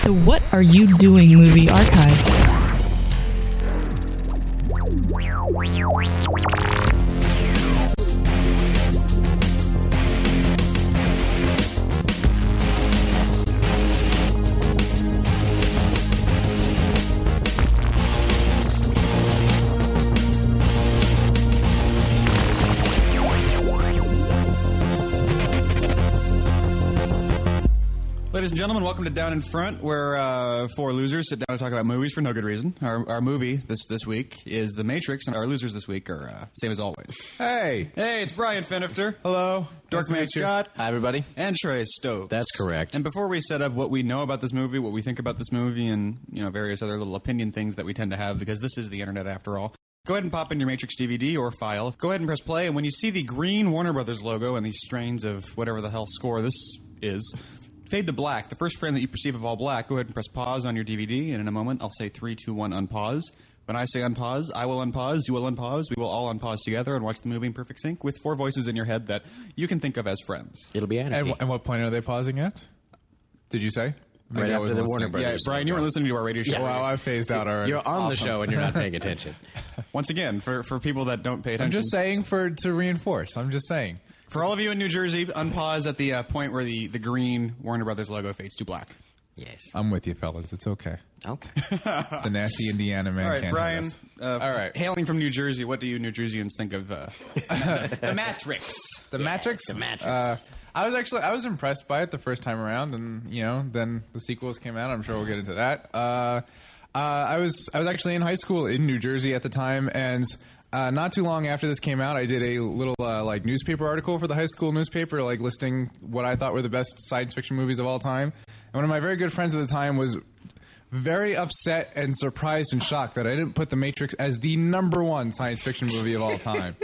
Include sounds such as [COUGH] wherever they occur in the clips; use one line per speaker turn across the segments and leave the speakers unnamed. to What Are You Doing Movie Archives.
Ladies and gentlemen, welcome to Down in Front, where uh, four losers sit down and talk about movies for no good reason. Our, our movie this this week is The Matrix, and our losers this week are uh, same as always.
Hey.
Hey, it's Brian Finifter.
Hello.
Dark
to
Man
meet you.
Scott.
Hi, everybody.
And Trey Stokes.
That's correct.
And before we set up what we know about this movie, what we think about this movie, and you know various other little opinion things that we tend to have, because this is the internet after all. Go ahead and pop in your Matrix DVD or file. Go ahead and press play, and when you see the green Warner Brothers logo and these strains of whatever the hell score this is, fade to black. The first frame that you perceive of all black. Go ahead and press pause on your DVD, and in a moment I'll say three, two, one, unpause. When I say unpause, I will unpause, you will unpause, we will all unpause together and watch the movie in perfect sync with four voices in your head that you can think of as friends.
It'll be anarchy.
And, wh- and what point are they pausing at? Did you say? Maybe
Right
I
after
wasn't
the Warner
listening.
Brothers.
Yeah, Brian, you weren't listening to our radio show.
Wow, I phased out already.
You're on the show and
[LAUGHS]
you're not paying attention.
Once again, for, for people that don't pay attention,
I'm just saying for to reinforce. I'm just saying.
for all of you in New Jersey, unpause at the uh, point where the, the green Warner Brothers logo fades to black.
yes.
I'm with you, fellas. It's okay.
Okay.
The nasty Indiana man
All right,
can't
Brian.
hurt us.
Uh,
All right.
Hailing from New Jersey, what do you New Jerseyans think of
[LAUGHS]
uh, the Matrix?
The Matrix.
The Matrix.
Uh, I was actually I was impressed by it the first time around, and you know, then the sequels came out. I'm sure we'll get into that. Uh, uh, I was I was actually in high school in New Jersey at the time, and uh, not too long after this came out, I did a little uh, like newspaper article for the high school newspaper, like listing what I thought were the best science fiction movies of all time. And one of my very good friends at the time was very upset and surprised and shocked that I didn't put The Matrix as the number one science fiction movie of all
[LAUGHS]
time.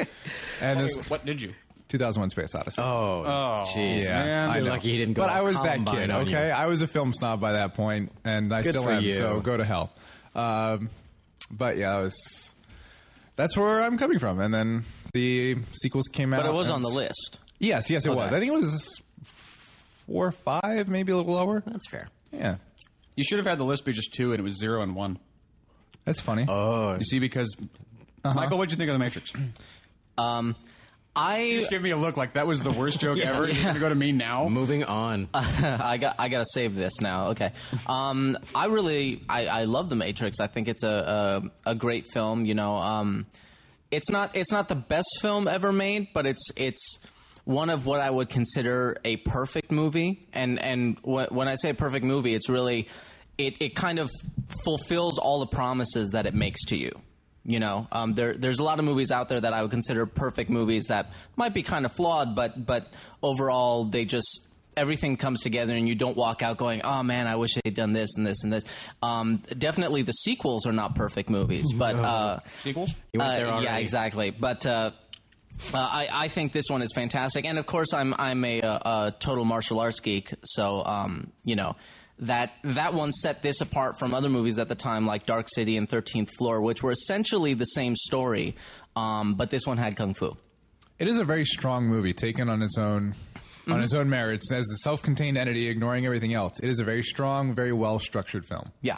and this
What did you?
2001 Space Odyssey.
Oh, jeez.
Yeah,
Man,
I
you're
know.
lucky he didn't go
But
all
I was that
Columbine
kid.
on you.
Okay, I was a film snob by that point, and I
Good
still
for
am.
you.
So go to hell. Um, but yeah, I was. That's where I'm coming from. And then the sequels came out.
But it was
and-
on the list.
Yes, yes, it was. I think it was four or five, maybe a little lower.
That's fair.
Yeah,
You should have had the list be just two, and it was zero and one.
that's funny. Oh,
You see, because
Uh-huh.
Michael, what'd you think of the
[LAUGHS]
Matrix?
Um, I
Just give me a look like that was the worst joke ever. You're gonna go to me now.
Moving on.
I got I gotta save this now. Okay. Um, I really I, I love The Matrix. I think it's a a, a great film. You know, um, it's not it's not the best film ever made, but it's it's one of what I would consider a perfect movie. And and wh- when I say perfect movie, it's really it it kind of fulfills all the promises that it makes to you. You know, um, there, there's a lot of movies out there that I would consider perfect movies that might be kind of flawed, but but overall they just everything comes together and you don't walk out going, oh man, I wish they'd done this and this and this. Um, definitely the sequels are not perfect movies, but uh,
Sequels?
went
uh,
there
yeah,
already.
exactly. But uh, uh, I, I think this one is fantastic, and of course, I'm I'm a, uh uh total martial arts geek, so um, you know that that one set this apart from other movies at the time, like Dark City and Thirteenth Floor, which were essentially the same story, um, but this one had kung fu.
it is a very strong movie, taken on its own.
Mm-hmm.
On its own merits, as a self-contained entity, ignoring everything else, it is a very strong, very well-structured film.
Yeah,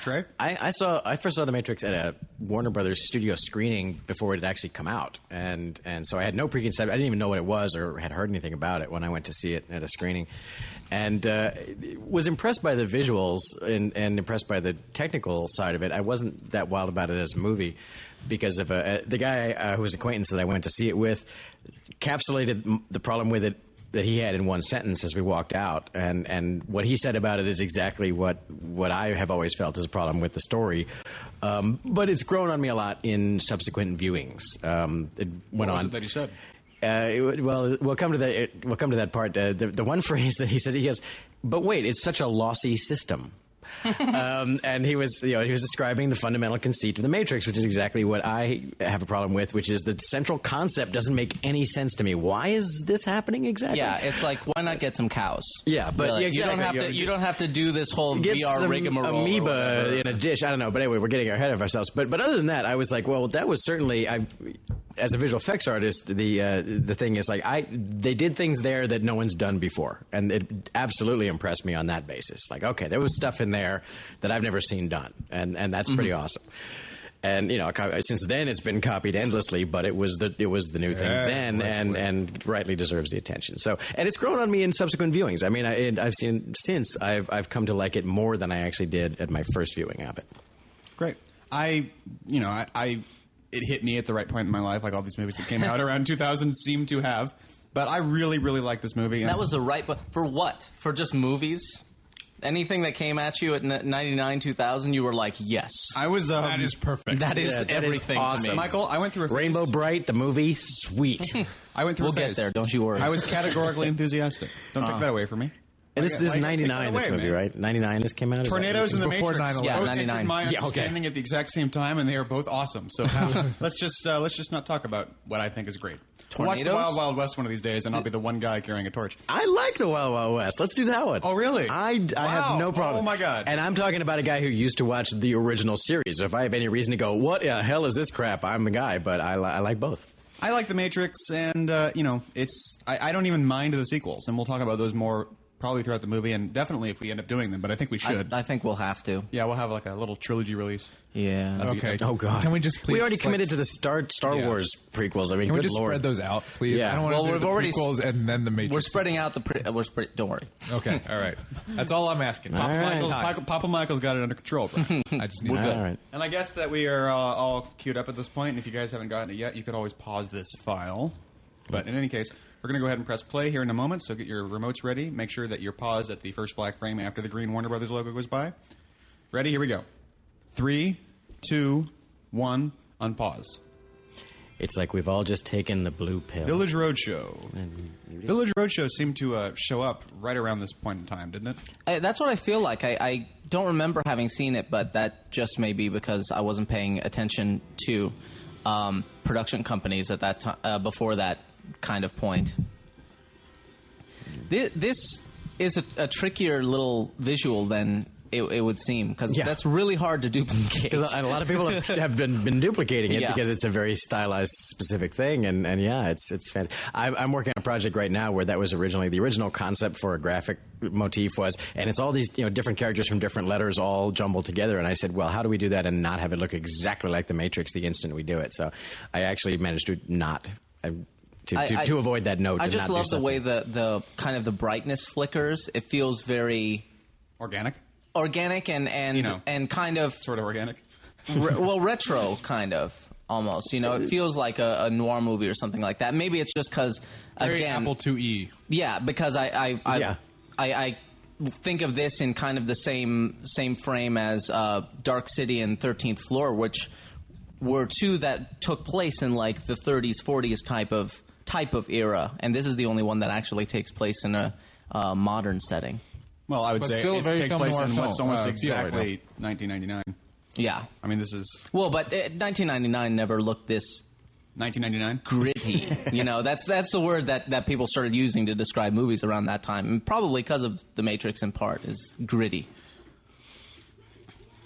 Trey?
I, I saw. I first saw The Matrix at a Warner Brothers studio screening before it had actually come out, and and so I had no preconceived. I didn't even know what it was or had heard anything about it when I went to see it at a screening, and uh, was impressed by the visuals and, and impressed by the technical side of it. I wasn't that wild about it as a movie because of a, uh, the guy uh, who was an acquaintance that I went to see it with, encapsulated m- the problem with it that he had in one sentence as we walked out, and and what he said about it is exactly what what I have always felt is a problem with the story, um, but it's grown on me a lot in subsequent viewings. Um, it
What
went
was
on
it that he said?
uh, it would- well, we'll come to that. it- We'll come to that part. Uh, the, the one [LAUGHS] phrase that he said, he goes, "But wait, it's such a
[LAUGHS]
lossy system." um, and he was, you know, he was describing the fundamental conceit of the Matrix, which is exactly what I have a problem with, which is the central concept doesn't make any sense to me. Why is this happening exactly?
yeah. It's like why not get some cows?
Yeah, but-
Really.
yeah,
you don't
exactly.
have to you don't have to do this whole
get
VR
some
rigmarole. or
amoeba
whatever.
in a dish. I don't know, but anyway, we're getting ahead of ourselves. But but other than that, I was like, well, that was certainly I. as a visual effects artist, the uh, the thing is like I they did things there that no one's done before, and it absolutely impressed me on that basis. Like, okay, there was stuff in there that I've never seen done, and and that's pretty
Mm-hmm.
awesome. And you know, co- since then it's been copied endlessly, but it was the it was the new thing
Yeah,
then, and
wrestling.
and rightly deserves the attention. So, and it's grown on me in subsequent viewings. I mean, I, and I've seen since I've I've come to like it more than I actually did at my first viewing of it.
Great. I, you know, I, I, it hit me at the right point in my life, like all these movies that came out
[LAUGHS]
around 2000 seem to have. But I really, really like this movie. and-
That was the right, but for what? For just movies? Anything that came at you at n- 99, 2000, you were like, yes.
I was. Um,
That is perfect.
that is
Yeah, that is
everything to
awesome.
me.
Michael, I went through a phase.
Rainbow Bright, the movie,
[LAUGHS]
sweet. and
I went through.
We'll
a
get
phase.
there, don't you worry. Uh-huh.
I was
[LAUGHS]
categorically enthusiastic. Don't take that away from me.
this, this
Why
is
you gotta take that
99, this
away,
movie,
man?
right? 99, this came out? Is that-
Tornadoes and the
Before
Matrix.
9/11.
Yeah,
both
99.
entered my
Yeah, okay.
understanding at the exact same time, and they are both awesome. So
[LAUGHS]
let's just uh, let's just not talk about what I think is great. Watch the
Tornadoes?
Wild Wild West one of these days, and I'll be the one guy carrying a torch.
I like the Wild Wild West. Let's do that one.
Oh, really?
I, I
Wow.
have no problem.
Oh, my God.
And I'm talking about a guy who used to watch the original series. If I have any reason to go, what the hell is this crap? I'm the guy, but I, li- I like both.
I like the Matrix, and uh, you know, it's I, I don't even mind the sequels, and we'll talk about those more probably throughout the movie, and definitely if we end up doing them. But I think we
I,
should.
I think we'll have to.
yeah, we'll have like a little trilogy release.
Yeah.
okay.
Oh God!
Can we just please?
We already
like,
committed to the Star Star
Yeah.
Wars prequels. I mean,
Can we
good
just
lord.
spread those out, please?
Yeah.
I don't want
Well,
to do
we've
the
already-
prequels and then the Matrix.
We're spreading out the. Pre- uh, we're spread- don't worry.
Okay. All right. That's all I'm asking.
All right.
Michael's,
Time.
Michael, Papa Michael's got it under control,
[LAUGHS]
bro.
I just need
All right.
and I guess that we are uh, all queued up at this point. And if you guys haven't gotten it yet, you could always pause this file. But in any case, we're going to go ahead and press play here in a moment. So get your remotes ready. Make sure that you're paused at the first black frame after the green Warner Brothers logo goes by. Ready? Here we go. Three, two, one. Unpause.
It's like we've all just taken the blue pill.
Village Roadshow. Village Roadshow seemed to uh, show up right around this point in time, didn't it?
I, that's what I feel like. I, I don't remember having seen it, but that just may be because I wasn't paying attention to um, production companies at that time uh, before that kind of point. Thi- This is a, a trickier little visual than it, it would seem because
Yeah.
that's really hard to [LAUGHS] duplicate.
Because a a lot of people [LAUGHS] have, have been, been duplicating it
Yeah.
because it's a very stylized, specific thing, and, and yeah, it's it's fantastic. I'm, I'm working on a project right now where that was originally the original concept for a graphic motif was, and it's all these you know different characters from different letters all jumbled together. And I said, well, how do we do that and not have it look exactly like the Matrix the instant we do it? So I actually managed to not. I, to,
I-
to,
I-
to avoid that note,
I
to not
just
do
love the
something.
way the the kind of the brightness flickers. It feels very
Organic,
organic and and
You know.
and kind of
sort of organic.
re- well retro kind of almost you know it feels like a, a noir movie or something like that maybe it's just because
Very
again
Apple E. IIe.
yeah because i I I,
Yeah.
I I think of this in kind of the same same frame as uh, dark city and 13th floor which were two that took place in like the 30s 40s type of type of era and this is the only one that actually takes place in a uh, modern setting
Well, I would
But
say
still a
it
very
takes
film
place
noir
in what's
film,
almost
uh, feel right
exactly 1999.
yeah
I mean, this is
well but uh, 1999 never looked this
1999.
gritty. you know, that's that's the word that, that people started using to describe movies around that time, and probably because of The Matrix in part is gritty.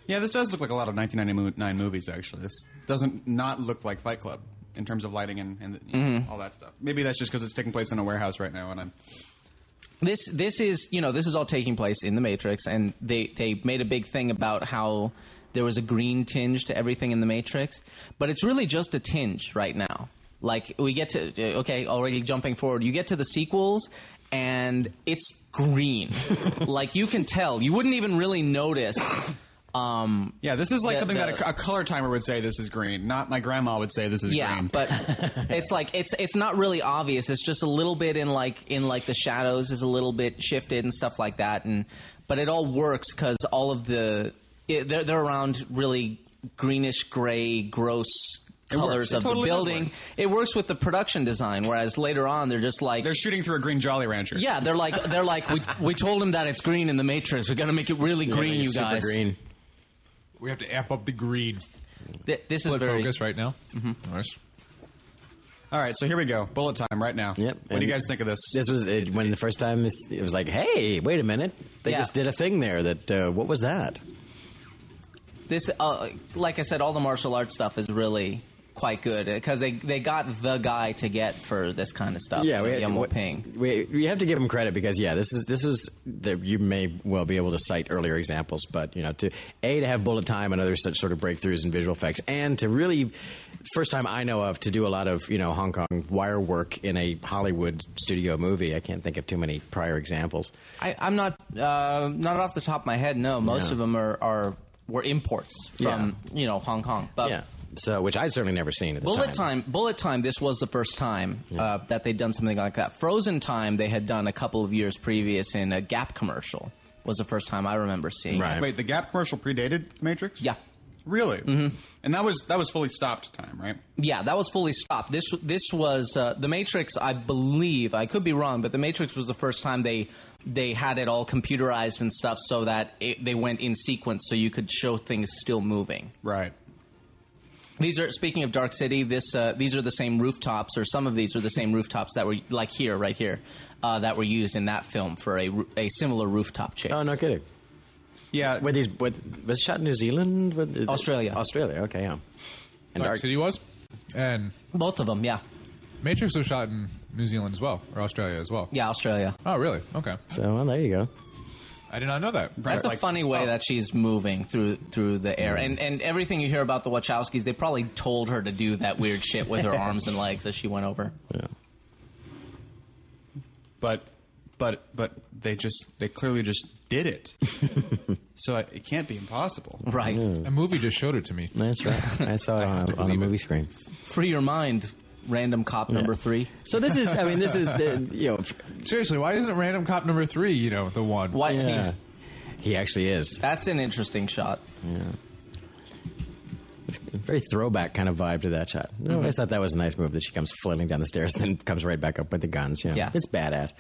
Yeah, this does look like a lot of 1999 movies. Actually, this doesn't not look like Fight Club in terms of lighting and, and you know, all that stuff. Maybe that's just because it's taking place in a warehouse right now, and I'm
This this is you know this is all taking place in The Matrix, and they they made a big thing about how there was a green tinge to everything in The Matrix, but it's really just a tinge right now. Like we get to uh, okay, already jumping forward, you get to the sequels. And it's green, like you can tell. You wouldn't even really notice. Um,
yeah. This is like
The-
something
the-
that a, a color timer would say this is green. Not my grandma would say this is
yeah
green. [LAUGHS]
but it's like it's it's not really obvious it's just a little bit in like in like the shadows is a little bit shifted and stuff like that and but it all works because all of the it, they're, they're around really greenish gray gross
works.
colors
It
of
totally
the
does
building
work.
it works with the production design whereas later on they're just like
they're shooting through a green Jolly Rancher.
yeah they're like they're like we, we told them that it's green in the matrix we gotta make it really green you
Super
guys
green.
We have to amp up the green.
Th- this is
Split
very
focus right now. Mm-hmm.
All right, so here we go. Bullet time right now.
Yep.
What do you
And
guys think of this?
This was it, when the first time this, it was like, hey, wait a minute, they
Yeah.
just did a thing there. That uh, what was that?
this uh, like i said all the martial arts stuff is really quite good because they they got the guy to get for this kind of stuff.
Yeah, we had,
Yamo
what-
Ping.
We, we have to give him credit because yeah, this is this is the, you may well be able to cite earlier examples, but you know to a to have bullet time and other such sort of breakthroughs in visual effects, and to really first time I know of to do a lot of you know Hong Kong wire work in a Hollywood studio movie. I can't think of too many prior examples.
I, I'm not uh, not off the top of my head. No, most
Yeah.
of them are, are were imports from you know Hong Kong. But
Yeah, so which I'd certainly never seen at the
Oh. Bullet time. Bullet time. This was the first time uh, that they'd done something like that. Frozen time. They had done a couple of years previous in a Gap commercial. Was the first time I remember seeing. it.
Right.
Wait, the Gap commercial predated The Matrix?
Yeah.
Really? Mm-hmm. And that was that was fully stopped time, right?
Yeah, that was fully stopped. This this was uh, the Matrix. I believe I could be wrong, but the Matrix was the first time they they had it all computerized and stuff, so that it, they went in sequence, so you could show things still moving.
Right.
These are speaking of Dark City. This uh, these are the same rooftops, or some of these are the same rooftops that were like here, right here, uh, that were used in that film for a, ro- a similar rooftop chase.
Oh no kidding.
Yeah.
Were these with, was it shot in New Zealand? Were the-
Australia.
Australia. Okay, yeah. And
Dark
Dark-
City was, and
Both of them, yeah,
Matrix was shot in New Zealand as well, or Australia as well.
yeah, Australia.
Oh, really? Okay.
So well, there you go.
I did not know that.
That's a
like-
funny
oh.
way that she's moving through through the air,
Mm.
and and everything you hear about the Wachowskis, they probably told her to do that weird shit with
[LAUGHS]
her arms and legs as she went over.
but but but they just they clearly just
[LAUGHS]
did it. so it, it can't be impossible.
Right,
A movie just showed it to me.
That's [LAUGHS] right. I saw it on, a, on a movie screen.
free your mind. Random cop number three.
So this is, I mean, this is, the, you know, f-
Seriously, why isn't Random Cop number three? You know, the one.
Why?
yeah. He actually is.
That's an interesting shot.
Very throwback kind of vibe to that shot. No, I just thought that was a nice move that she comes flailing down the stairs and then comes right back up with the guns. Yeah.
Yeah.
It's badass.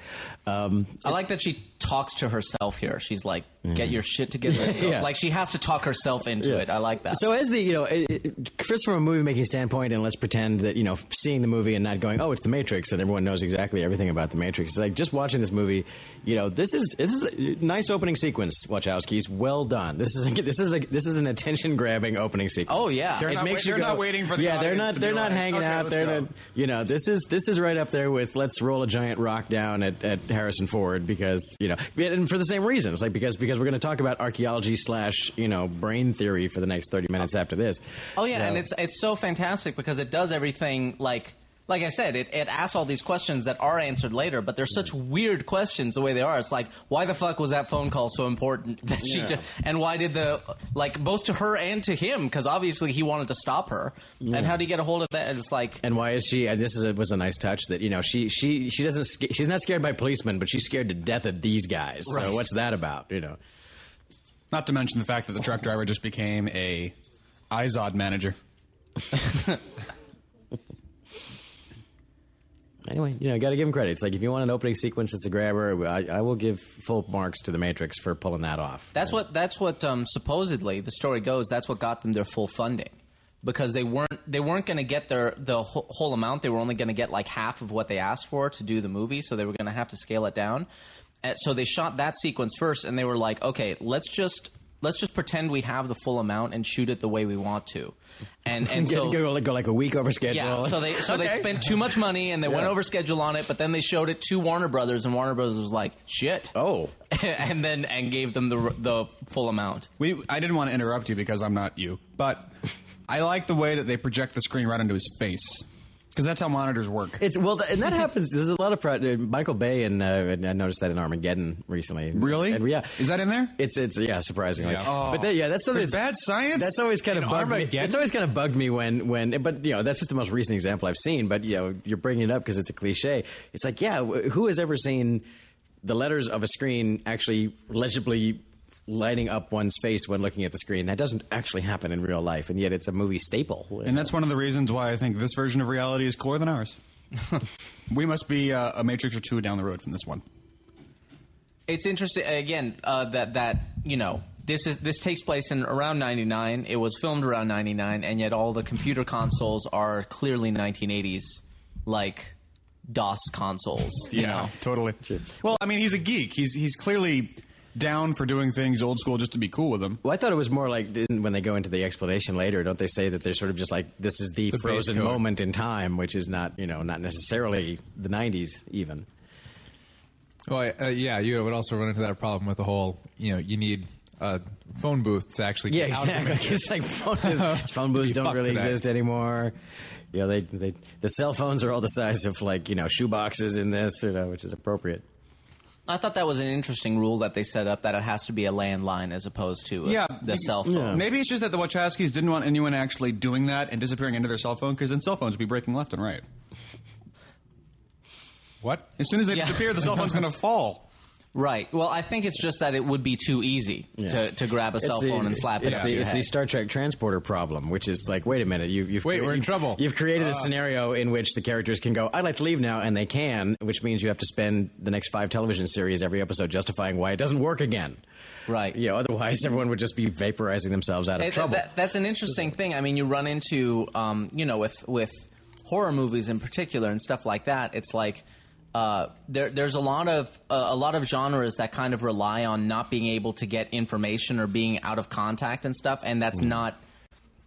Um,
I like that she talks to herself here. She's like, "Get your shit together."
Mm-hmm. [LAUGHS] Yeah.
Like she has to talk herself into it. I like that.
So as the you know, it, it, first from a movie making standpoint, and let's pretend that you know, seeing the movie and not going, oh, it's the Matrix, and everyone knows exactly everything about the Matrix. It's like just watching this movie. You know, this is this is a nice opening sequence, Wachowskis. Well done. This is this is a, this is an attention grabbing opening sequence.
oh yeah,
They're
It
not
makes
wait-
you
they're
go-
not waiting for the
yeah. They're
audience
not.
to be
They're not
like,
hanging
"Okay,
out.
let's
They're
go."
not. You know, this is this is right up there with let's roll a giant rock down at, at Harrison Ford because you know, and for the same reasons, like because because we're going to talk about archaeology slash you know brain theory for the next thirty minutes after this.
Oh yeah,
So-
and it's it's so fantastic because it does everything like like I said, it, it asks all these questions that are answered later, but they're such weird questions the way they are. It's like, why the fuck was that phone call so important [LAUGHS] that she ju- and why did the like both to her and to him because obviously he wanted to stop her. And how do you get a hold of that? And it's like
and why is she? And this is a, was a nice touch that you know she she she doesn't sca- she's not scared by policemen, but she's scared to death of these guys.
Right.
So what's that about? You know.
Not to mention the fact that the truck driver just became a Izod manager.
Anyway, you know, got to give him credit. It's like if you want an opening sequence, it's a grabber. I, I will give full marks to the Matrix for pulling that off.
That's what that's what um, supposedly the story goes. That's what got them their full funding because they weren't they weren't going to get their the whole, whole amount. They were only going to get like half of what they asked for to do the movie, so they were going to have to scale it down. And so they shot that sequence first, and they were like, okay, let's just. Let's just pretend we have the full amount and shoot it the way we want to, and and
Go-
so
go, like, go like a week over schedule.
yeah, so they so they spent too much money and they went over schedule on it, but then they showed it to Warner Brothers and Warner Brothers was like, "Shit."
Oh.
[LAUGHS] and then and gave them the the full amount.
We I didn't want to interrupt you because I'm not you, but I like the way that they project the screen right onto his face because that's how monitors work.
It's well, th- and that happens. There's a lot of pro- uh, Michael Bay, and, uh, and I noticed that in Armageddon recently.
Really?
And, yeah.
Is that in there?
It's it's yeah, surprisingly.
Yeah.
But that, yeah, that's something
There's
that's-
bad science?
That's always kind of
In
bugged me.
Armageddon?
It's always kind of bugged me when when. But you know, that's just the most recent example I've seen. But you know, you're bringing it up because it's a cliche. It's like yeah, wh- who has ever seen the letters of a screen actually legibly lighting up one's face when looking at the screen? That doesn't actually happen in real life, and yet it's a movie staple.
and that's one of the reasons why I think this version of reality is cooler
[LAUGHS]
than ours. we must be uh, a Matrix or two down the road from this one.
It's interesting again uh, that that you know this is this takes place in around '99. It was filmed around '99, and yet all the computer consoles are clearly 1980s like DOS consoles. You know?
totally. Well, I mean, he's a geek. He's he's clearly
down for doing things old school just to be cool with them.
Well, I thought it was more like didn't- when they go into the explanation later, don't they say that they're sort of just like this is the,
base
frozen
code.
moment in time, which is not you know not necessarily the '90s even.
Well, I- uh, yeah, you would also run into that problem with the whole, you know, you need a phone booth to actually
Yeah,
get out of the
exactly.
Matrix.
[LAUGHS] It's like phone, is, phone booths
Be
don't
fucked
really
today.
exist anymore. You know, they, they the cell phones are all the size of like you know shoeboxes in this, you know, which is appropriate.
I thought that was an interesting rule that they set up that it has to be a landline as opposed to a,
Yeah.
the cell phone.
Maybe it's just that the Wachowskis didn't want anyone actually doing that and disappearing into their cell phone because then cell phones would be breaking left and right.
What?
As soon as they
Yeah.
disappear, the cell phone's
[LAUGHS]
going to fall.
Right. Well, I think it's just that it would be too easy to, to grab a
It's
cell
the-
phone and slap it
it's
at
the,
your
It's
head.
the Star Trek transporter problem, which is like, wait a minute, you, you've
Wait,
crea-
we're in
you've-
trouble.
You've created
Ah.
a scenario in which the characters can go, "I'd like to leave now," and they can, which means you have to spend the next five television series every episode justifying why it doesn't work again.
Right.
You know, otherwise everyone would just be vaporizing themselves out of
It-
trouble.
that- that's an interesting thing. I mean, you run into, um, you know, with with horror movies in particular and stuff like that. It's like uh, there, there's a lot of uh, a lot of genres that kind of rely on not being able to get information or being out of contact and stuff, and that's not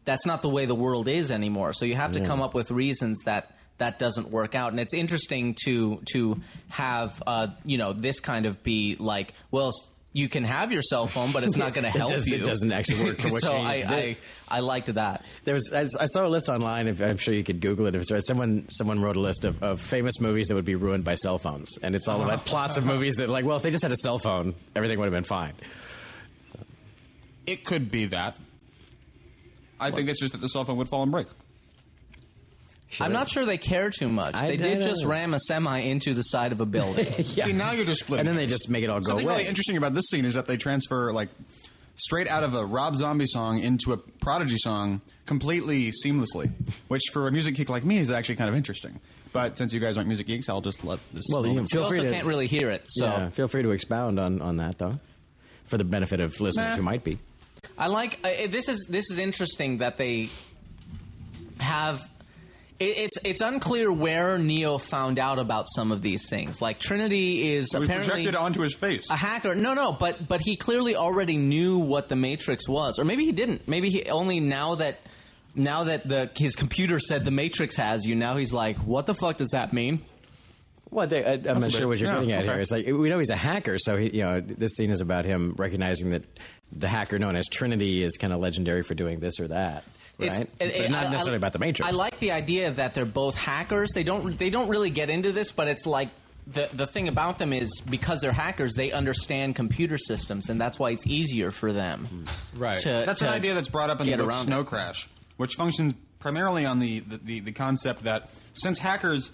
that's not the way the world is anymore. So you have to come up with reasons that that doesn't work out. And it's interesting to to have uh, you know this kind of be like well. s- You can have your cell phone, but it's not
[LAUGHS]
going to help
does-
you.
it doesn't actually work
[LAUGHS]
for what
so
you need
I,
to do.
I, I liked that.
There was I, I saw a list online. If, I'm sure you could Google it. If it's right. Someone someone wrote a list of, of famous movies that would be ruined by cell phones, and it's all
Oh.
about plots of movies that like, well, if they just had a cell phone, everything would have been fine.
It could be that. I think it's just that the cell phone would fall and break.
I'm not sure they care too much.
I-
they did
I don't
just
know.
ram a semi into the side of
[LAUGHS]
a building.
See, now you're just splitting.
And then they
hairs.
just make it all go
Something
away.
really interesting about this scene is that they transfer like straight out of a Rob Zombie song into a Prodigy song completely seamlessly, which for a music geek like me is actually kind of interesting. But since you guys aren't music geeks, I'll just let this.
Well, you
moment-
you
Feel free
also
to-
can't really hear it. So
Yeah, feel free to expound on, on that though, for the benefit of listeners
Nah.
who might be.
I like uh, this is this is interesting that they have. It, it's it's unclear where Neo found out about some of these things. Like Trinity is
it was
apparently
projected onto his face.
a hacker. No, no, but but he clearly already knew what the Matrix was, or maybe he didn't. Maybe he only now that now that the his computer said the Matrix has you. Now he's like, what the fuck does that mean?
Well, they, I, I'm not sure what you're
Yeah,
getting at
okay.
here. It's like we know he's a hacker, so he, you know this scene is about him recognizing that the hacker known as Trinity is kind of legendary for doing this or that, right?
It's-
but
it- it-
not
I- I-
necessarily about the Matrix.
I like the idea that they're both hackers. They don't they don't really get into this, but it's like the the thing about them is because they're hackers, they understand computer systems, and that's why it's easier for
Hmm.
them.
Right.
to-
That's an
to
idea that's brought up in the
get
book
around
Snow
it.
Crash, which functions primarily on the, the, the, the concept that since hackers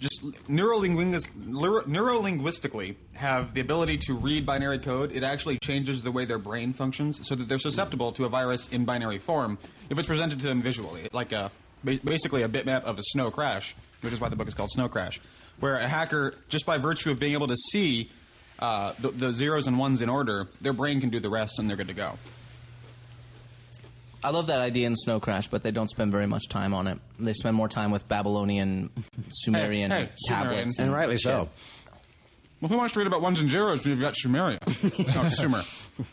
just neurolinguis- leuro- neurolinguistically have the ability to read binary code, it actually changes the way their brain functions so that they're susceptible to a virus in binary form if it's presented to them visually, like a ba- basically a bitmap of a snow crash, which is why the book is called Snow Crash, where a hacker, just by virtue of being able to see uh, the, the zeros and ones in order, their brain can do the rest and they're good to go.
I love that idea in Snow Crash, but they don't spend very much time on it. They spend more time with Babylonian, Sumerian
Hey, hey, Sumerian.
tablets,
And
and rightly so.
Well, who wants to read about ones and zeros when you've got [LAUGHS] Sumeria? no, Sumer.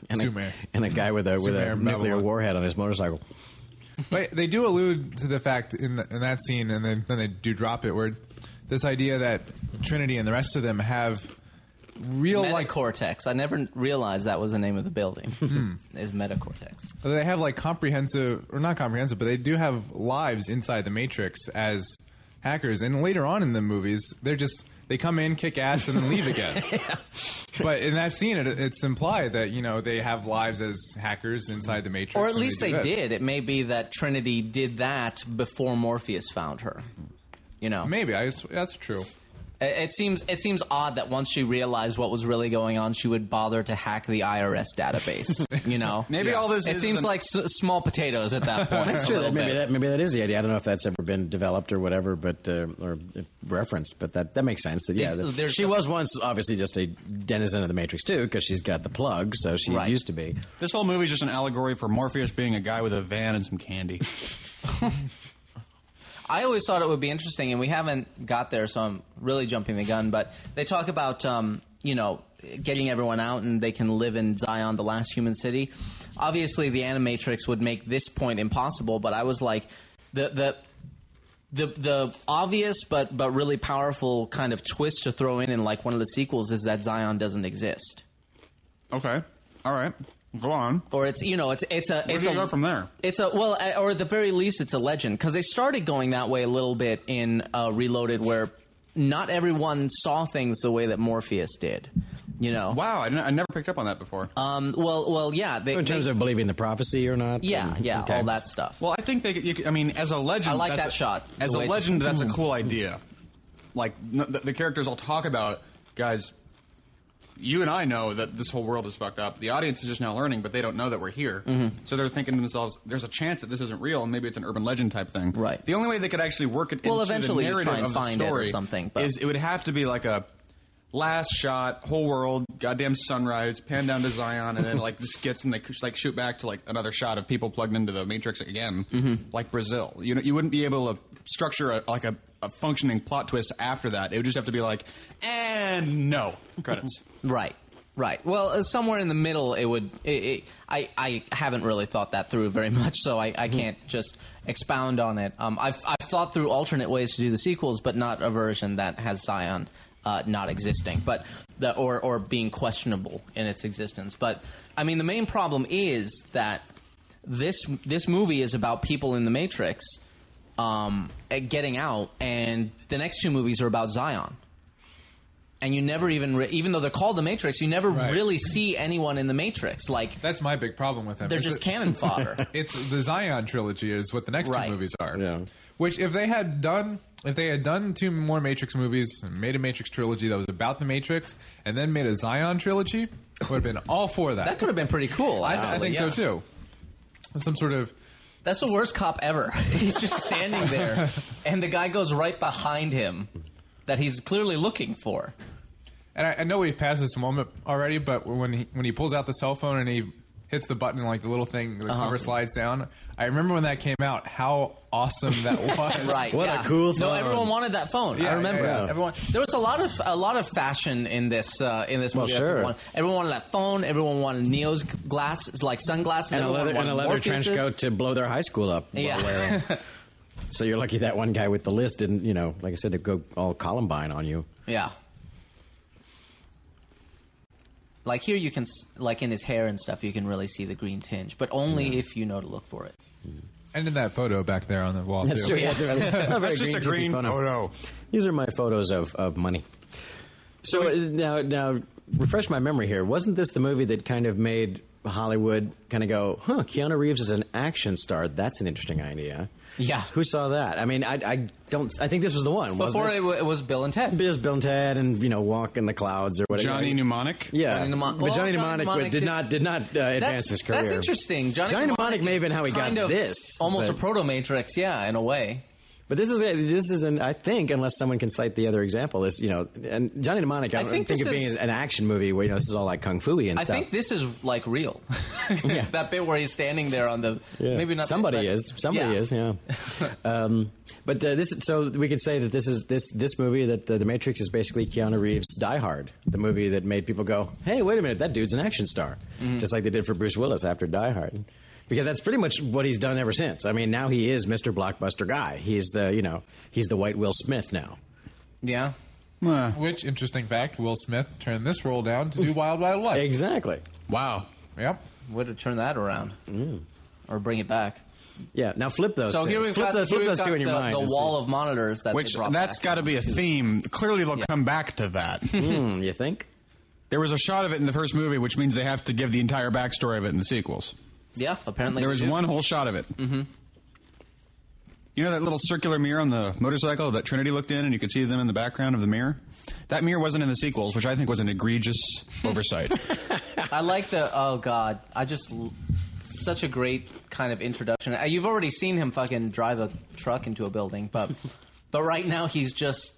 And a,
Sumer.
and a guy with a with
Sumer
a
and
nuclear
Babylon.
warhead on his motorcycle.
But they do allude to the fact in, the, in that scene, and then, then they do drop it, where this idea that Trinity and the rest of them have real like
Metacortex. I never realized that was the name of the building.
Hmm.
is Metacortex.
they have like comprehensive or not comprehensive, but they do have lives inside the Matrix as hackers. And later on in the movies, they're just they come in, kick ass, and then leave
[LAUGHS]
again. But in that scene, it, it's implied that you know they have lives as hackers inside the Matrix,
Or at
and
least
do
they,
this.
did. It may be that Trinity did that before Morpheus found her. You know,
Maybe I, s- that's true.
it, it seems it seems odd that once she realized what was really going on, she would bother to hack the IRS database. you know,
[LAUGHS] Maybe all this
it
is
seems
an-
like s- small potatoes
[LAUGHS]
at that point.
That's
[LAUGHS] a
true.
little
That, maybe
bit.
that maybe that is the idea. I don't know if that's ever been developed or whatever, but uh, or uh, referenced. But that that makes sense. That yeah,
It-
that-
there's
she
a-
was once obviously just a denizen of the Matrix too, because she's got the plug, so she
Right.
used to be.
This whole movie is just an allegory for Morpheus being a guy with a van and some candy.
I always thought it would be interesting, and we haven't got there, so I'm really jumping the gun. But they talk about um, you know, getting everyone out and they can live in Zion, the last human city. Obviously, the Animatrix would make this point impossible, but I was like, the the the the obvious but but really powerful kind of twist to throw in in like one of the sequels is that Zion doesn't exist,
Okay. All right. Go on.
or it's you know it's it's a
Where
it's
do
a,
you go from there?
It's a well, uh, or at the very least, it's a legend because they started going that way a little bit in uh, Reloaded, where not everyone saw things the way that Morpheus did. You know,
Wow, I, didn't- I never picked up on that before.
um, well, well, yeah, they,
in terms
they-
of believing the prophecy or not.
yeah,
and-
yeah,
okay.
all that stuff.
well, I think they. You, c- I mean, as a legend,
I like
that's
that
a-
shot, the Hmm.
As a
way it's-
legend, that's a cool idea. Like n- the, the characters I'll talk about, guys. You and I know that this whole world is fucked up. The audience is just now learning, but they don't know that we're here.
Mm-hmm.
So they're thinking to themselves, "There's a chance that this isn't real, and maybe it's an urban legend type thing."
Right.
The only way they could actually work it
Well,
into
eventually
the
you
narrative
try and
of the
find it or
story
something, but-
is it would have to be like a last shot, whole world, goddamn sunrise, pan down to Zion, and then like the skits, and they like shoot back to like another shot of people plugged into the Matrix again,
Mm-hmm.
like Brazil. You know, you wouldn't be able to structure a, like a, a functioning plot twist after that. It would just have to be like, and no
[LAUGHS]
credits.
Right. Right. Well, uh, somewhere in the middle, it would. It, it, I I haven't really thought that through very [LAUGHS] much, so I, I can't just expound on it. Um, I've I've thought through alternate ways to do the sequels, but not a version that has Zion uh, not existing, but the or or being questionable in its existence. But I mean, the main problem is that this this movie is about people in the Matrix um, eh, getting out, and the next two movies are about Zion and you never even re- even though they're called the Matrix, you never
Right.
really see anyone in the Matrix. Like
That's my big problem with him.
they're
is
just
that- [LAUGHS]
cannon fodder.
It's the Zion trilogy is what the next
Right.
two movies are.
Yeah.
Which if they had done if they had done two more Matrix movies and made a Matrix trilogy that was about the Matrix and then made a Zion trilogy, I would have been all for that.
that could have been pretty cool.
I, I
actually,
think
yeah.
so too. Some sort of
That's the worst cop ever. [LAUGHS] he's just
[LAUGHS]
standing there, and the guy goes right behind him that he's clearly looking for.
and I, I know we've passed this moment already, but when he when he pulls out the cell phone and he hits the button like the little thing, the
Uh-huh.
cover slides down. I remember when that came out, how awesome that
[LAUGHS]
was.
Right.
What a
yeah.
cool
No,
phone.
everyone wanted that phone.
Yeah,
I remember.
yeah, yeah.
Everyone. There was a lot of a lot of fashion in this uh, in this movie.
sure.
Everyone, everyone wanted that phone. Everyone wanted Neo's glasses, like sunglasses.
And a
everyone
leather, and a
wanted
leather trench
Morpheus's.
coat to blow their high school up. while
Yeah.
wearing. so you're lucky that one guy with the list didn't, you know, like I said, to go all Columbine on you.
Yeah. Like here, you can s- like in his hair and stuff, you can really see the green tinge, but only if you know to look for it.
And in that photo back there on the wall too.
[LAUGHS] That's,
just a green
Oh,
photo.
These are my photos of, of money. So uh, now, now refresh my memory here. Wasn't this the movie that kind of made Hollywood kind of go, huh, Keanu Reeves is an action star. That's an interesting idea.
Yeah.
Who saw that? I mean, I, I don't, I think this was the one.
Before
wasn't
it,
it?
w- it was Bill and Ted.
It was Bill and Ted and, you know, Walk in the Clouds or whatever.
Johnny Mnemonic.
Yeah,
Johnny Mnemonic-
but
well,
Johnny,
Johnny
Mnemonic,
Mnemonic
did
is-
not did not uh, advance his career.
That's interesting. Johnny,
Johnny Mnemonic may have been how he got
kind of
this,
Almost
but-
a proto Matrix, yeah, in a way.
But this is a- this is an I think unless someone can cite the other example is you know and Johnny Mnemonic I,
I
don't think,
think
of
this
being
is-
an action movie where you know this is all like kung fu and
I
stuff.
think this is like real. [LAUGHS]
Yeah.
that bit where he's standing there on the
Yeah.
maybe not
somebody
but-
is somebody
yeah.
is yeah.
[LAUGHS]
um, but uh, this so we could say that this is this this movie that the, the Matrix is basically Keanu Reeves Die Hard, the movie that made people go, hey, wait a minute, that dude's an action star,
Mm-hmm.
just like they did for Bruce Willis after Die Hard. Because that's pretty much what he's done ever since. I mean, now he is Mr. Blockbuster guy. He's the, you know, he's the white Will Smith now.
Yeah.
Uh,
Which interesting fact, Will Smith turned this role down to do Wild Wild West.
Exactly.
wow.
Yep.
Way to turn that around.
Mm.
Or bring it back.
Yeah. Now flip those.
So
two.
here we've
flip
got,
those,
here
flip those
we've got
two in your
the,
mind.
the
and
wall of monitors that
Which
they brought
that's
back.
got to be a theme. Clearly, they'll come back to
[LAUGHS]
that.
see. Hmm, you think?
there was a shot of it in the first movie, which means they have to give the entire backstory of it in the sequels.
Yeah, apparently
There
we
was
do.
one whole shot of it. Mm-hmm. You know that little circular mirror on the motorcycle that Trinity looked in, and you could see them in the background of the mirror. That mirror wasn't in the sequels, which I think was an
[LAUGHS]
egregious oversight.
I like the oh god, I just l- such a great kind of introduction. Uh, You've [LAUGHS] already seen him fucking drive a truck into a building, but but right now he's just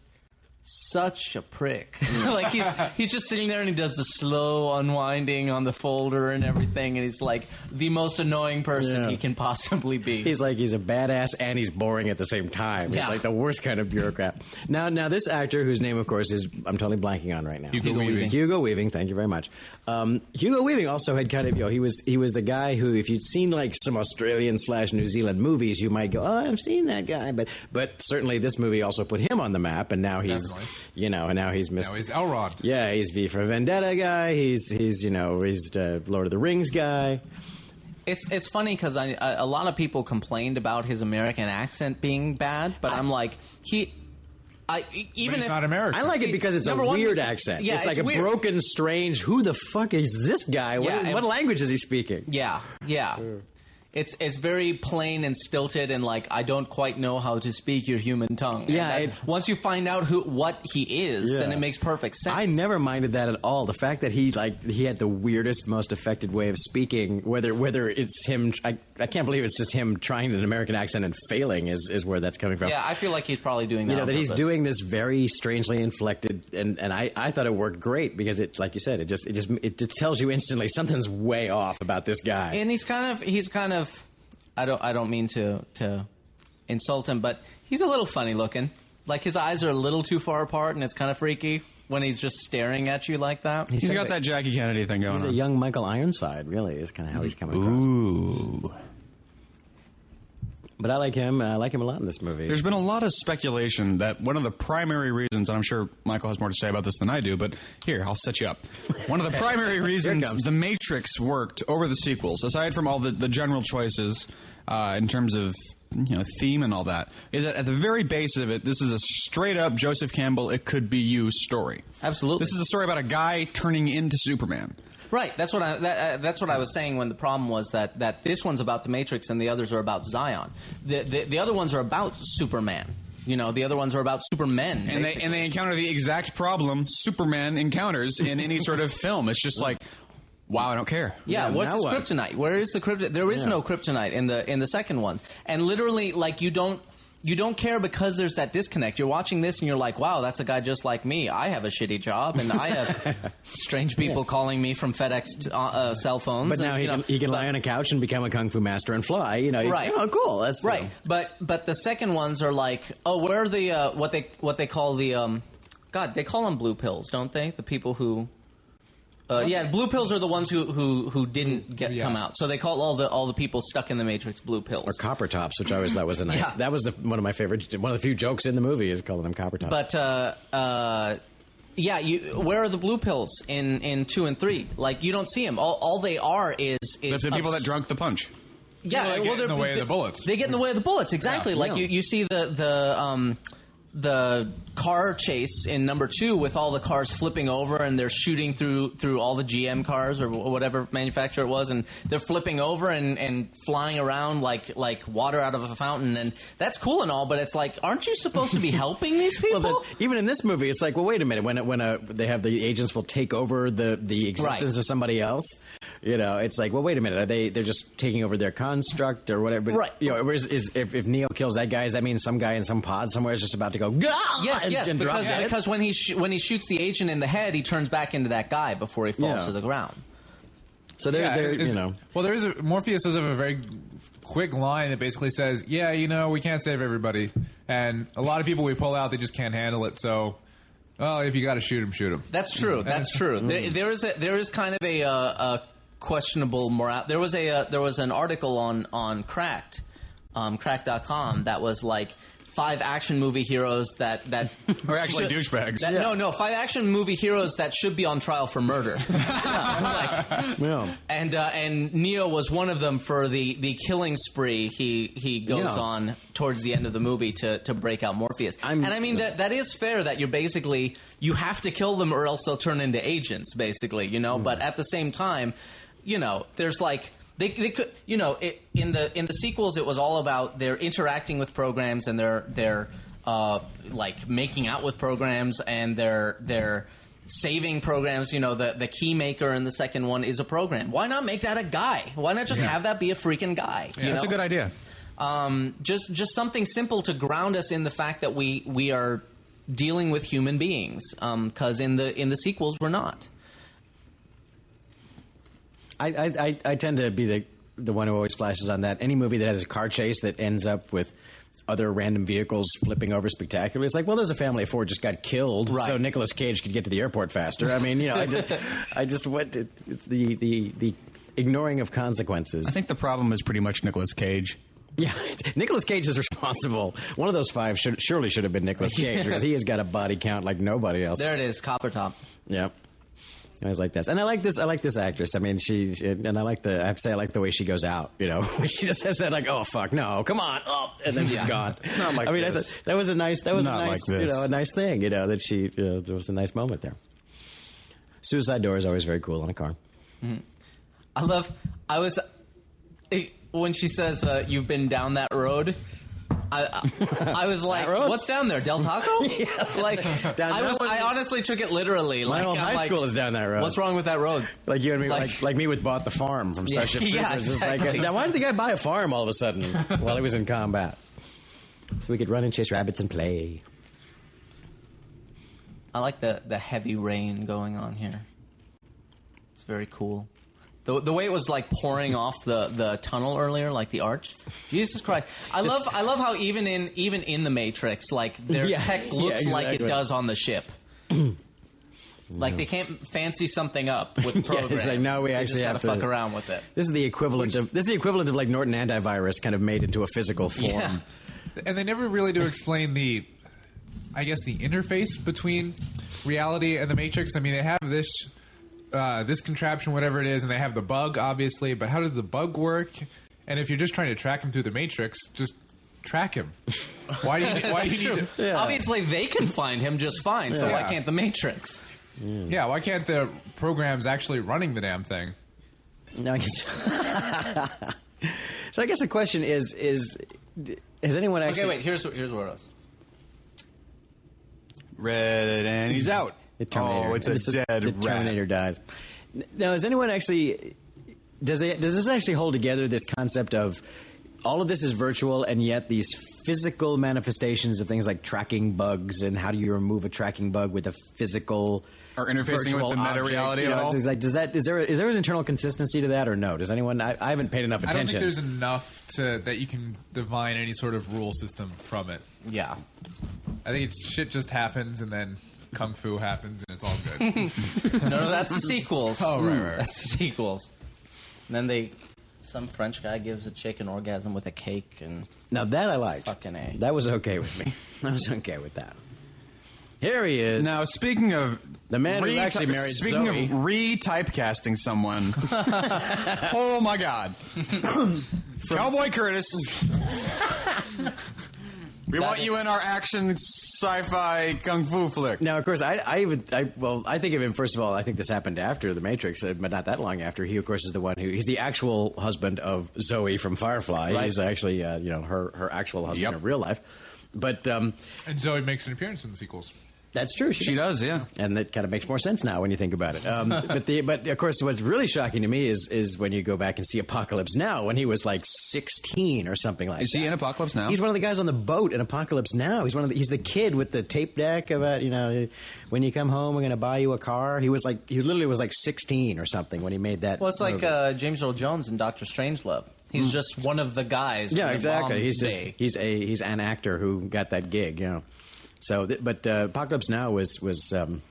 such a prick. [LAUGHS] like he's he's just sitting there and he does the slow unwinding on the folder and everything, and he's like the most annoying person
Yeah.
he can possibly be.
He's like he's a badass and he's boring at the same time. He's
Yeah.
like the worst kind of bureaucrat. Now, now this actor whose name, of course, is I'm totally blanking on right now.
Hugo Hugo Weaving. Weaving.
Hugo Weaving. Thank you very much. Um, Hugo Weaving also had kind of you know he was he was a guy who if you'd seen like some Australian slash New Zealand movies, you might go, oh, I've seen that guy. But but certainly this movie also put him on the map, and now he's
Definitely.
you know and now he's Mr.
Now he's Elrod.
yeah, he's V for Vendetta guy. He's he's you know he's uh, Lord of the Rings guy.
It's it's funny because I, I a lot of people complained about his American accent being bad, but I, am like he, I e- even
he's
if
not American.
I like it because it's
Number
a
one,
weird
he's-
accent.
yeah,
it's like
it's
a
weird.
broken, strange. Who the fuck is this guy? What,
Yeah,
is-
and-
what language is he speaking?
Yeah, yeah. It's it's very plain and stilted, and like I don't quite know how to speak your human tongue. And
Yeah,
that-
it-
once you find out who what he is,
Yeah.
then it makes perfect sense.
I never minded that at all. The fact that he like he had the weirdest, most affected way of speaking. Whether whether it's him, I, I can't believe it's just him trying an American accent and failing is is where that's coming from.
Yeah, I feel like he's probably doing that.
you know
on
that he's
purpose.
doing this very strangely inflected and and I, I thought it worked great because it like you said it just it just it just tells you instantly something's way off about this guy
and he's kind of he's kind of I don't I don't mean to to insult him, but he's a little funny looking. Like his eyes are a little too far apart, and it's kind of freaky when he's just staring at you like that.
He's got that Jackie Kennedy thing going
He's a
on.
young Michael Ironside, really, is kind of how he's coming across.
Ooh.
But I like him. I like him a lot in this movie.
There's been a lot of speculation that one of the primary reasons, and I'm sure Michael has more to say about this than I do, but here, I'll set you up.
[LAUGHS]
One of the primary reasons
comes.
The Matrix worked over the sequels, aside from all the, the general choices uh, in terms of you know theme and all that, is that at the very base of it, this is a straight up Joseph Campbell, it could be you story.
Absolutely.
This is a story about a guy turning into Superman.
Right. That's what I. That, uh, that's what I was saying when the problem was that that this one's about the Matrix and the others are about Zion. The the, the other ones are about Superman. You know, the other ones are about Supermen.
and they
basically.
and they encounter the exact problem Superman encounters in any
[LAUGHS]
sort of film. It's just like, wow, I don't care.
yeah,
Yeah,
what's
now
his
what?
kryptonite? Where is the kryptonite? There is
Yeah.
no kryptonite in the in the second ones. And literally, like you don't you don't care because there's that disconnect. You're watching this and you're like, wow, that's a guy just like me. I have a shitty job and I have
[LAUGHS]
strange people calling me from FedEx uh, uh, cell phones.
but
and,
now he
you know,
can, he can
but-
lie on a couch and become a kung fu master and fly. You know, you-
Right.
Oh, cool. That's
right. But but the second ones are like, oh, where are the uh, what they what they call the um, God, they call them blue pills, don't they? The people who. Uh, yeah, blue pills are the ones who who, who didn't get
Yeah.
come out. So they call all the all the people stuck in the matrix blue pills.
Or copper tops, which I always thought was
[CLEARS THROAT]
a nice.
Yeah.
That was the, one of my favorite. One of the few jokes in the movie is calling them copper tops.
But uh, uh, yeah, you, where are the blue pills in, in two and three? Like you don't see them. All, all they are is is
That's the people
obs-
that drunk the punch.
Yeah,
People that
well,
get in
they're-
the way of
they-
the bullets.
They get in the way of the bullets. Exactly. like
Yeah.
you, you see the the um, the car chase in number two with all the cars flipping over and they're shooting through through all the GM cars or wh- whatever manufacturer it was, and they're flipping over and and flying around like like water out of a fountain, and that's cool and all, but it's like, aren't you supposed to be helping these people?
Well, uh, the, even in this movie, it's like, well, wait a minute. When when uh they have the agents will take over the the existence
Right.
of somebody else, you know, it's like, well, wait a minute. Are they they're just taking over their construct or whatever? But,
Right.
You know, whereas is, if if Neo kills that guy, does that mean some guy in some pod somewhere is just about to go? Gah!
Yes,
and-
yes,
and drop
because
dead?
because when he sh- when he shoots the agent in the head, he turns back into that guy before he falls
Yeah.
to the ground.
so they're,
Yeah,
they're
it-
you know.
Well, there is a Morpheus does have a very quick line that basically says, "Yeah, you know, we can't save everybody, and a lot of people we pull out, they just can't handle it. So, well, if you got to shoot them, shoot them."
That's true. That's true. There, there is a, there is kind of a, uh, a questionable morale. There was a uh, there was an article on on Cracked, um, Cracked.com that was like five action movie heroes that that
Or actually
should-
douchebags.
that- No, no, five action movie heroes that should be on trial for murder. Like,
Yeah.
and uh, and Neo was one of them for the, the killing spree he he goes
Yeah.
on towards the end of the movie to, to break out Morpheus.
I'm-
and I mean that that is fair that you're basically you have to kill them or else they'll turn into agents basically, you know.
Hmm.
But at the same time, you know, there's like they, they could you know it, in the in the sequels it was all about they're interacting with programs and they're they're uh, like making out with programs and they're they're saving programs you know the the key maker in the second one is a program why not make that a guy why not just have that be a freaking guy you
That's
know?
a good idea.
um, just just something simple to ground us in the fact that we we are dealing with human beings because in the in the sequels we're not.
I, I, I, I tend to be the the one who always flashes on that. Any movie that has a car chase that ends up with other random vehicles flipping over spectacularly, it's like, well, there's a family of four just got killed,
Right.
so Nicolas Cage could get to the airport faster. I mean, you know, I just I just went to, the the the ignoring of consequences.
I think the problem is pretty much Nicolas Cage.
yeah, Nicolas Cage is responsible. One of those five should, surely should have been Nicolas Cage because he has got a body count like nobody else.
There it is, Copper Top.
Yeah. I was like this, and I like this. I like this actress. I mean, she, she- and I like the. I have to say, I like the way she goes out. You know, [LAUGHS] when she just says that, like, "Oh fuck, no, come on," oh, and then she's
Yeah.
gone.
[LAUGHS] Not like
I mean, I
this.
thought that was a nice. That was
Not
a
like
nice, you
this.
know, a nice thing. You know, that she. You know, there was a nice moment there. Suicide door is always very cool on a car.
I love. I was it- when she says uh, you've been down that road. I, I, I
[LAUGHS]
was like,
road?
"What's down there,
[LAUGHS]
Del Taco?" like,
Down that
I, was,
one-
I honestly took it literally.
My
like,
whole
I'm
high
like,
school is down that road.
What's wrong with that road?
Like you and me, like,
Like-
like, me with bought the farm from
Yeah,
Starship
[LAUGHS]
yeah,
Troopers. It's
exactly.
Like, now why did the guy buy a farm all of a sudden while he was in combat? So we could run and chase rabbits and play.
I like the the heavy rain going on here. It's very cool. The, the way it was like pouring off the, the tunnel earlier, like the arch. Jesus Christ! I love I love how even in even in the Matrix, like their
Yeah,
tech
yeah,
looks like it
exactly.
does on
[CLEARS THROAT]
the ship. like they can't fancy something
[LAUGHS]
up with the
Yeah,
program.
it's like, no, we
They
actually
just
have
gotta fuck
to-
around with it.
This is the equivalent of this is the equivalent of like Norton antivirus kind of made into a physical form. [LAUGHS]
Yeah. [LAUGHS]
and they never really do explain the i guess the interface between reality and the matrix i mean they have this uh, this contraption whatever it is and they have the bug obviously but how does the bug work and if you're just trying to track him through the matrix just track him why do you why do you need
[LAUGHS]
to,
Obviously, they can find him just fine. So why
Yeah.
can't the Matrix?
yeah why can't the programs actually running the damn thing
No, I guess.
[LAUGHS]
[LAUGHS] so I guess the question is is d- has anyone actually
Okay, wait. Here's here's where it was.
Red and he's out.
the Terminator?
Oh, it's a
This is-
dead
the
rat.
Terminator dies. Now, has anyone actually does it does this actually hold together this concept of all of this is virtual and yet these physical manifestations of things like tracking bugs and how do you remove a tracking bug with a physical
Or interfacing with
virtual
the meta
object,
reality
you
at
know,
all?
it's like does that is there is there an internal consistency to that or no does anyone i, I haven't paid enough
i don't think
attention
there's enough to that you can divine any sort of rule system from it
Yeah.
i think it's shit just happens and then kung fu happens and it's all good
No, no, that's the
[LAUGHS]
sequels.
Oh, right, right, right.
That's the sequels. And then they, some French guy gives a chick an orgasm with a cake, and
now that i liked
Fucking A.
that was okay with me [LAUGHS] i was okay with that here he is
Now, speaking of
The man who actually married
Speaking
Zoe.
of re-typecasting
[LAUGHS]
someone, oh
[CLEARS THROAT]
my god, Cowboy
[LAUGHS]
Curtis. we want
is-
you in our action sci-fi kung fu flick.
Now, of course, I, I even I, well, I think of him. First of all, I think this happened after the Matrix, uh, but not that long after. He, of course, is the one who he's the actual husband of Zoe from Firefly.
Right.
He's actually uh, you know her her actual husband
Yep.
in real life. But um,
and zoe makes an appearance in the sequels
that's true.
She does, yeah.
and that kind of makes more sense now when you think about it.
[LAUGHS]
Um, but the, but of course, what's really shocking to me is is when you go back and see Apocalypse Now when he was like sixteen or something like.
Is
that.
he in Apocalypse Now?
He's one of the guys on the boat in Apocalypse Now. He's one of the, he's the kid with the tape deck about you know when you come home we're gonna buy you a car. He was like he literally was like sixteen or something when he made that.
well, it's like
movie. Mm.
uh, James Earl Jones in Doctor Strangelove. He's just one of the guys.
yeah,
in the
exactly.
wrong
He's just
day.
he's a he's an actor who got that gig. You know, so th- but uh, Apocalypse Now was was. Um,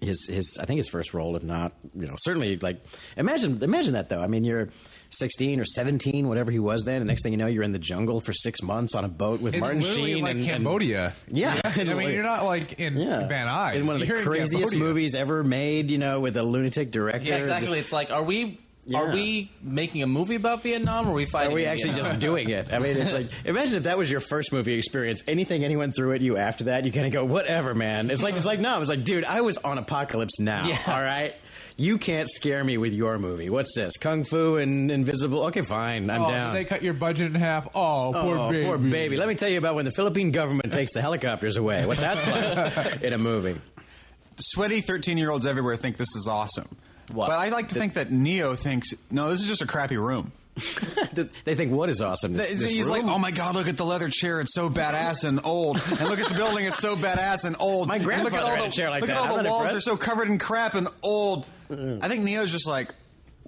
his his I think his first role, if not, you know, certainly like imagine imagine that though. I mean, you're 16 or 17, whatever he was then. And next thing you know, you're in the jungle for six months on a boat with
in
Martin
literally,
Sheen
like
and and-
Cambodia.
[LAUGHS] Yeah.
[LAUGHS] I mean you're not like in
Yeah.
Van Nuys.
In one of the
You're in
craziest
Cambodia.
movies ever made, you know, with a lunatic director.
yeah, exactly. It's like, are we
Yeah.
are we making a movie about Vietnam? Or are we fighting?
Are we
in
actually
Vietnam?
just doing it? I mean, it's like imagine if that was your first movie experience. Anything anyone threw at you after that, you kind of go, whatever, man. It's like it's like no, it's like, dude, I was on Apocalypse Now.
Yeah.
All right, you can't scare me with your movie. What's this? Kung Fu and Invisible? Okay, fine, I'm
Oh,
down.
They cut your budget in half. Oh, poor
Oh,
baby.
poor baby. Let me tell you about when the Philippine government takes the helicopters away. What that's like in a movie.
Sweaty thirteen-year-olds everywhere think this is awesome,
What?
but I like to think that Neo thinks no, this is just a crappy room.
they think what is awesome? This, this
he's like,
room?
oh my god, look at the leather chair. It's so badass and old. And look at the building. It's so badass and old.
My
And look at
grandfather
all
had
the,
a chair like
look
that.
at all
I'm
the
not
walls. They're
impressed. Mm.
so covered in crap and old. I think Neo's just like,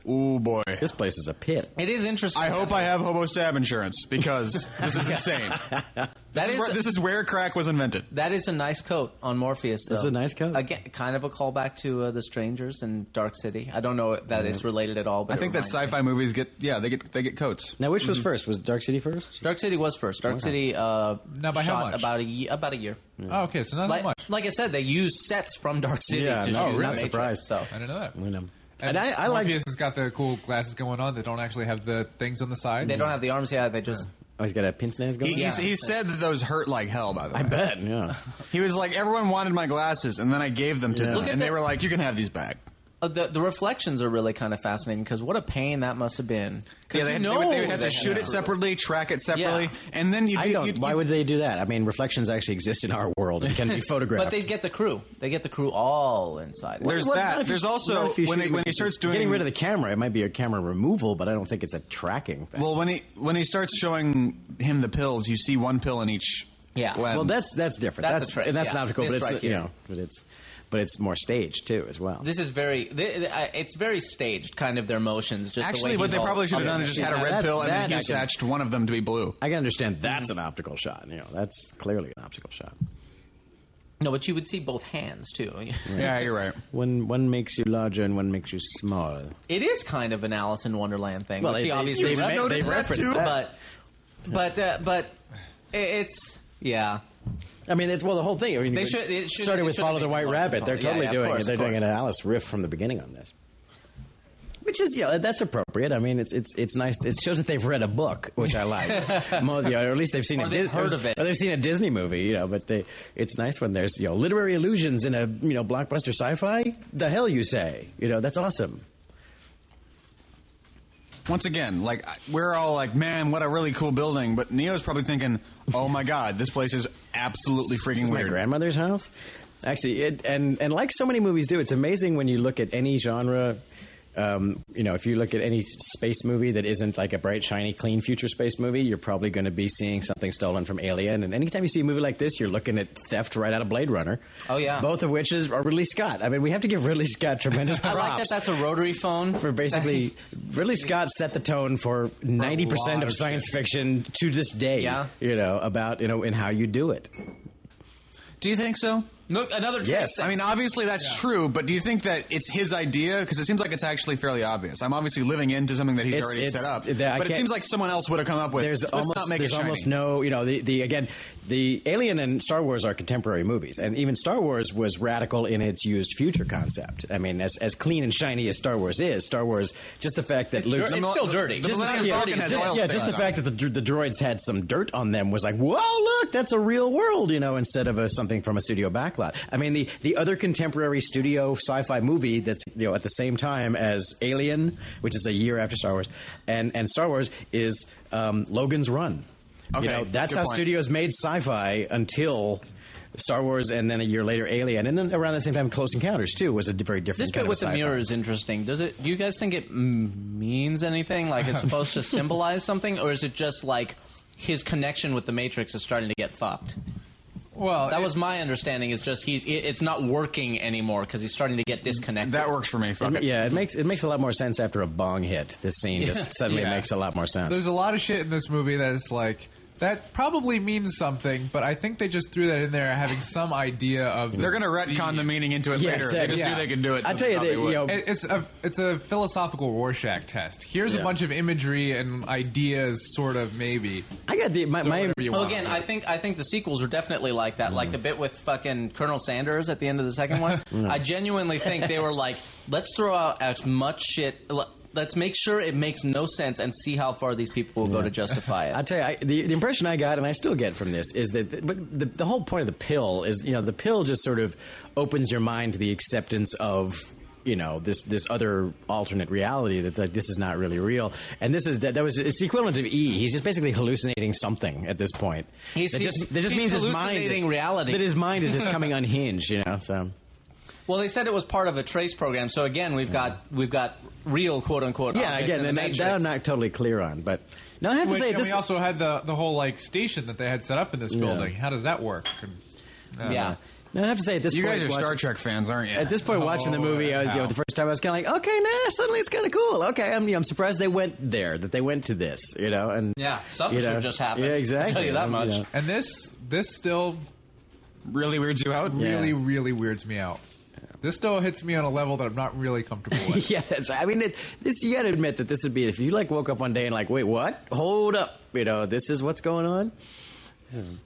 oh boy.
this place is a pit.
[LAUGHS] It is interesting.
I hope I have hobo stab insurance because this
[LAUGHS]
is insane.
that
this, is where, this is where crack was invented.
That is a nice coat on Morpheus. Though.
That's a nice coat.
Again, kind of a callback to uh, the Strangers and Dark City. I don't know
Mm.
that it's related at all, but
I
it
think that
reminds me.
sci-fi movies get yeah they get they get coats.
Now, which was first? Was Dark City first?
Dark City was first. Dark City uh,
Now, by how
shot
much?
about a ye- about a year.
Oh, okay, so not that
Like,
much.
like I said, they used sets from Dark City
Yeah,
to
no,
shoot
really?
The
Not
Matrix,
surprised.
So
I didn't know that.
I know.
And,
And I, I like.
Morpheus has got the cool glasses going on that don't actually have the things on the side.
they don't have the arms. Yeah, they just
Oh, he's got a pince nez going.
He, he's- he said that those hurt like hell. By the way,
I bet. Yeah.
he was like everyone wanted my glasses, and then I gave them to them,
Look at
and they
the-
were like, "You can have these back."
uh, the, the reflections are really kind of fascinating because what a pain that must have been. 'Cause
Yeah, they,
you
had- they
know
would, they would have to
they
shoot
had-
it separately, track it separately, and then you.
[LAUGHS] I
do-
don't.
you'd-
why
you'd-
would they do that? I mean, reflections actually exist in our world and can be
[LAUGHS]
photographed.
But they get the crew. They get the crew all inside.
There's
Well,
that.
not if you-
There's
not
also
if you
when
shoot
he,
with
when he
the-
starts doing
getting rid of the camera. It might be a camera removal, but I don't think it's a tracking thing.
Well, when he when he starts showing him the pills, you see one pill in each.
Yeah.
lens.
Well, that's that's different.
That's a
That's,
trick,
and that's
yeah.
an optical,
This
but it's
right
you
here.
know, but it's but it's more staged too as well.
This is very. Th- uh, it's very staged, kind of their motions. Just
Actually,
the way
what
he's
they
all-
probably should have
okay.
done is just
Yeah,
had a red
that's-
pill, and
that
then
I
you
can-
satched one of them to be blue.
I can understand that's
Mm-hmm.
an optical shot. You know, that's clearly an optical shot.
No, but you would see both hands too. [LAUGHS]
Yeah, you're right.
One one makes you larger and one makes you small.
it is kind of an Alice in Wonderland thing,
Well,
which
they-
he
they-
obviously
they
re-
re- they
they
referenced
referenced,
that.
but but uh, but i- it's yeah.
I mean, it's well the whole thing. I mean,
They
it
should- it should-
started
it
with
should have
Follow the
been
White
one
Rabbit. They're
component.
totally
Yeah, yeah, of
doing
course,
it. They're
of
doing an
course.
Alice riff from the beginning on this. Which is yeah, that's appropriate. I mean, it's it's it's nice. It shows that they've read a book, which I
[LAUGHS]
like. Most, you know, or at least they've seen
Or
a
they've heard of it.
Or they've seen a Disney movie, you know. But they, it's nice when there's you know literary allusions in a you know blockbuster sci-fi. The hell you say, you know? That's awesome.
Once again, like I- we're all like, "Man, what a really cool building," but Neo's probably thinking, "Oh my god, this place is absolutely
This
freaking
is my
weird."
grandmother's house. Actually, it, and and like so many movies do, it's amazing when you look at any genre. Um, you know, if you look at any space movie that isn't like a bright, shiny, clean future space movie, you're probably going to be seeing something stolen from Alien. And anytime you see a movie like this, you're looking at theft right out of Blade Runner.
Oh, yeah.
both of which is are Ridley Scott. I mean, we have to give Ridley Scott tremendous
[LAUGHS] I
props
like that. That's a rotary phone.
for
[LAUGHS]
basically Ridley Scott set the tone for ninety percent
lot
of
of
science fiction to this day.
Yeah.
you know about you know and how you do it.
Do you think so?
Look, another trick
Yes,
thing.
I mean, obviously that's true, but do you think that it's his idea? Because it seems like it's actually fairly obvious. I'm obviously living into something that he's
It's-
already
it's-
set up,
the- I
but it
can't-
seems like someone else would have come up with.
there's
Let's
almost
not make
there's
it shiny.
almost no you know the, the again the Alien and Star Wars are contemporary movies and even Star Wars was radical in its used future concept. I mean as as clean and shiny as Star Wars is, Star Wars just the fact that Luke
dir- it's still dirty.
The
Just-
Millennium
yeah,
Falcon has
just-
oil
yeah,
stains
just the
on it.
fact that the, the droids had some dirt on them was like, whoa, look, that's a real world, you know, instead of a, something from a studio backlot. I mean, the, the other contemporary studio sci-fi movie that's you know at the same time as Alien, which is a year after Star Wars, and and Star Wars is um, Logan's Run.
Okay,
you know, that's
good
how
point.
studios made sci-fi until. Star Wars, and then a year later, Alien, and then around the same time, Close Encounters too was a d- very different.
This
kind
bit
of
with the
sci-fi.
mirror is interesting. Does it? Do you guys think it m- means anything? Like it's supposed to symbolize [LAUGHS] something, or is it just like his connection with the Matrix is starting to get fucked?
Well,
That
it-
was my understanding. Is just he's it- it's not working anymore because he's starting to get disconnected.
That works for me. Fuck it.
Yeah, it makes it makes a lot more sense after a bong hit. This scene
[LAUGHS] Yeah.
just suddenly
Yeah.
makes a lot more sense.
There's a lot of shit in this movie that is like that probably means something, but I think they just threw that in there having some idea of.
They're gonna retcon the meaning into it
Yeah,
later. They
exactly.
just knew
Yeah.
they could do it. so
I tell
they
you
thought
that,
they would.
you know,
It- It's a it's a philosophical Rorschach test. Here's
Yeah.
a bunch of imagery and ideas, sort of maybe.
I got the my, my
whatever you
Well,
want.
again, I think I think the sequels were definitely like that, like the
Mm.
bit with fucking Colonel Sanders at the end of the
[LAUGHS]
second one. I genuinely think they were like, let's throw out as much shit. l- Let's make sure it makes no sense and see how far these people will go to justify
[LAUGHS]
it.
I tell you, I, the, the impression I got, and I still get from this, is that the, but the, the whole point of the pill is, you know, the pill just sort of opens your mind to the acceptance of, you know, this this other alternate reality that like this is not really real, and this is that that was it's equivalent to E. He's just basically hallucinating something at this point.
He's-
that
he's-
just, that just
he's
means his mind
hallucinating reality. [LAUGHS]
That his mind is just coming unhinged, you know. So
Well, they said it was part of a trace program. So again, we've got we've got real quote unquote.
yeah,
objects
again,
Oh, in the
and that,
Matrix.
that I'm not totally clear on, but no, I have to
Which-
say
and
this.
we also had the the whole like station that they had set up in this building. How does that work? And, uh,
yeah.
no, I have to say at this
You
point,
guys are
watch-
Star Trek fans, aren't you?
At this point, watching the
Oh,
movie, I was you know,
how?
the first time I was kind of like, okay, nah, suddenly it's kind of cool. Okay, I'm, you know, I'm surprised they went there, that they went to this, you know, and
Yeah, something
you know,
should just happen.
Yeah, exactly.
I'll tell you that
Um,
much.
you know.
And this this still
really weirds you out.
really really weirds me out. This still hits me on a level that I'm not really comfortable
[LAUGHS]
with.
[LAUGHS] Yeah, that's. I mean, it, this you got to admit that this would be if you like woke up one day and like, wait, what? Hold up, you know, this is what's going on.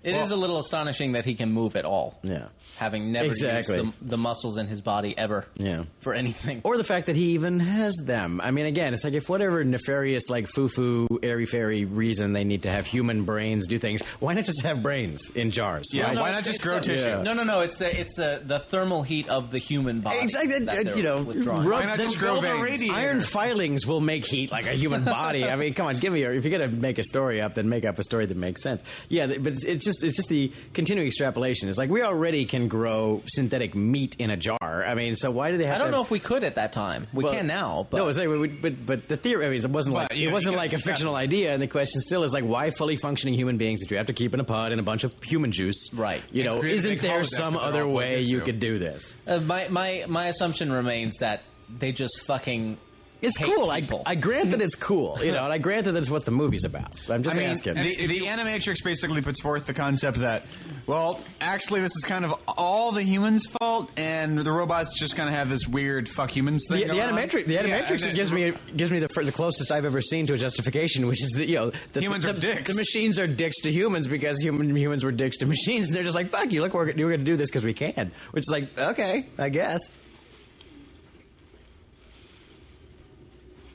It is a little astonishing that he can move at all.
Yeah.
Having never
Exactly.
used the, the muscles in his body ever.
Yeah.
For anything.
Or the fact that he even has them. I mean, again, it's like if whatever nefarious, like foo-foo, airy fairy reason they need to have human brains do things, why not just have brains in jars?
Yeah,
Why-
why
it's-
not just
it's
grow
the-
tissue?
Yeah.
No, no, no. It's the it's the, the thermal heat of the human body.
Exactly,
that
and,
they're
you know,
withdrawing.
rub-
Why not
Then
just grow
build a
veins?
radiator.
Iron filings will make heat like a human body. I mean, come on, give me your. If you're gonna make a story up, then make up a story that makes sense. Yeah, th- but it's- it's just it's just the continuing extrapolation. It's like we already can grow synthetic meat in a jar. I mean, so why do they have?
I don't
to-
know if we could at that time. We
well,
can now, but
no, it's like, we- we- but but the theory. I mean, it wasn't
Well,
like
you-
it wasn't
you [LAUGHS]
like a
gotta trap
fictional idea, and the question still is like, why fully functioning human beings that you have to keep in a pod and a bunch of human juice?
Right.
You know,
And create a
isn't
big
there
holodeck
some
that they're
other
all plugged
way you
into.
could do this?
uh, my my my assumption remains that they just fucking.
It's
hate
cool. I,
people.
I grant that it's cool, you know, and I grant that that's what the movie's about. I'm just
I mean,
asking.
the, the animatrix basically puts forth the concept that, well, actually, this is kind of all the humans' fault, and the robots just kind of have this weird "fuck humans"
the,
thing.
the
going on.
animatrix, the
Yeah,
animatrix
and it-
gives me gives me the, fir- the closest I've ever seen to a justification, which is that you know the,
Humans
the,
are dicks.
The machines are dicks to humans because human humans were dicks to machines, and they're just like fuck you. Look, we're, g- we're going to do this because we can. Which is like okay, I guess.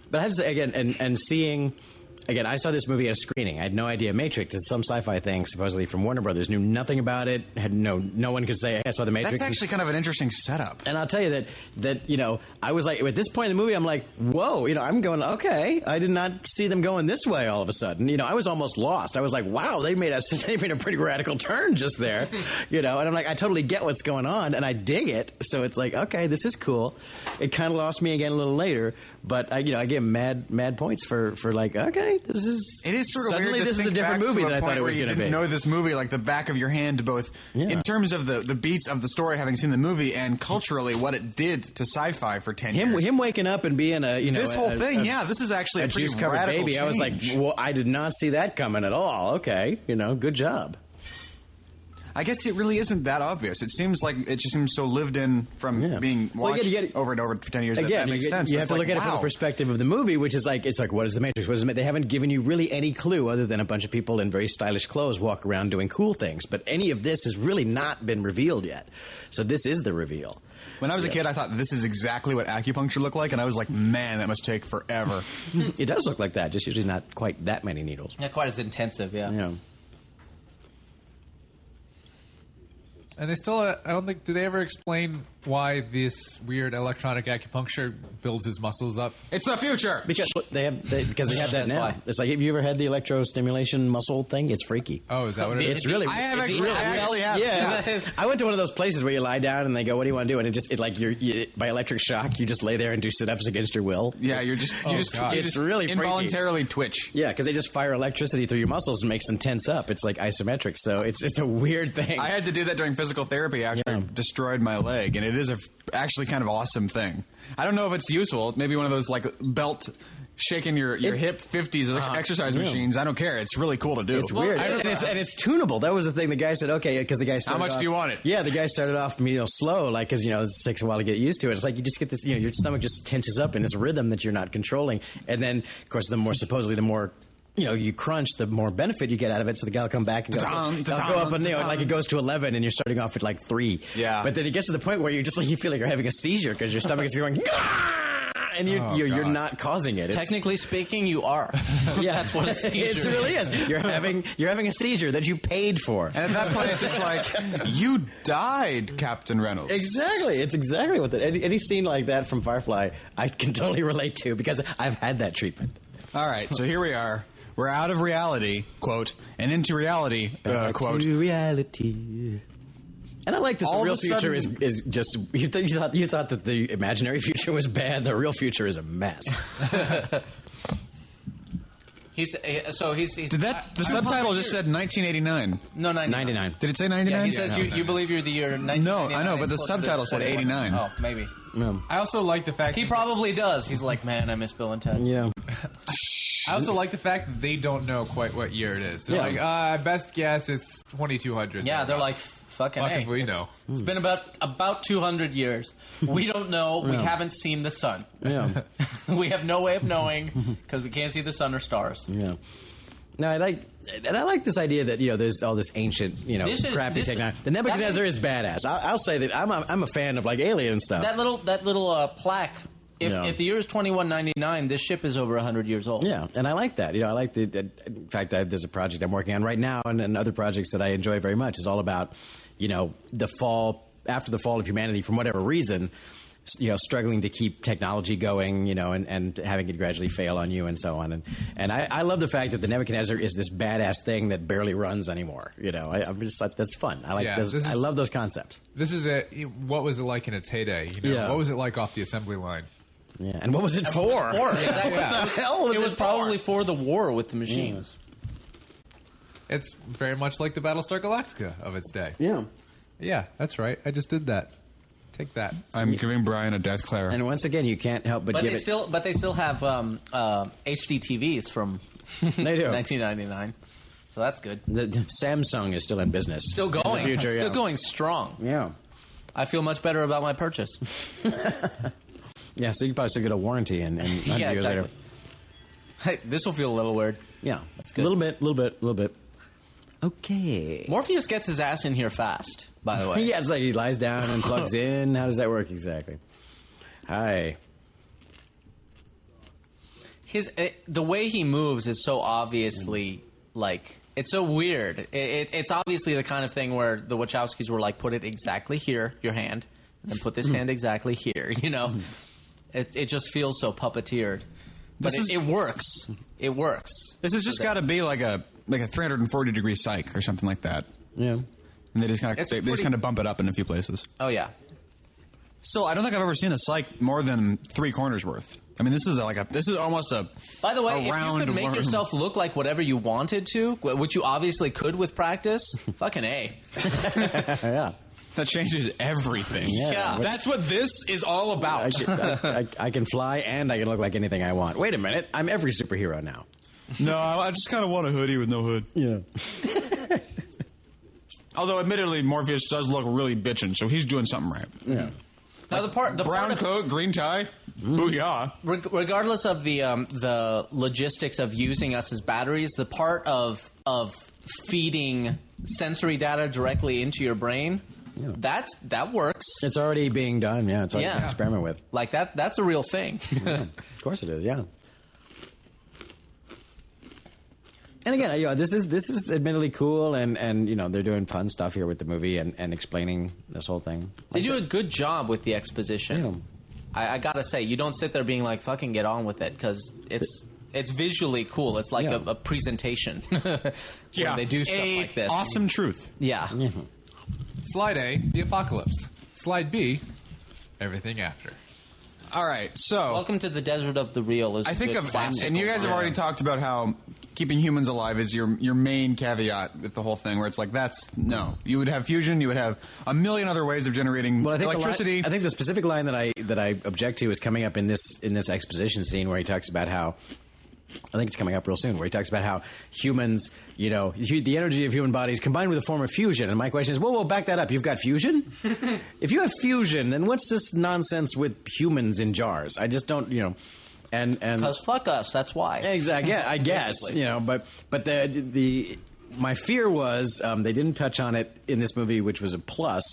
But I have to say again, and and seeing. Again, I saw this movie as screening. I had no idea Matrix. It's some sci-fi thing, supposedly from Warner Brothers. Knew nothing about it. Had no no one could say "Hey, I saw the Matrix.
That's actually kind of an interesting setup.
And I'll tell you that that you know I was like at this point in the movie I'm like whoa you know I'm going okay I did not see them going this way all of a sudden you know I was almost lost I was like wow they made a [LAUGHS] they made a pretty radical turn just there you know and I'm like I totally get what's going on and I dig it so it's like okay this is cool it kind of lost me again a little later but I you know I gave mad mad points for for like okay this is
It is sort of
suddenly
weird to
this is a
think
different
back
movie
to a
than I
point
thought it
where
was
you
going to be
Didn't know this movie like the back of your hand, both
Yeah.
in terms of the, the beats of the story having seen the movie and culturally what it did to sci-fi for ten
him
years.
him waking up and being a you know
this
a-
whole
a-
thing,
a-
yeah, this is actually a,
a
pretty
juice covered
radical
baby. I was like,
change.
well, I did not see that coming at all. Okay, you know, good job.
I guess it really isn't that obvious. It seems like it just seems so lived in from
Yeah.
being watched
Well, you gotta get-
over and over for ten years. that-
Again,
that, makes
you, get-
sense.
you
but
have
it's
to
like,
look at it from
wow.
the perspective of the movie, which is like it's like what is the Matrix? What is the Ma-" They haven't given you really any clue other than a bunch of people in very stylish clothes walk around doing cool things. But any of this has really not been revealed yet. So this is the reveal.
When I was a kid, I thought this is exactly what acupuncture looked like, and I was like, man, that must take
[LAUGHS]
forever.
It does look like that, just usually not quite that many needles.
not quite as intensive. Yeah.
Yeah.
And they still, uh, I don't think, do they ever explain why this weird electronic acupuncture builds his muscles up?
it's the future.
Because they have they, because they
[LAUGHS]
have that
That's
now.
why.
It's like have you ever had the electrostimulation muscle thing? It's freaky.
Oh, is that what it is?
It's really.
I have
it's
actually,
really
I
weird.
actually have. [LAUGHS]
Yeah.
Yeah.
I went to one of those places where you lie down and they go, "What do you want to do?" And it just it like you're you, by electric shock, you just lay there and do sit ups against your will.
Yeah, you're just you
Oh,
just
God.
you
It's
just
really freaky.
involuntarily twitch.
Yeah, because they just fire electricity through your muscles and makes them tense up. It's like isometric, so it's it's a weird thing.
I had to do that during physical therapy after I destroyed my leg, and it is a actually kind of awesome thing. I don't know if it's useful. Maybe one of those like belt shaking your, your
It- Uh-huh.
hip fifties exercise
yeah.
machines. I don't care. It's really cool to do.
It's weird,
I
and
remember-
it's, and it's tunable. That was the thing. The guy said, "Okay," because the guy started.
much
off-
do you want it?
Yeah, the guy started off you know slow, like because you know it takes a while to get used to it. It's like you just get this, you know, your stomach just tenses up in this rhythm that you're not controlling, and then of course the more supposedly the more. You know, you crunch, the more benefit you get out of it. So the guy will come back and go,
Ta-dum,
"I'll
ta-dum,
go up and you know,
ta-dum."
like it goes to eleven, and you're starting off at like three.
Yeah.
But then it gets to the point where you just like you feel like you're having a seizure because your stomach is going, and you're
Oh,
you're, you're
God.
not causing it. It's-
Technically speaking,
[LAUGHS]
you are.
yeah,
That's what a seizure
it really is. You're having you're having a seizure that you paid for.
and at that point, it's just like you died, Captain Reynolds.
Exactly. It's exactly what that. Any, any scene like that from Firefly, I can totally relate to because I've had that treatment.
All right, so here we are. We're out of
Uh,
reality, quote, and into reality, uh, quote.
To reality. And I like that
All
the
of
real
a
future is,
sudden-
is just you, th- you thought you thought that the imaginary [LAUGHS] future was bad. The real future is a [LAUGHS] mess.
He's uh, so he's, he's
Did that the subtitle just said 1989?
no ninety
Ninety nine.
Did it say
Yeah,
99?
he says you, you believe you're the year 1999.
I know, but
It's
the
closer to
subtitle said
41.
89.
Oh, maybe.
I also like the fact
He
that-
probably does. He's like, man, I miss Bill and Ted.
Yeah.
I also like the fact that they don't know quite what year it is. They're
Yeah.
like, uh, best guess it's 2200.
Yeah, they're like,
thereabouts.
fucking.
Fuck
hey,
if we
it's-
know.
It's been about about 200 years. We don't know. We haven't seen the sun. [LAUGHS]
[LAUGHS]
Yeah.
we have no way
[LAUGHS]
of knowing because we can't see the sun or stars.
Yeah. No, I like, and I like this idea that you know there's all this ancient, you know,
This is-
crappy
this-
technology. The Nebuchadnezzar is badass. I'll, I'll say that I'm a, I'm a fan of like alien stuff.
That little that little uh, plaque. If,
Yeah.
if the year is 2199, this ship is over 100 years old.
yeah, and I like that. You know, I like the. uh, In fact, I, there's a project I'm working on right now, and, and other projects that I enjoy very much is all about, you know, the fall after the fall of humanity from whatever reason, s- you know, struggling to keep technology going, you know, and, and having it gradually fail on you and so on. And and I, I love the fact that the Nebuchadnezzar is this badass thing that barely runs anymore. You know, I, I'm just like that's fun. I like
Yeah,
those,
this
I
is-
love those concepts.
This is it. What was it like in its heyday? You know,
Yeah.
what was it like off the assembly line?
Yeah, and what was it for? [LAUGHS]
Or exactly.
Yeah.
It was, probably for the war with the machines.
It's very much like the Battlestar Galactica of its day.
Yeah.
Yeah, that's right. I just did that. Take that.
I'm giving Brian a death clare.
And once again, you can't help but,
But
give
they
it.
still but they still have um, uh, HD TVs from
[LAUGHS] They
[LAUGHS]
do.
1999. So that's good.
the, the Samsung is still in business.
Still
In the
going.
future,
Still
yeah.
going strong.
Yeah.
I feel much better about my purchase. [LAUGHS]
Yeah. So you probably still get a warranty
[LAUGHS]
and, and 100
yeah,
years
exactly.
later.
Hey, this will feel a little weird.
Yeah.
That's good.
A little bit. A little bit. A little bit. Okay.
Morpheus gets his ass in here fast, by the way.
[LAUGHS]
[LAUGHS]
Yeah, it's like he lies down and
[LAUGHS]
plugs in. How does that work exactly? Hi.
his uh, the way he moves is so obviously like it's so weird. It, it, it's obviously the kind of thing where the Wachowskis were like, put it exactly here, your hand, and put
Hmm.
this hand exactly here. [LAUGHS] You know, it it just feels so puppeteered, but
This
it,
is-
it works. It works.
This has just got to be like a like a 340 degree psych or something like that.
[LAUGHS]
Yeah.
And they just kind of
It's
they, they
pretty-
just kind of bump it up in a few places.
Oh yeah,
Still, I don't think I've ever seen a psych more than three corners worth. I mean, this is like a this is almost a.
By the
a
way, if you
round
could make
worm.
yourself look like whatever you wanted to, wh- which you obviously could with
[LAUGHS]
practice, fucking A.
Oh, Yeah.
that changes everything.
Yeah.
that's what this is all
I,
about.
can- I, I, I can fly and I can look like anything I want. Wait a minute. I'm every superhero now.
no, I just kind of want a hoodie with no hood.
Yeah.
Although, admittedly, Morpheus does look really bitchin', so he's doing something right.
Yeah.
Now the part, the part
Brown
of-
coat, green tie, booyah.
Reg- regardless of the um, the logistics of using us as batteries, the part of of feeding sensory data directly into your brain, that's that works.
It's already being done. Yeah. It's already
Yeah.
being experimented with.
Like that that's a real
[LAUGHS]
thing.
Of course it is. Yeah. And again, you know, this is this is admittedly cool, and and you know they're doing fun stuff here with the movie and and explaining this whole thing.
they do a good job with the exposition.
Yeah.
I, I gotta say, you don't sit there being like, "Fucking get on with it," because it's. It's visually cool. It's like
Yeah.
a, a presentation. [LAUGHS] when they do stuff
A
like this.
Awesome truth.
yeah.
Slide A, the apocalypse. Slide B, everything after.
All right, so
Welcome to the desert of the real. Is
I think
the
of and,
classical
and you guys have
line.
already talked about how keeping humans alive is your your main caveat with the whole thing, where it's like that's no. You would have fusion. You would have a million other ways of
Um,
generating
Well, I think the
electricity.
Line, I think the specific line that I that I object to is coming up in this in this exposition scene where he talks about how. I think it's coming up real soon, where he talks about how humans, you know, hu- the energy of human bodies combined with a form of fusion. And my question is, whoa, whoa, back that up. You've got fusion? if you have fusion, then what's this nonsense with humans in jars? I just don't, you know, and and
Because fuck us, that's why.
Exactly. Yeah, I guess
Basically.
you know, but but the the my fear was um, they didn't touch on it in this movie, which was a plus.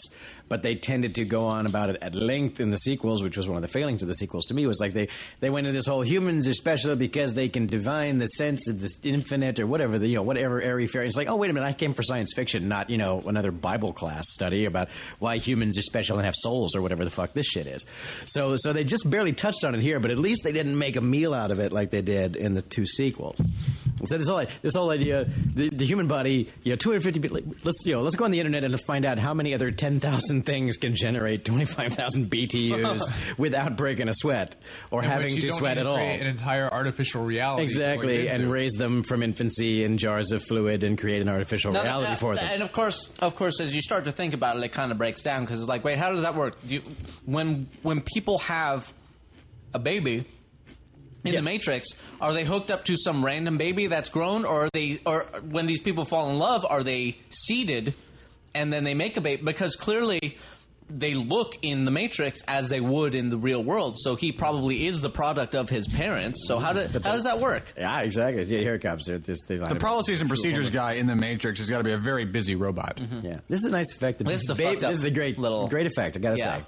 But they tended to go on about it at length in the sequels, which was one of the failings of the sequels to me. Was like they they went into this whole humans are special because they can divine the sense of the infinite or whatever the you know whatever airy fairy. It's like oh wait a minute, I came for science fiction, not you know another Bible class study about why humans are special and have souls or whatever the fuck this shit is. So so they just barely touched on it here, but at least they didn't make a meal out of it like they did in the two sequels. So this whole this whole idea, the, the human body, you know, 250. bit- like, Let's you know, let's go on the internet and find out how many other 10,000 things can generate 25,000 BTUs
[LAUGHS]
without breaking a sweat or
in which
having
you
to
don't
sweat
need
at all.
Create an entire artificial reality. to plug
Exactly,
into.
and raise them from infancy in jars of fluid and create an artificial
No, no,
reality
uh,
for them.
And of course, of course, as you start to think about it, it kind of breaks down because it's like, wait, how does that work? Do you, when when people have a baby in
Yeah.
the Matrix, are they hooked up to some random baby that's grown, or are they, or when these people fall in love, are they seeded and then they make a baby? Because clearly. They look in the Matrix as they would in the real world, so he probably is the product of his parents. So how, do, how does that work?
yeah, exactly. Yeah, here it comes. Here, This, the
The policies and procedures guy in the Matrix has got to be a very busy robot.
Yeah, this is a nice effect.
This is a fucked up
this is a great
little-
great effect. I gotta
Yeah.
say,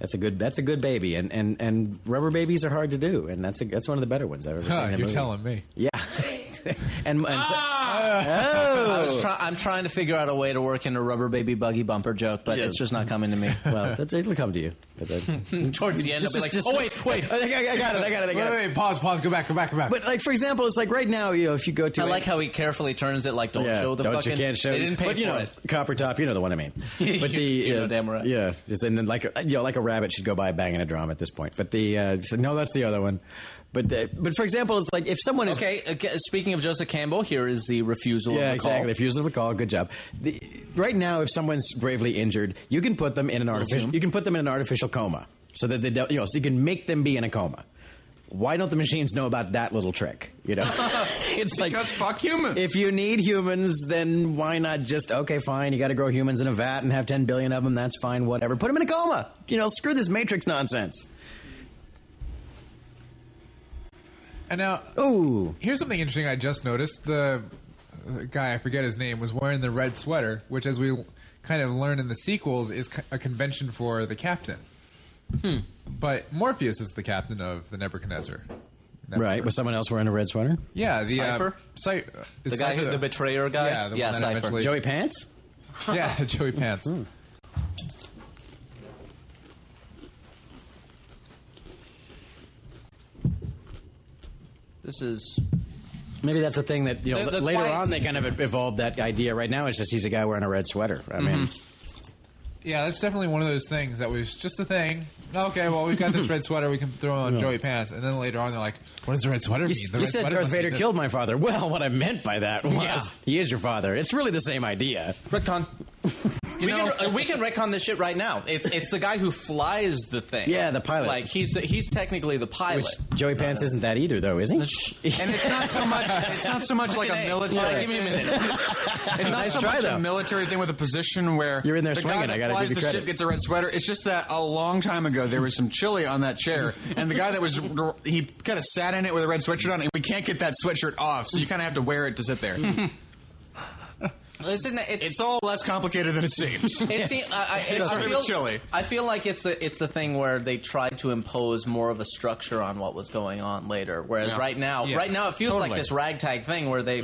that's a good that's a good baby, and and and rubber babies are hard to do, and that's a that's one of the better ones I've ever seen.
Huh,
in a
you're
movie.
telling me.
yeah. and and so-
I
oh,
[LAUGHS] was try- I'm trying to figure out a way to work in a rubber baby buggy bumper joke, but it's just not coming to me.
well, [LAUGHS] that's it'll come to you. But then,
[LAUGHS] Towards the end, I'll be like,
Just-
oh, wait, wait.
I, I- I got it. I got it. I
Wait,
got
wait,
it.
wait, pause, pause, go back, go back, go back.
But like for example, it's like right now, you know, if you go to
I
a-
like how he carefully turns it, like, don't show the
don't
fucking.
you can't show.
they didn't pay
but,
for
you know,
it.
Copper top, you know the one I mean. But the
[LAUGHS] you know
uh,
damn right.
yeah, just- and then like a, you know, like a rabbit should go by banging a drum at this point. But the uh, so, no, that's the other one. But the, but for example, it's like if someone is
Okay, okay, speaking of Joseph Campbell, here is the refusal
yeah,
of the
exactly. If
call.
you use the recall, good job. The, right now, if someone's gravely injured, you can put them in an artificial. You can put them in an artificial coma, so that they don't. You know, so you can make them be in a coma. Why don't the machines know about that little trick? You
[LAUGHS]
know, it's like
Because fuck humans.
If you need humans, then why not just okay, fine? You got to grow humans in a vat and have ten billion of them. That's fine, whatever. Put them in a coma. You know, screw this Matrix nonsense.
and now,
Ooh,
here's something interesting I just noticed. The uh, guy, I forget his name, was wearing the red sweater, which, as we kind of learn in the sequels, is c- a convention for the captain. But Morpheus is the captain of the Nebuchadnezzar. Nebuchadnezzar.
right. Was someone else wearing a red sweater?
Yeah, the
Cypher?
Uh, Cy- uh,
The guy who- the betrayer guy?
Yeah, the one
Yeah,
that
Cypher.
eventually-
Joey Pants.
[LAUGHS] yeah, Joey Pants.
This is.
Maybe that's a thing that you know.
The- the
later
quiet
on, they kind of evolved that idea. Right now, it's just he's a guy wearing a red sweater. I mean,
Yeah, that's definitely one of those things that was just a thing. Okay, well, we've got this red sweater. We can throw on Joey Pants, and then later on, they're like, "What does the red sweater
you,
mean?" The
you
red
said
sweater
Darth
must be
Vader
this."
killed my father. [LAUGHS] Well, what I meant by that was
Yeah.
he is your father. It's really the same idea.
Retcon. we, can, uh, we can retcon this shit right now. It's it's the guy who flies the thing.
Yeah, the pilot.
Like he's the, he's technically the pilot.
Which Joey
Uh,
Pants isn't that either, though, is he?
and it's not so
[LAUGHS]
much. It's not so much like a
Hey,
military.
like, give me a minute.
[LAUGHS]
It's not
Nice
so
try,
much
though.
a military thing with a position where
You're in there
the
swinging,
guy that
I gotta
flies
give you
the
credit.
ship gets a red sweater. It's just that a long time ago there was some chili on that chair, and the guy that was he kind of sat in it with a red sweatshirt on, and we can't get that sweatshirt off, so you kind of have to wear it to
[LAUGHS]
sit there.
It's, in- it's,
it's all less complicated than it seems.
It
[LAUGHS]
seems. I, I,
It's
I
really
feel,
chilly.
I feel like it's the it's the thing where they tried to impose more of a structure on what was going on later. Whereas
Yeah.
right now,
Yeah.
right now it feels like
Totally.
this ragtag thing where they,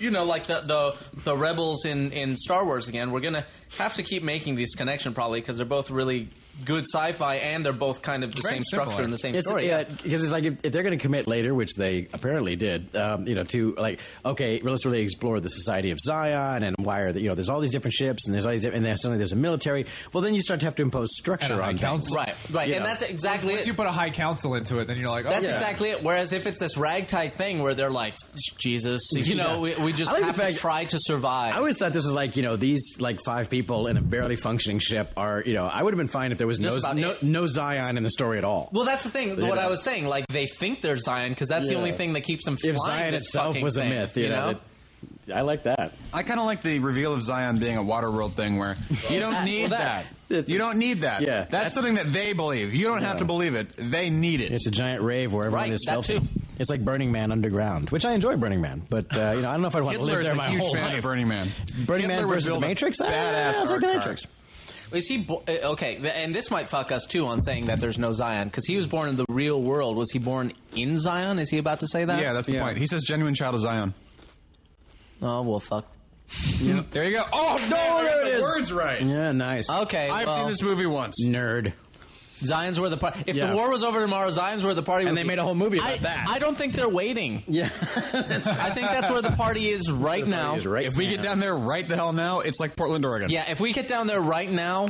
you know, like the, the the rebels in in Star Wars again. We're gonna have to keep making these connection probably because they're both really good sci-fi and they're both kind of the
Very
same structure
similar.
and the same
It's,
story.
yeah, because it's like if, if they're going to commit later, which they apparently did, um, you know, to like, okay, well, let's really explore the Society of Zion and why are the, you know, there's all these different ships and there's all these, different- and then suddenly there's a military. Well, then you start to have to impose structure
And a high
on things.
council.
Right, right,
You
and
know.
that's exactly
Once
it.
you put a high council into it, then you're like, oh,
That's
yeah.
exactly it. Whereas if it's this ragtag thing where they're like, Jesus,
[LAUGHS]
you know, we, we just
I like the
have
fact-
to try to survive.
I always thought this was like you know these like five people in a barely functioning ship are you know I would have been fine if there was no
Just about
no,
it.
no Zion in the story at all.
Well, that's the thing.
You
what I
know.
was saying, like they think they're Zion because that's the
Yeah.
only thing that keeps them flying.
if Zion
this
itself
fucking
was
thing,
a myth, you, know, that- I like that.
I kind of like the reveal of Zion being a water world thing where you
that-
don't need
well, that-
that.
It's-
You don't need that.
Yeah.
That's, something that they believe. You don't have to believe it. They need it.
It's a giant rave where everyone
Right,
is
that
filthy.
too.
It's like Burning Man underground, which I enjoy Burning Man, but uh, you know I don't know if I'd want to live
Hitler's
there
a
my
huge
whole
fan
life.
of Burning Man.
Burning Man
Hitler would
versus the
build a
Matrix. Ah,
Badass
it's like
art
the
car.
Matrix.
Is he bo- uh, okay? th- And this might fuck us too on saying that there's no Zion because he was born in the real world. Was he born in Zion? Is he about to say that?
Yeah, that's the point. He says genuine child of Zion.
oh well, fuck.
There you go. Oh no, I got
there it
the
is.
words right.
Yeah, nice.
Okay,
I've
well,
seen this movie once.
nerd.
Zion's where the party. If
Yeah.
the war was over tomorrow, Zion's where the party.
And
would
they
be.
made a whole movie about
I,
that.
I don't think they're waiting.
Yeah.
I think that's where the party
[LAUGHS]
is right now.
He's right
If we get down there right the hell now, it's like Portland, Oregon.
Yeah, if we get down there right now,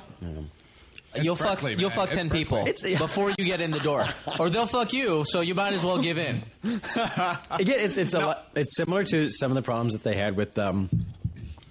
you'll fuck
Berkeley,
you'll
man.
fuck
It's
ten
Berkeley.
people
It's- yeah.
before you get in
[LAUGHS]
the door, or they'll fuck you. So you might as well give in.
Again, it's it's a lot, it's similar to some of the problems that they had with um,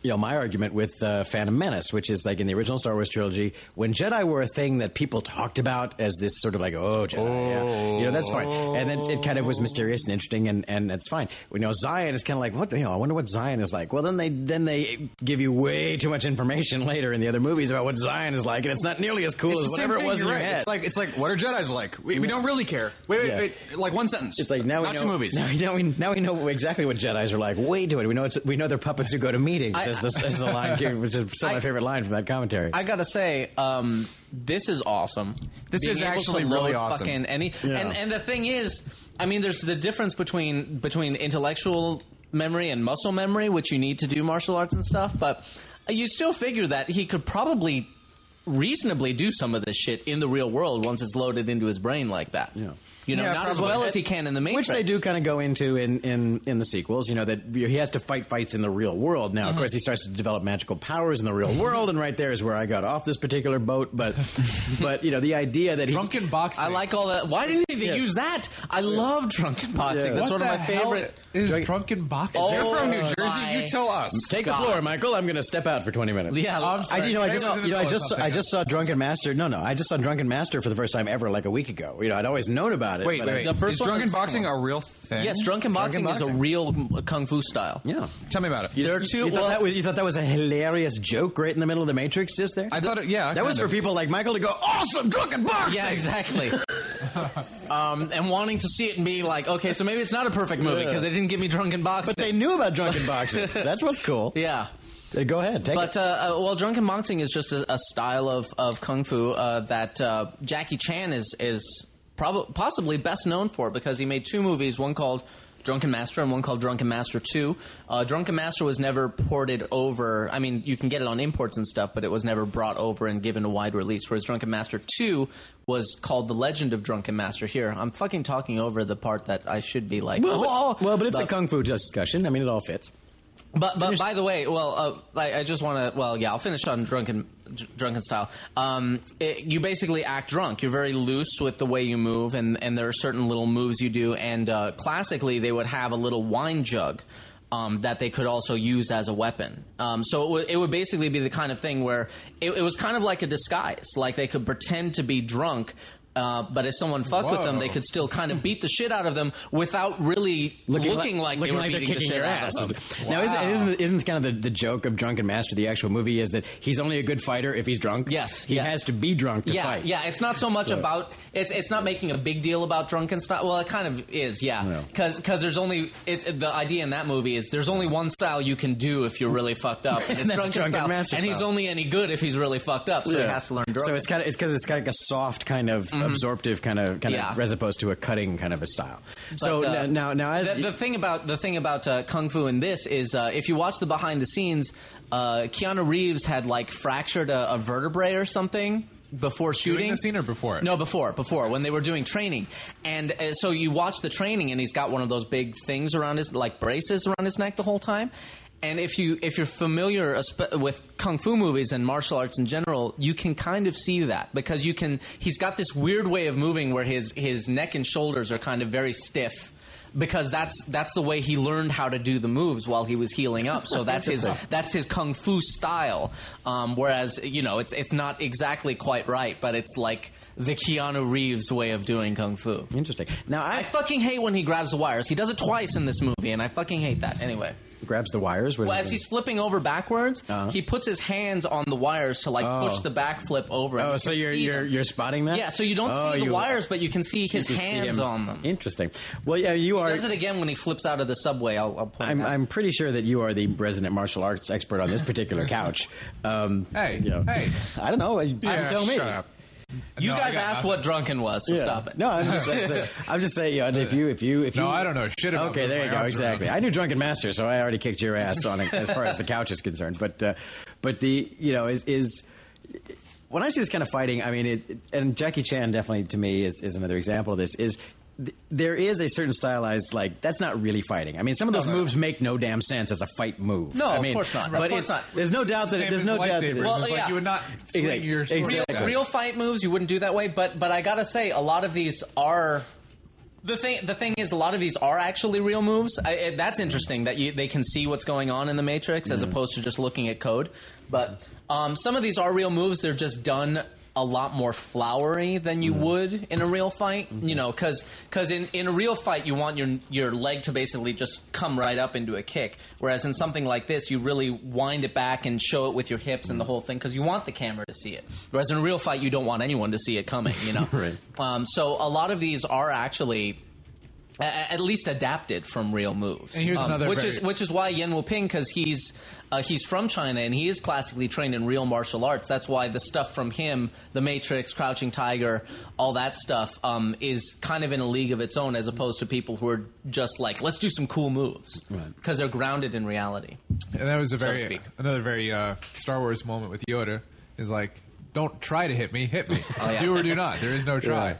you know, my argument with uh, Phantom Menace, which is like in the original Star Wars trilogy, when Jedi were a thing that people talked about as this sort of like, oh, Jedi, yeah. you know, that's fine, and then it kind of was mysterious and interesting, and and that's fine. You know, Zion is kind of like, what, the- you know, I wonder what Zion is like. Well, then they then they give you way too much information [LAUGHS] later in the other movies about what Zion is like, and it's not nearly as cool
It's
as
the same
whatever
thing,
it was in
you're
your
right.
head.
It's like it's like what are Jedi's like? We, we don't really care. Wait, wait,
Yeah.
wait. Like one sentence.
It's like now
not
we know
two movies.
[LAUGHS] Now, now we now we know exactly what Jedi's are like. Way to it. We know it's we know they're puppets who go to meetings.
I-
as, the, as the line, came, which is some of my
I-
favorite line from that commentary.
I gotta say, um, this is awesome.
This
Being
is
able to
actually really
load
awesome.
Fucking any,
Yeah.
and and the thing is, I mean, there's the difference between between intellectual memory and muscle memory, which you need to do martial arts and stuff. But you still figure that he could probably reasonably do some of this shit in the real world once it's loaded into his brain like that. Yeah. You know,
Yeah,
not as
probably.
well as he can in the Matrix,
which they do kind of go into in, in, in the sequels. You know that he has to fight fights in the real world. Now, of course, he starts to develop magical powers in the real world, and right there is where I got off this particular boat. But but you know the idea that he
Drunken boxing.
I like all that. Why didn't they
Yeah.
use that? I love drunken boxing.
Yeah.
That's
What
one
the
of my
hell
favorite.
Is
Drunken-
drunken boxing?
Oh,
You're from New Jersey.
my-
You tell us.
take the floor, Michael. I'm going to step out for 20 minutes.
Yeah,
I'm
I,
sorry.
you know, I
Maybe
just,
it was in
you know,
the
I
middle of
just, I
something.
just saw Drunken Master. No, no, I just saw Drunken Master for the first time ever, like a week ago. You know, I'd always known about it.
wait,
but I-
wait, wait.
The first
is
one or
drunken
the second
boxing
one?
a real thing?
Yes, drunken boxing, is a
boxing.
real m- uh, kung fu style.
Yeah.
Tell me about it.
You-
There are
you-
two-
You thought,
well-
that was, you thought that was a hilarious joke right in the middle of the Matrix, just there.
I thought it, yeah.
that was
kind
for
of.
people like Michael to go, awesome drunken boxing. [LAUGHS]
Yeah, exactly. um, and wanting to see it and being like, okay, so maybe it's not a perfect movie because they didn't give me drunken boxing.
But they knew about drunken boxing. That's what's cool.
yeah.
Uh, Go ahead, take
But
it.
uh, uh, well, drunken boxing is just a, a style of, of kung fu uh, that uh, Jackie Chan is is prob- possibly best known for because he made two movies, one called Drunken Master and one called Drunken Master Two. Uh, drunken Master was never ported over. I mean, you can get it on imports and stuff, but it was never brought over and given a wide release. Whereas Drunken Master Two was called The Legend of Drunken Master. Here, I'm fucking talking over the part that I should be like.
well,
"Oh,
but, well, but it's a
the-
kung fu discussion. I mean, it all fits.
but but by the way, well, uh, I, I just want to. Well, yeah, I'll finish on drunken dr- drunken style. Um, it, you basically act drunk. You're very loose with the way you move, and and there are certain little moves you do. And uh, classically, they would have a little wine jug. Um, that they could also use as a weapon. Um, so it, would it would basically be the kind of thing where it, it was kind of like a disguise. Like they could pretend to be drunk, uh, but if someone fucked with them,
Whoa.
they could still kind of beat the shit out of them without really looking, like, they were
they're
beating the
kicking
shit
your
out of
ass.
them.
Now, isn't, isn't, isn't kind of the, the joke of Drunken Master, the actual movie, is that he's only a good fighter if he's drunk?
Yes,
He
yes.
has to be drunk to
yeah,
fight.
Yeah, it's not so much about it's it's not making a big deal about drunken style. Well, it kind of is, yeah,
No.
because there's only it, it- the idea in that movie is there's only one style you can do if you're really fucked up,
[LAUGHS]
and it's
that's
drunken,
drunken
style,
master
and he's
style.
only any good if he's really fucked up, so he has to learn drunken.
So it's kind of it's because it's kind of like a soft kind of absorptive kind of kind
Yeah.
of as opposed to a cutting kind of a style. so
But, uh,
n- now now as
the, the thing about the thing about uh, kung fu in this is uh, if you watch the behind the scenes, uh, Keanu Reeves had like fractured a, a vertebrae or something before shooting.
the scene or before it?
No, before before when they were doing training, and uh, so you watch the training and he's got one of those big things around his like braces around his neck the whole time. And if you if you're familiar espe- with kung fu movies and martial arts in general, you can kind of see that because you can. He's got this weird way of moving where his his neck and shoulders are kind of very stiff because that's that's the way he learned how to do the moves while he was healing up. So that's his that's his kung fu style. Um, whereas you know it's it's not exactly quite right, but it's like the Keanu Reeves way of doing kung fu.
interesting. Now I,
I fucking hate when he grabs the wires. He does it twice in this movie, and I fucking hate that. Anyway.
grabs the wires. What
Well,
does
as
he
he's flipping over backwards,
Uh-huh.
he puts his hands on the wires to like push the backflip over. and
do? oh,
you
so
can
you're
see
you're
them.
you're spotting that?
yeah. So you don't
Oh,
see the
you-
wires, but you can see his
you see
hands
him.
on them.
Interesting. Well, yeah, you are.
Does it again when he flips out of the subway? I'll, I'll point
[LAUGHS]
I'm,
out.
I'm pretty sure that you are the resident martial arts expert on this particular couch. Um,
Hey,
you know.
hey.
I don't know. You
Yeah,
tell me.
shut up.
You
No, I
guys
got
asked
nothing.
what drunken was, so
Yeah.
stop it.
No, I'm just, I'm just
[LAUGHS]
saying. I'm just saying, you know, if you, if you, if
No,
you,
I don't know shit about
Okay,
moving
there you
my
go.
arms
Exactly.
around.
I knew Drunken Master, so I already kicked your ass on it as far as the couch is concerned. But, uh, but the you know is is when I see this kind of fighting, I mean, it, it- and Jackie Chan definitely to me is, is another example of this. Is th- there is a certain stylized like that's not really fighting. I mean, some of those moves make no damn sense as a fight move.
No,
I
of
mean,
course not. Of
But
course
it's-
not.
There's no doubt that it,
Same
there's
as
no doubt that it,
lightsabers.
Well,
It's like
yeah.
you would not swing
Exact-
your sword
exactly.
like that.
real fight moves you wouldn't do that way but but i gotta say a lot of these are the thing the thing is a lot of these are actually real moves I, it, that's interesting that you, they can see what's going on in the matrix
Mm-hmm.
as opposed to just looking at code but um, some of these are real moves they're just done a lot more flowery than
Mm-hmm.
you would in a real fight you know because in, in a real fight you want your your leg to basically just come right up into a kick whereas in something like this you really wind it back and show it with your hips and the whole thing because you want the camera to see it whereas in a real fight you don't want anyone to see it coming you know
Right.
um, so a lot of these are actually a- a- at least adapted from real moves.
And here's
Um,
another
which
very-
is which is why Yen Wu Ping, because he's uh, he's from China and he is classically trained in real martial arts. That's why the stuff from him, The Matrix, Crouching Tiger, all that stuff, um, is kind of in a league of its own, as opposed to people who are just like, let's do some cool moves, because they're grounded in reality.
And that was a
so to
very
speak.
another very uh, Star Wars moment with Yoda is like, don't try to hit me, hit me.
Oh,
[LAUGHS]
yeah.
Do or do not. There is no try.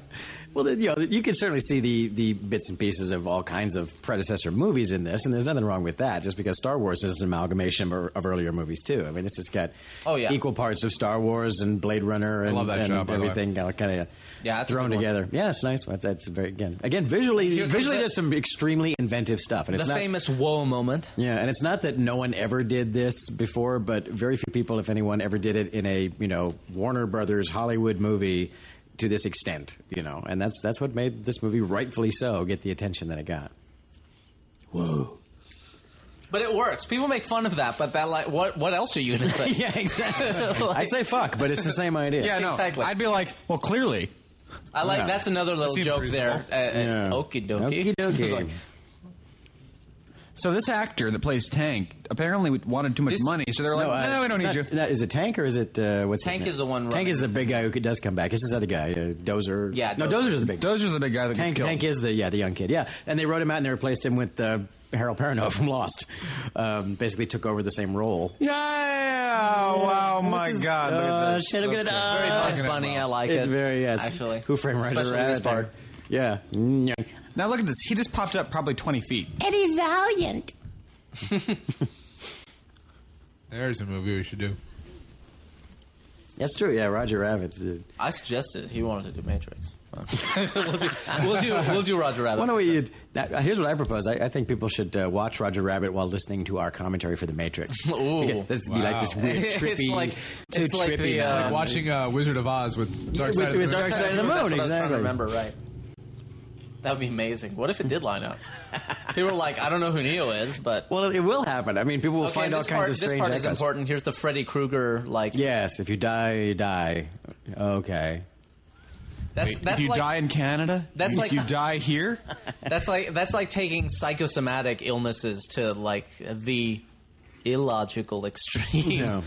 Well, then, you know, you can certainly see the the bits and pieces of all kinds of predecessor movies in this, and there's nothing wrong with that. Just because Star Wars is an amalgamation of, of earlier movies too. I mean, this has got
Oh, yeah.
equal parts of Star Wars and Blade Runner and,
love that
and
shot, by the way.
everything kind of
Yeah, that's a
thrown
good one.
together. Yeah, it's nice. That's, that's very again again visually
Here comes
visually
the-
there's some extremely inventive stuff, and
The
it's not
famous "whoa" moment.
yeah, and it's not that no one ever did this before, but very few people, if anyone, ever did it in a you know Warner Brothers Hollywood movie to this extent. You know, and that's that's what made this movie, rightfully so, get the attention that it
[LAUGHS]
got.
But it works. People make fun of that, but that like, what what else are you gonna [LAUGHS] say?
Yeah, exactly. [LAUGHS] I'd say fuck, but it's the same idea.
Yeah, no.
Exactly.
I'd be like, well, clearly.
[LAUGHS] I like
Yeah.
that's another little
seems
joke
reasonable.
there. Uh, uh, Okie dokie. [LAUGHS]
Okey-dokey.
Like,
So this actor that plays Tank apparently wanted too much
This-
money, so they're like, no,
uh,
we don't
it's
need
not-
you.
no, is it Tank or is it uh, what's his
Tank
name?
is the one
Tank
running.
is the big guy who could- does come back. It's this other guy, uh, Dozer.
Yeah,
no,
Dozer.
Dozer's the big.
Dozier's the big guy that
Tank,
gets killed.
Tank is the yeah the young kid yeah, and they wrote him out and they replaced him with uh, Harold Perrineau from Lost. Um, basically took over the same role.
yeah! Wow, my
This is-
God. Look at
uh,
this.
shit, look at it. Uh,
very Bugs Bunny. I like it.
It's very yes.
Actually,
Who Framed Roger
Especially
Rabbit?
this part.
Yeah. Mm,
Now look at this. He just popped up probably 20 feet.
Eddie Valiant.
There's a movie we should do.
That's true. Yeah, Roger Rabbit.
I suggested he wanted to do Matrix. [LAUGHS] we'll, do, we'll do we'll do Roger Rabbit.
Why don't we? Now, uh, here's what I propose. I, I think people should uh, watch Roger Rabbit while listening to our commentary for The Matrix.
[LAUGHS] Ooh.
Because That'd be like this weird
[LAUGHS] It's
trippy,
like-
too
it's like
trippy.
the,
It's
uh,
nonsense.
like watching uh, Wizard of Oz with Dark
With-
Side of the
with
Moon.
Dark Side of the
That's
Moon,
what I was trying to
exactly.
remember right. That would be amazing. What if it did
[LAUGHS]
line up? People were like, I don't know who Neo is, but
Well, it will happen. I mean, people will
okay,
find all
this
kinds
part
of
this
strange
part is
echoes.
important. Here's the Freddy Krueger like.
Yes, if you die, you die. Okay.
that's that's
if you
like
die in Canada,
that's
if
like-
you
[LAUGHS]
die here,
that's like that's like taking psychosomatic illnesses to like the illogical extreme.
No.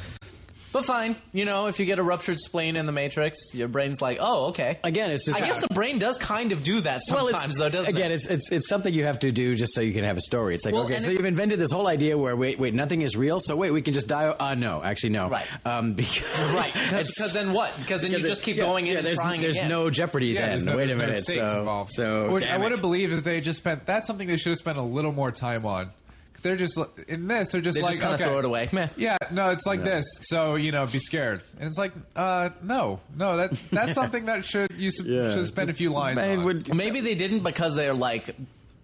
But fine, you know, if you get a ruptured spleen in the Matrix, your brain's like, oh, okay.
Again, it's just
I guess the brain does kind of do that
Well,
sometimes,
it's-
though, doesn't
again,
it?
it's it's it's something you have to do just so you can have a story. It's like
Well,
okay,
and
so
it's-
you've invented this whole idea where wait wait nothing is real, so wait we can just die. Uh, no, actually no,
Right.
Um, [LAUGHS] because
right?
it's-
Because then what? Because then you
because
just
it-
keep
yeah,
going in
yeah,
and
there's,
trying
There's
again.
no jeopardy.
Yeah,
then
there's no,
wait a
there's no
minute.
stakes
so
involved.
so
Which I
damn
would
it.
have believed is they just spent. That's something they should have spent a little more time on. They're just li- in this. They're just
They
like
just kind of
okay.
throw
[LAUGHS]
it away. Meh.
Yeah, no, it's like this. So you know, be scared. And it's like, uh, no, no, that [LAUGHS] that's something that should you s-
Yeah.
should spend a few lines.
I
on.
would-
Maybe they didn't because they're like.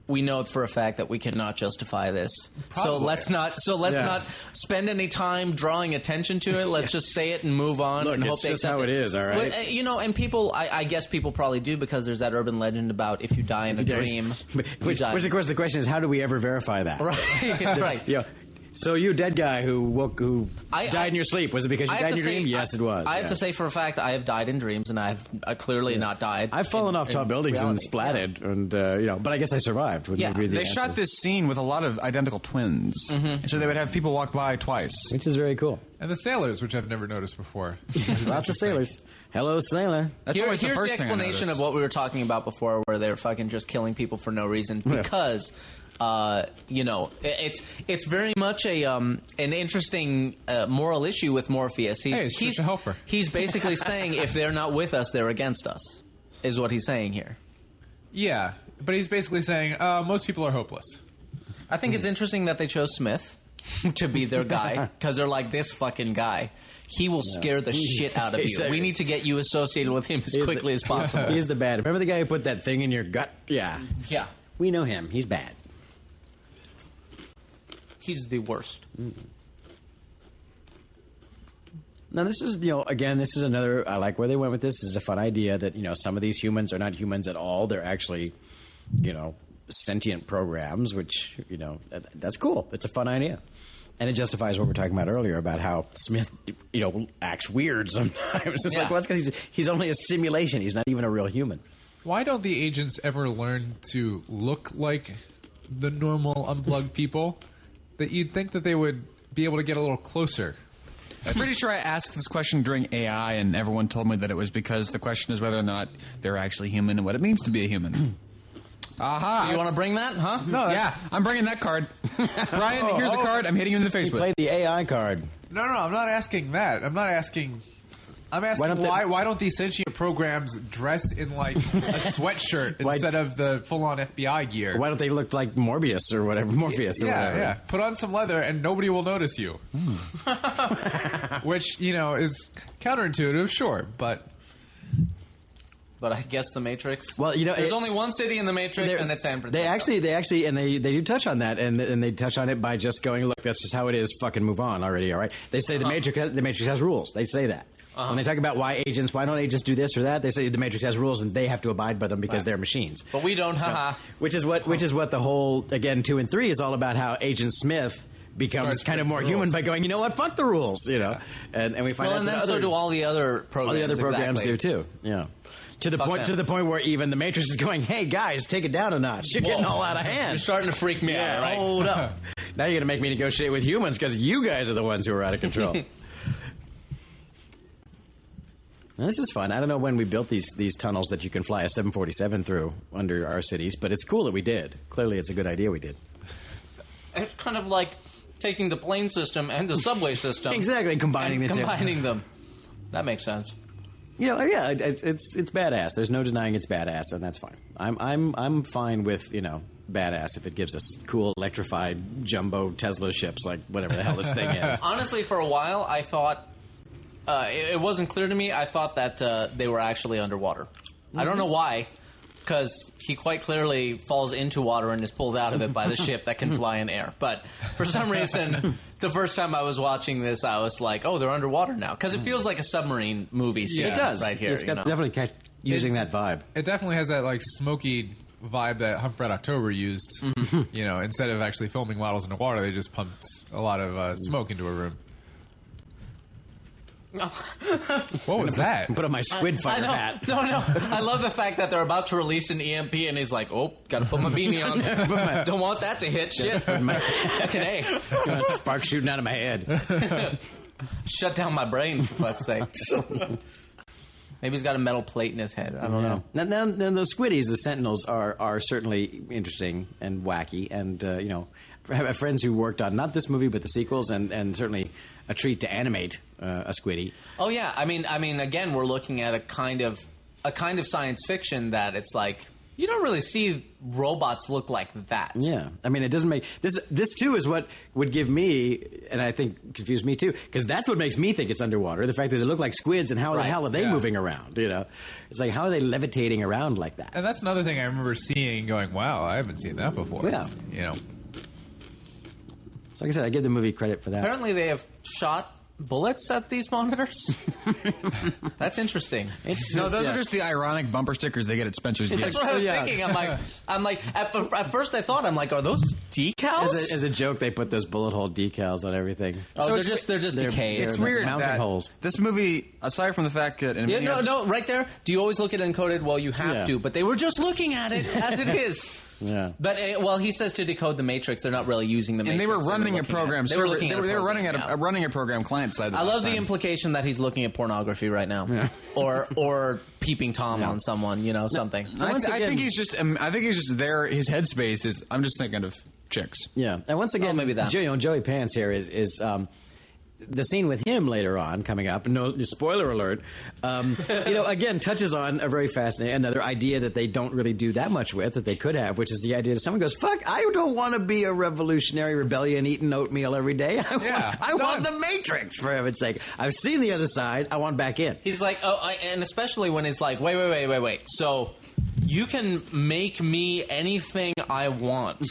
We know for a fact that we cannot justify this, so
Probably.
let's not. So let's
Yeah.
not spend any time drawing attention to
[LAUGHS]
it. Let's just say it and move on.
Look,
and hope
it's
they
just
accept
how it is, all right?
But, uh, you know, and people, I, I guess people probably do because there's that urban legend about if you die in a
There's-
dream, you
[LAUGHS] Which,
die.
which, of course, the question is, how do we ever verify that?
[LAUGHS] right, right.
[LAUGHS] Yeah. So you dead guy who woke who
I-
died
I-
in your sleep was it because you
I
died
have
in your
to say-
dream? yes,
I-
it was.
I have
yeah.
to say for a fact, I have died in dreams, and I've uh, clearly not died.
I've fallen
in-
off tall
in
buildings and
reality.
splatted, and uh, you know, but I guess I survived. Would
Yeah.
be the
they
answer.
shot this scene with a lot of identical twins.
Mm-hmm.
So they would have people walk by twice.
which is very cool.
and the sailors, which I've never noticed before. [LAUGHS]
Lots of sailors. Hello, sailor.
That's
Here-
always the
here's
first
the
thing I
explanation
noticed.
of what we were talking about before, where they're fucking just killing people for no reason because uh, you know, i- it's it's very much a um, an interesting uh, moral issue with Morpheus. He's,
Hey, it's
he's
Trisha Helfer.
He's basically saying if they're not with us, they're against us. Is what he's saying here.
Yeah, but he's basically saying uh, most people are hopeless.
I think
Mm-hmm.
it's interesting that they chose Smith [LAUGHS] to be their
[LAUGHS]
guy because they're like this fucking guy. He will scare the shit out of you.
Exactly.
We need to get you associated with him as
He's
quickly
the-
as
[LAUGHS]
possible. [LAUGHS]
He's the bad. Remember the guy who put that thing in your gut? Yeah.
yeah,
We know him. He's bad.
he's the worst.
Now this is you know again this is another I like where they went with this. This is a fun idea that you know some of these humans are not humans at all. They're actually you know sentient programs, which you know that, that's cool. It's a fun idea, and it justifies what we are talking about earlier about how Smith you know acts weird sometimes. [LAUGHS] It's
Yeah.
like well, that's because he's he's only a simulation. He's not even a real human.
Why don't the agents ever learn to look like the normal unplugged people? That you'd think that they would be able to get a little closer.
I'm pretty sure I asked this question during AI, and everyone told me that it was because the question is whether or not they're actually human and what it means to be
[CLEARS THROAT]
a human. Aha!
You want to bring that, huh?
No, yeah, I'm bringing
[LAUGHS]
that card. Brian,
Oh,
here's a card. I'm hitting you in the face with.
Play the AI card.
No, no, I'm not asking that. I'm not asking. I'm asking
Why
why
don't they-
why, don't these sentient programs dressed in like a
[LAUGHS]
sweatshirt
Why-
instead of the full on FBI gear?
Why don't they look like Morbius or whatever? Morpheus or
yeah,
whatever.
yeah. Put on some leather and nobody will notice you.
Hmm.
[LAUGHS] Which you know is counterintuitive, sure, but
But I guess the Matrix.
Well, you know,
there's
it-
only one city in the Matrix,
They're-
and it's San Francisco.
They actually, they actually, and they, they do touch on that, and and they touch on it by just going, look, that's just how it is. Fucking move on already. All right. They say
Uh-huh.
the matrix, has, the matrix has rules. They say that. When they talk about why agents, why don't agents do this or that? They say the Matrix has rules and they have to abide by them because they're machines.
But we uh-huh. don't, haha.
Which is what, which is what the whole again two and three is all about. How Agent Smith becomes
Starts
kind
breaking
of more
rules.
human by going, you know what, fuck the rules, you know, and and we find
Well,
out
and
that
then
other,
so do all the other
all
programs.
Oh, the other programs
exactly.
do too. Yeah. To the
Fuck
point to
them.
the point where even the Matrix is going, "Hey guys, take it down a notch. You're [LAUGHS] getting all out of hand.
You're starting to freak me
yeah,
out, right?
hold
[LAUGHS]
up. Now you're going to make me negotiate with humans because you guys are the ones who are out of
[LAUGHS]
control." Now, this is fun. I don't know when we built these these tunnels that you can fly a 747 through under our cities, but it's cool that we did. Clearly, it's a good idea we did.
It's kind of like taking the plane system and the
[LAUGHS]
subway system.
Exactly, combining
and
the two.
combining them. That makes sense.
you know, yeah, it, it's- it's it's badass. There's no denying it's badass, and that's fine. I'm I'm I'm fine with you know badass if it gives us cool electrified jumbo Tesla ships like whatever the hell this thing is.
Honestly, for a while, I thought uh, it, it wasn't clear to me. I thought that uh, they were actually underwater. I don't know
Mm-hmm.
why, because he quite clearly falls into water and is pulled out of it by the ship
[LAUGHS]
that can fly in air. But for some reason, the first time I was watching this, I was like, "Oh, they're underwater now," because
Mm.
it feels like a submarine movie. Scene
It does.
right here.
It's
you
got
know?
definitely catch, using that vibe.
it definitely has that like smoky vibe that Humphrey Red October used.
Mm-hmm.
You know, instead of actually filming models in the water, they just pumped a lot of uh, smoke into a
[LAUGHS]
room. what was that?
Put on my squid
I
fighter
know.
hat.
No, no. I love the fact that they're about to release an EMP, and he's like, "Oh, gotta put my
[LAUGHS]
beanie on. Don't want that to hit. Shit. [LAUGHS] Fucking a.
[LAUGHS] Got Sparks shooting out of my head.
Shut down my brain for
[LAUGHS]
fuck's sake. [LAUGHS] Maybe he's got a metal plate in his head. I don't know.
Now, now, now those squiddies, the sentinels, are are certainly interesting and wacky, and uh, you know, I have friends who worked on not this movie but the sequels, and and certainly a treat to animate uh, a squiddy.
Oh yeah. I mean, I mean, again, we're looking at a kind of a kind of science fiction that it's like you don't really see robots look like that.
Yeah, I mean, it doesn't make this. This too is what would give me, and I think confuse me too, because that's what makes me think it's underwater. The fact that they look like squids, and how the
Right.
hell are they
Yeah.
moving around? You know, it's like how are they levitating around like that?
And that's another thing I remember seeing, and going, "Wow, I haven't seen that before."
Yeah.
you know,
Like I said, I give the movie credit for that.
Apparently, they have shot bullets at
[LAUGHS]
these monitors. That's interesting.
It's,
No, those
yeah.
are just the ironic bumper stickers they get at Spencer's.
That's
Gifts.
what I was
Yeah.
thinking. I'm like, I'm like. At, f- at first, I thought I'm like, are those decals?
As a, as a joke, they put those bullet hole decals on everything.
oh,
So
they're
it's-
just they're just
they're-
decayed.
it's
it's
They're
weird
mountain
that
holes.
this movie, aside from the fact that and
yeah,
many
no,
other-
no, right there. Do you always look at encoded? Well, you have
Yeah. [LAUGHS]
to, but they were just looking at it as it is.
Yeah.
But uh, well, he says to decode the matrix, they're not really using the
and
matrix.
they were running a
looking
program.
At, they
server-
were looking
they
at
were,
a
they were running
program,
at a,
yeah.
running a program client side.
I love the implication that he's looking at pornography right now, or or peeping tom on someone, you know, something.
I,
Once
th- I
again-
think he's just. Um, I think he's just there. His headspace is. I'm just thinking of chicks.
Yeah, and once again,
Oh, maybe that.
Jo- you know, Joey Pants here is is um, the scene with him later on coming up. No spoiler alert. Um, [LAUGHS] you know, again, touches on a very fascinating another idea that they don't really do that much with that they could have, which is the idea that someone goes, "Fuck, I don't want to be a revolutionary rebellion eating oatmeal every day. [LAUGHS] I want,
Yeah,
I want
done.
the Matrix for heaven's sake. I've seen the other side. I want back in."
He's like, oh, I, and especially when it's like, wait, wait, wait, wait, wait. So you can make me anything I want.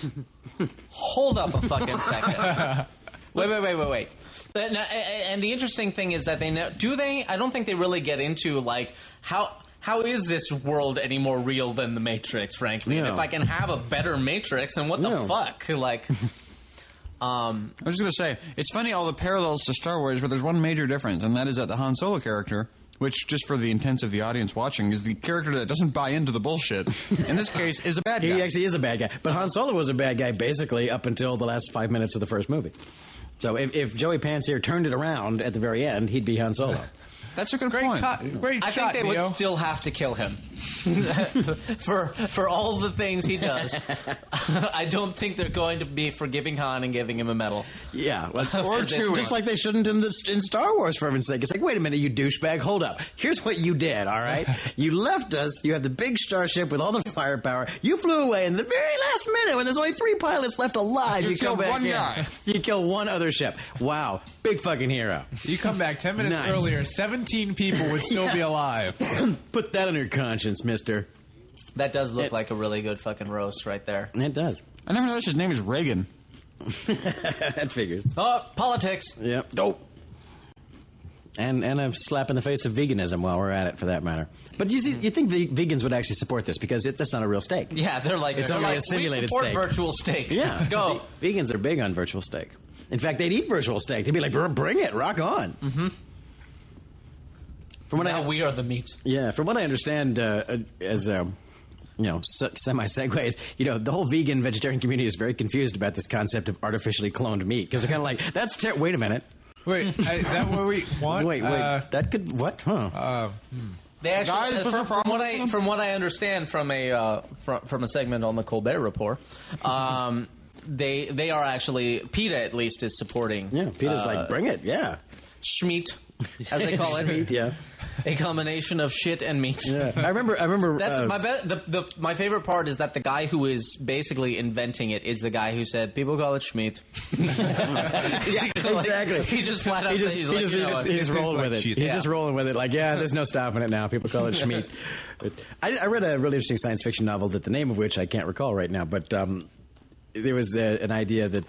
Hold up a fucking second. wait, wait, wait, wait, wait. But now- a- a- and the interesting thing is that they know. Do they? I don't think they really get into like how. How is this world any more real than the Matrix? Frankly, and
Yeah.
if I can have a better Matrix, then what the
Yeah.
fuck? Like, um,
I was just gonna say it's funny all the parallels to Star Wars, but there's one major difference, and that is that the Han Solo character, which just for the intents of the audience watching, is the character that doesn't buy into the bullshit. In this case, is a bad guy.
He actually is a bad guy. But Han Solo was a bad guy basically up until the last five minutes of the first movie. So if, if Joey Pansier turned it around at the very end, he'd be Han
[LAUGHS]
Solo.
That's a good
Great,
point.
co- great
I
shot,
think they
Neo.
would still have to kill him [LAUGHS] for for all the things he does. [LAUGHS] I don't think they're going to be forgiving Han and giving him a medal.
[LAUGHS]
yeah. Well,
Or
just-
Chewie.
Just like they shouldn't in, the, in Star Wars, for heaven's sake. It's like, wait a minute, you douchebag, hold up. Here's what you did, all
[LAUGHS]
right? you left us. You have the big starship with all the firepower. You flew away in the very last minute when there's only three pilots left alive.
You
come
killed
back
one
in.
guy.
[LAUGHS] You kill one other ship. Wow. Big fucking hero.
You come back 10 minutes
Nice.
earlier, 17 people would still
[LAUGHS]
be alive.
Put that on your conscience, mister.
That does look like a really good fucking roast right there.
It does.
I never noticed his name is Reagan.
that figures.
Oh, politics.
Yep. Dope. And and a slap in the face of veganism while we're at it, for that matter. But you see, you think ve- vegans would actually support this because it, that's not a real steak.
Yeah, they're like
It's
they're
only
like,
a simulated
we support
steak."
virtual steak.
Yeah.
go.
Ve- vegans are big on virtual steak. In fact, they'd eat virtual steak. They'd be like, "Br- "Bring it, rock on." Mm-hmm. From what I
Now we are the meat.
yeah, from what I understand, uh, uh, as um, you know, se- semi segues, you know, the whole vegan vegetarian community is very confused about this concept of artificially cloned meat because they're kind of like, "That's ter- wait a minute,
Wait, I- is that what
[LAUGHS]
we want?
wait, wait,
Uh,
that could what? Huh?
uh,
They actually,
Guys,
uh,
what's
from,
the problem
from what
with
I
them?
from what I understand from a uh, from, from a segment on the Colbert Report, um, [LAUGHS] they they are actually PETA at least is supporting.
Yeah, Peter's
uh,
like, bring it. Yeah.
Schmeat, as
[LAUGHS]
they call it.
yeah.
A combination of shit and meat.
Yeah. I remember. I remember.
That's
uh,
my be- the, the my favorite part is that the guy who is basically inventing it is the guy who said people call it Schmeat.
[LAUGHS] Yeah,
[LAUGHS]
exactly.
he just flat out
He just,
said-
he
he's
just, he
like, you know
just,
what?
It
he's
tastes
rolling
like
with it.
shit.
He's
Yeah.
just rolling with it. Like, yeah, there's no stopping it now. People call it Schmeat. I, I read a really interesting science fiction novel that the name of which I can't recall right now, but um, there was uh an idea that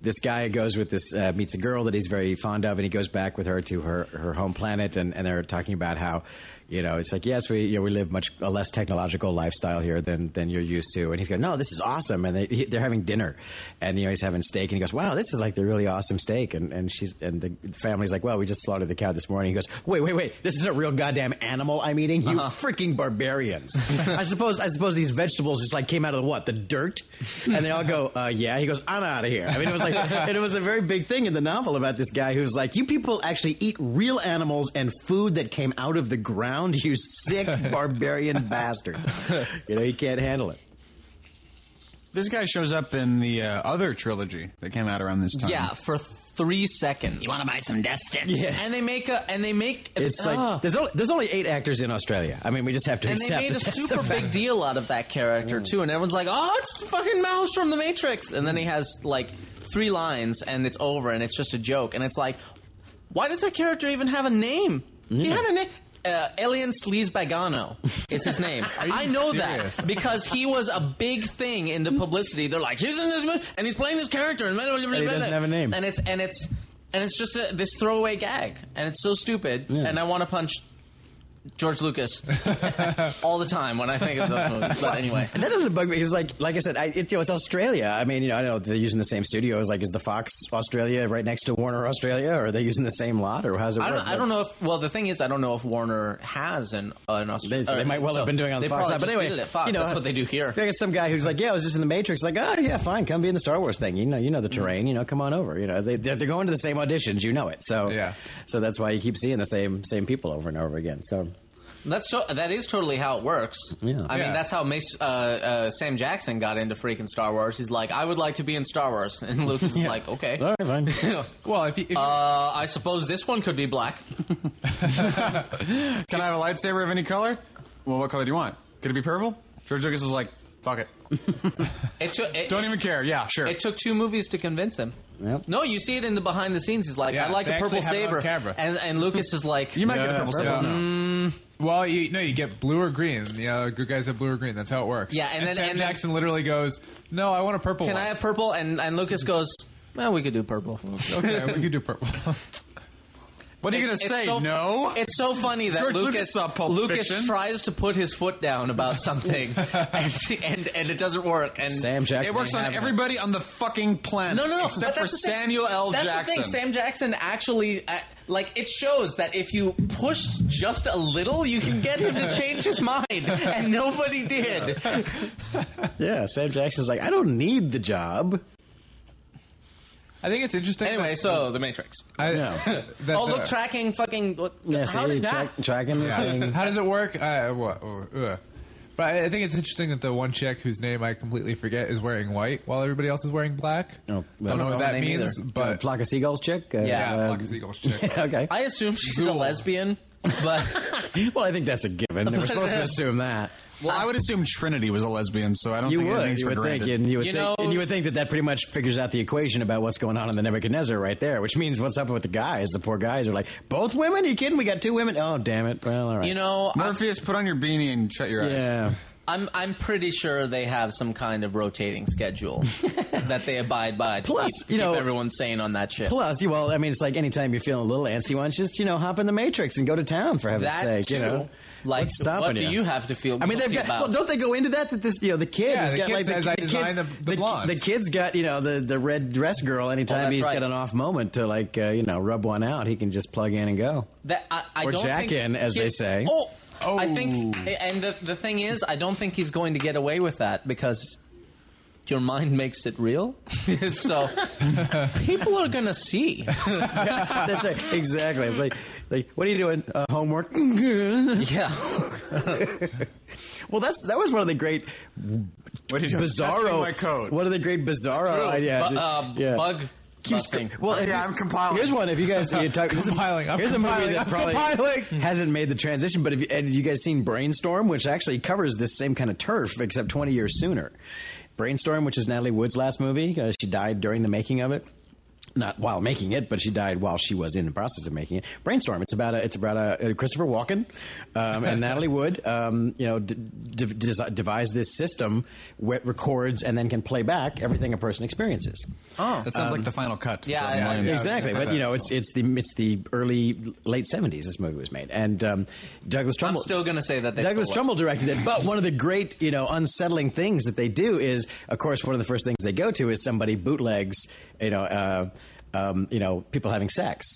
this guy goes with this uh, meets a girl that he's very fond of, and he goes back with her to her, her home planet, and, and they're talking about how you know it's like yes we you know, we live much a less technological lifestyle here than than you're used to, and he's going no this is awesome, and they, he, they're having dinner, and you know he's having steak, and he goes wow this is like the really awesome steak, and and she's and the family's like well we just slaughtered the cow this morning, he goes wait wait wait this is a real goddamn animal I'm eating you freaking barbarians, [LAUGHS] I suppose I suppose these vegetables just like came out of the what the dirt, and they all go uh, yeah he goes I'm out of here I mean it was like and it was a very big thing in the novel about this guy who's like you people actually eat real animals and food that came out of the ground you sick barbarian bastards you know you can't handle it
This guy shows up in the uh, other trilogy that came out around this time.
yeah, for three seconds. You want to buy some death sticks? Yeah. And they make a and they make
it's
Ah.
like there's only, there's only eight actors in Australia I mean we just have to
and they
accept
made a
that Mm. that's the
super
fact.
big deal out of that character too, and everyone's like, "Oh, it's the fucking mouse from the Matrix," and then he has like three lines, and it's over, and it's just a joke, and it's like, why does that character even have a name? He had a name. Uh, Alien Sleaze Bagano is his
[LAUGHS]
name.
you
I know
serious?
that because he was a big thing in the publicity. They're like, he's in this movie, and he's playing this character, and, and
he doesn't have a name.
And it's and it's and it's just a, this throwaway gag, and it's so stupid. And I want to punch George Lucas [LAUGHS] all the time when I think of those movies. But anyway,
And that doesn't bug me because, like, like I said, I, it, you know, it's Australia. I mean, you know, I know they're using the same studios. Like, is the Fox Australia right next to Warner Australia, or are they using the same lot, or how's it
I
work?
don't, I don't know if. Well, the thing is, I don't know if Warner has an an
They,
Australian.
they might well have been doing it on
they
the Fox side,
probably
but
just
anyway,
did it at Fox.
you know,
That's what they do here.
They got some guy who's like, "Yeah, I was just in the Matrix." Like, "Oh yeah, fine, come be in the Star Wars thing." You know, you know the
Mm-hmm.
terrain. You know, come on over. You know, they they're, they're going to the same auditions. You know it. So
Yeah.
so that's why you keep seeing the same same people over and over again. So
That's so, that is totally how it works.
Yeah.
I
Yeah.
mean, that's how Mace, uh, uh, Sam Jackson got into freaking Star Wars. He's like, I would like to be in Star Wars, [LAUGHS] and Lucas is like, okay.
all right, fine.
Well, if you, if you
Uh, I suppose this one could be black.
Can I have a lightsaber of any color? Well, what color do you want? Could it be purple? George Lucas is like, fuck it.
It took it,
Don't even care. Yeah, sure.
it took two movies to convince him.
[LAUGHS] Yep.
No, you see it in the behind the scenes. He's like,
Yeah,
I like
they
a purple
actually have it on
saber,
camera.
and and Lucas is like,
you might get a
Yeah,
purple saber.
purple. Well, you no, you get blue or green. You know, good guys have blue or green. That's how it works.
Yeah, and then-
Sam
and then-
Jackson literally goes, "No, I want a purple
Can
one."
I have purple? And and Lucas goes, Well, we could
[LAUGHS]
do purple. [LAUGHS]
okay, we could do purple. [LAUGHS]
What are you going to say?
so,
no?
It's so funny that
George
Lucas
Lucas saw Pulp
Lucas
Fiction.
tries to put his foot down
[LAUGHS]
about something, and, and and it doesn't work. And
Sam Jackson.
it works on
ain't having it.
everybody on the fucking planet.
No, no, no.
Except
but
for
that's the thing.
Samuel L.
That's
Jackson.
the thing. Sam Jackson actually, uh, like, it shows that if you pushed just a little, you can get him to change his mind, [LAUGHS] and nobody did.
Yeah, Sam Jackson's like, "I don't need the job."
I think it's interesting.
Anyway,
that-
so The
[LAUGHS]
Matrix.
I,
Yeah.
[LAUGHS] that-
oh, look,
uh,
tracking, fucking. What,
Yeah, see,
how did that?
track- tracking the
yeah.
thing.
How does it work? Uh, what? uh, uh. But I I think it's interesting that the one chick whose name I completely forget is wearing white while everybody else is wearing black.
Oh,
Don't know what
well.
Don't know her
that
name
means,
either.
Uh,
but
flock of seagulls chick. Uh,
Yeah,
yeah,
uh,
Flock of Seagulls
[LAUGHS]
chick.
okay.
I assume she's a lesbian, but.
well, I think that's a given. We're supposed to assume that.
well, I would assume Trinity was a lesbian, so I don't
You
think
would,
anything's
you
for
would
granted.
think, and you would
You
think,
know-
and you would think that that pretty much figures out the equation about what's going on in the Nebuchadnezzar right there. Which means, what's up with the guys? The poor guys are like, both women? Are you kidding? We got two women? Oh, damn it! Well, all right.
You know, I-
Morpheus, put on your beanie and shut your eyes.
yeah.
I'm I'm pretty sure they have some kind of rotating schedule
[LAUGHS]
that they abide by. To
Plus,
keep,
you know-
keep everyone sane on that shit.
Plus, you well, I mean, it's like anytime you're feeling a little antsy, why don't you just you know hop in the Matrix and go to town for heaven's
that
sake?
too,
you know,
like
What's stopping
what do you have to feel?
I mean, they've
guilty
got.
about?
Well, don't they go into that? That this, you know, the kid
Yeah,
has
the
got
kid
like
says,
the,
"I
the
designed the- the blondes."
the kid's got you know the the red dress girl. Anytime
Oh, that's
he's
right.
got an off moment to like uh, you know rub one out, he can just plug in and
[LAUGHS]
go.
That- I, I
Or
don't
jack
think-
in, as they
Kid-
say.
Oh, I think, and the the thing is, I don't think he's going to get away with that because your mind [LAUGHS] makes it real.
[LAUGHS]
so people are gonna see.
That's right. Exactly. It's like, like, what are you doing? Uh, homework. [LAUGHS] well,
Yeah.
that's that was one of the great
What are you doing? Testing
bizarro.
my code.
One of the great bizarro ideas.
Bu- uh,
yeah.
Bug.
Keeps-
busting.
Well, if
Yeah,
you-
I'm compiling.
Here's one. If you
[LAUGHS]
guys you talk, here's
[LAUGHS]
a-
Compiling. I'm
here's a movie
compiling.
that
I'm
probably
compiling.
hasn't made the transition. But if you, and you guys seen Brainstorm, which actually covers this same kind of turf, except 20 years sooner. Brainstorm, which is Natalie Wood's last movie, uh, she died during the making of it. Not while making it, but she died while she was in the process of making it. Brainstorm. It's about a, it's about a, a Christopher Walken um,
[LAUGHS]
and Natalie Wood. Um, you know, d- d- desi- devised this system where it records and then can play back everything a person experiences.
That sounds like the final cut.
yeah,
Robin
yeah,
Williams.
yeah.
Um, Exactly,
it's like
but you
that.
know, it's it's the it's the early late seventies. This movie was made, and um, Douglas
I'm
Trumbull.
still gonna say that they
Douglas
stole it.
Trumbull directed it, but one of the great, you know, unsettling things that they do is, of course, one of the first things they go to is somebody bootlegs, you know, uh, um, you know, people having sex,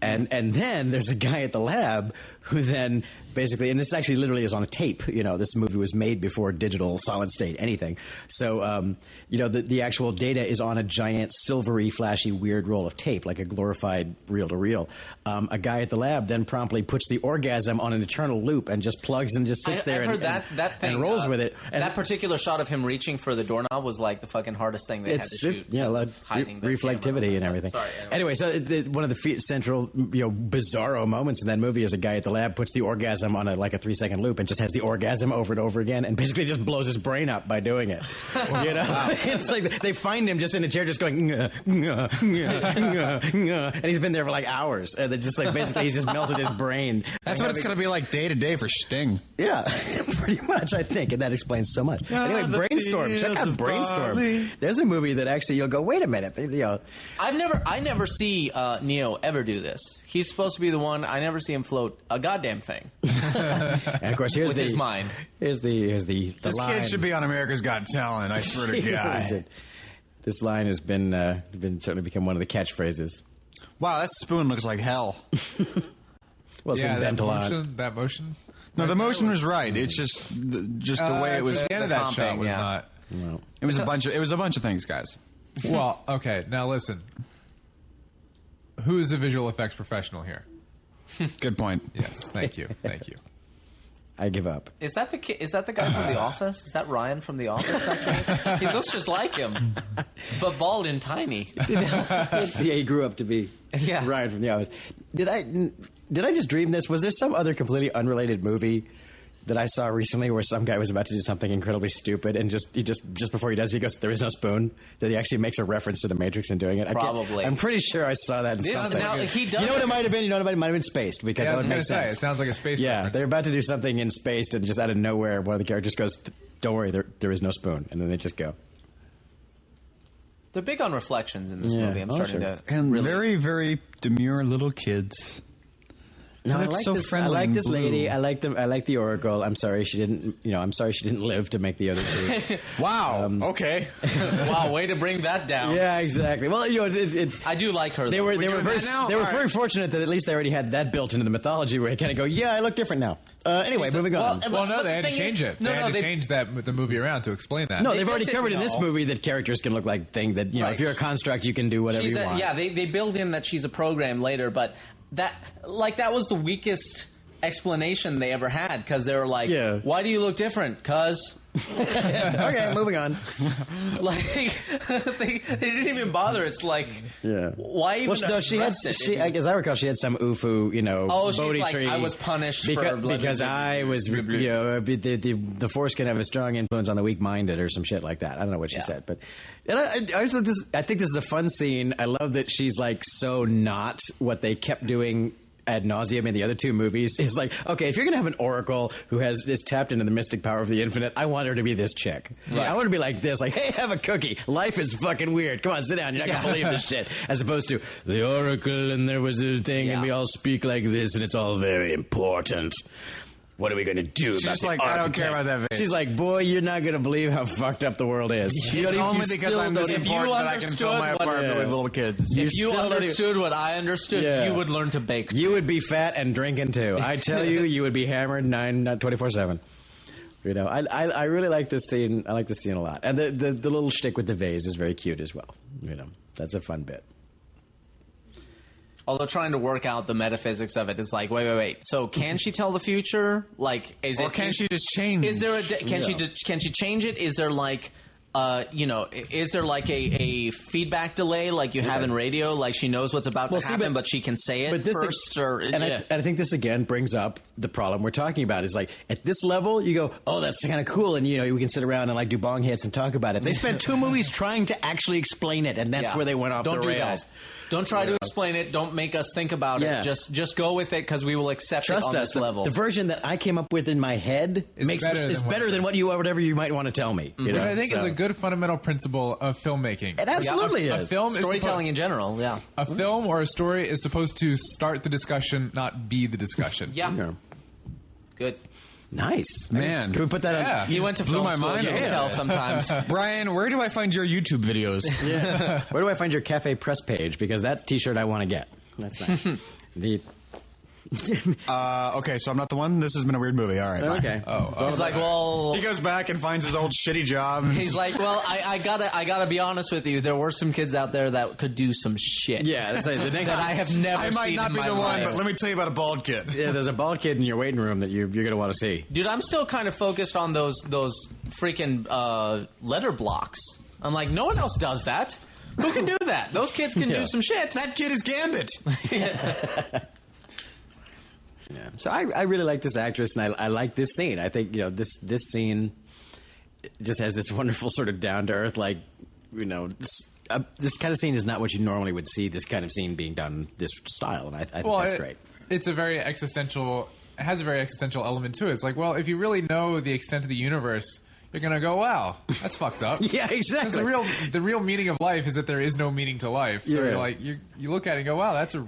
and and then there's a guy at the lab who then basically, and this actually literally is on a tape. You know, this movie was made before digital, solid state, anything. So, um, you know, the the actual data is on a giant silvery, flashy, weird roll of tape, like a glorified reel to reel. Um, A guy at the lab then promptly puts the orgasm on an eternal loop and just plugs and just sits
I,
there
I
and,
heard
and-
that that thing
and rolls
uh,
with it. And
that particular shot of him reaching for the doorknob was like the fucking hardest thing they
it's
had to
it-
shoot.
yeah,
because
like
of hiding
re-
the camera.
reflectivity and everything.
Sorry. Anyway.
Anyway, so it- the, one of the fe- central, you know, bizarro moments in that movie is a guy at the lab puts the orgasm on a like a three second loop and just has the orgasm over and over again, and basically just blows his brain up by doing
[LAUGHS]
it. you know, [LAUGHS] it's like they find him just in a chair, just going, "Ngah, ngah, ngah, ngah, ngah," and he's been there for like hours, and they just like basically he's just melted his brain.
That's what it's going to be like day to day for Sting.
Yeah, [LAUGHS] pretty much, I think, and that explains so much. anyway,
the
brainstorm. Check
fields
out
of
brainstorm.
barley.
There's a movie that actually you'll go, wait a minute, you know,
I've never I never see uh, Neo ever do this. He's supposed to be the one. I never see him float. A goddamn thing.
And of course, here's
With
the
his mind.
Here's the here's the, the
This
line.
kid should be on America's Got Talent. I swear
[LAUGHS]
to God.
This line has been uh, been certainly become one of the catchphrases.
Wow, that spoon looks like hell.
Well, it's
yeah, that
been bent a lot.
motion, that motion.
[LAUGHS]
No, the motion was right. It's just the, just the way
Uh,
it was.
the end of that shot
comping,
was
yeah.
not.
Well,
It was a bunch of it was a bunch of things, guys.
Well, okay. Now listen. Who is the visual effects professional here?
Good point.
Yes, thank you, thank
[LAUGHS]
you.
I give up.
Is that the ki- is that the guy
[SIGHS]
from The Office? Is that Ryan from The Office? That kid? he looks just like him, but bald and tiny.
[LAUGHS] yeah, he grew up to be
Yeah.
Ryan from The Office. Did I did I just dream this? Was there some other completely unrelated movie that I saw recently where some guy was about to do something incredibly stupid and just he just just before he does he goes there is no spoon that he actually makes a reference to the Matrix and doing it. I can't-
Probably.
I'm pretty sure I saw that. In
This-
something.
now, he
You know what
doesn't-
it might have been. You know what it might have been spaced because
Yeah, I
that
was
would
gonna
make
say
sense.
it sounds like a space.
yeah,
reference.
they're about to do something in space, and just out of nowhere, one of the characters goes, "Don't worry, there, there is no spoon," and then they just go.
They're big on reflections in this
Yeah.
movie. I'm
Oh,
starting
sure.
to
And
really.
very, very demure little kids.
No,
They
I
look
like
so
this. I
friendly
like
and
this lady.
blue.
I like the. I like the Oracle. I'm sorry she didn't. You know, I'm sorry she didn't live to make the other
[LAUGHS]
two.
Wow.
Um, [LAUGHS]
okay.
[LAUGHS] wow, way to bring that down.
yeah, exactly. Well, you know, it, it,
I do like her.
they
though.
were they were
doing
very
that now?
they were
All
very
right.
fortunate that at least they already had that built into the mythology where they kind of go, yeah, I look different now. Uh, anyway, moving on.
well,
Well, no,
But
they
the
had to
thing
change
is-
it.
no,
they had
no,
to
they-
change that the movie around to explain that.
no,
they
they've already
built it-
covered in this
no.
movie that characters can look like thing that you know.
Right.
If you're a construct, you can do whatever
She's
you
a,
want.
yeah, they, they build in that she's a program later, but that like that was the weakest explanation they ever had because they were like,
Yeah.
"Why do you look different?" Cause [LAUGHS]
[LAUGHS] okay, moving on.
like [LAUGHS] they, they didn't even bother. It's like,
Yeah.
why even?
Well, no, she had.
address it if
She,
you-
I- as I recall, she had some ufu, you know,
Oh, she's
Bodhi
like,
tree.
"I was punished for
Beca-
blah-
because
blah- blah-
I was, you know, the, the the force can have a strong influence on the weak-minded or some shit like that. I don't know what she
Yeah.
said, but and I, I, I just thought this. I think this is a fun scene. I love that she's like so not what they kept doing. Ad nauseum in the other two movies [LAUGHS] is like okay if you're gonna have an oracle who has is tapped into the mystic power of the infinite I want her to be this chick I want her to be like this like hey have a cookie life is fucking weird come on sit down you're not gonna
Yeah.
believe this shit as opposed to the oracle and there was a thing and
Yeah.
we all speak like this and it's all very important. What are we going to do? She's about
just
the
like, "I don't care
architect?"
about that face.
She's like, boy, you're not going to believe how fucked up the world
[LAUGHS]
is. You don't
It's
even- you
only because
still
I'm
don't
this
even-
if you
important that I can fill
understood
my
what-
apartment
Yeah.
with little kids.
if you
still don't even-
understood what I understood,
Yeah.
you would learn to bake.
you would be fat and drinking too. I tell you, you would be hammered nine, not twenty four seven. You know, I, I I really like this scene. I like this scene a lot, and the the, the little shtick with the vase is very cute as well. You know, that's a fun bit.
Although trying to work out the metaphysics of it is like, wait, wait, wait. So can she tell the future? Like, is
Or
it?
can
is-
she just change?
Is there a de- can she
Yeah.
de- can she change it? Is there like uh you know i- is there like a, a feedback delay like you have in radio? Like she knows what's about
Well,
to
see,
happen,
but-
but, she can say it first. or
and,
yeah.
I, and I think this again brings up the problem we're talking about. Is like at this level, you go, oh, that's kind of cool, and you know, we can sit around and like do bong hits and talk about
[LAUGHS]
it. They spent two movies trying to actually explain it, and that's
Yeah.
where they went off
Don't
the
do
rails.
that. Don't try to explain it. Don't make us think about
Yeah.
it. Just just go with it because we will accept
Trust
it on
us,
this
the-
level.
The version that I came up with in my head
Is
makes
better
is
than what-
better than what you whatever you might want to tell me. you
which
know,
I think is
so.
a good fundamental principle of filmmaking.
It absolutely
a,
is.
A film is
Storytelling in general, yeah,
suppo- a film or a story is supposed to start the discussion, not be the discussion.
yeah,
Yeah.
good.
Nice
Man.
Can we put that
Yeah.
on?
You went to
Uh, blew
film
my
school,
mind
You
a
can
little
tell
bit.
[LAUGHS]
sometimes.
[LAUGHS]
Brian, where do I find your YouTube videos?
Yeah. Where do I find your cafe press page? Because that T-shirt I want to get. That's nice. [LAUGHS]
[LAUGHS]
the
Uh, okay, so I'm not the one. This has been a weird movie. All right. bye.
okay.
Oh, oh,
He's like, well,
He goes back and finds his old shitty job. and-
He's like, well, I, I gotta, I gotta be honest with you. There were some kids out there that could do some shit.
Yeah, that's it. The [LAUGHS] next
that I have never.
I might
seen
not
in
be
my
the one,
life.
but let me tell you about a bald kid.
Yeah, there's a bald kid in your waiting room that you, you're going to want to see.
dude, I'm still kind of focused on those those freaking uh, letter blocks. I'm like, no one else does that. Who can do that? Those kids can
Yeah.
do some shit.
That kid is
[LAUGHS]
Gambit.
So I, I really like this actress, and I, I like this scene. I think you know this this scene just has this wonderful sort of down to earth, like you know. s uh, this kind of scene is not what you normally would see. This kind of scene being done this style, and I, I think that's
it-
great.
It's a very existential. It has a very existential element to it. It's like, well, if you really know the extent of the universe, you're gonna go, wow, that's fucked up.
[LAUGHS] Yeah,
Because
exactly.
the real the real meaning of life is that there is no meaning to life. So
Yeah.
you're like you you look at it and go, wow, that's a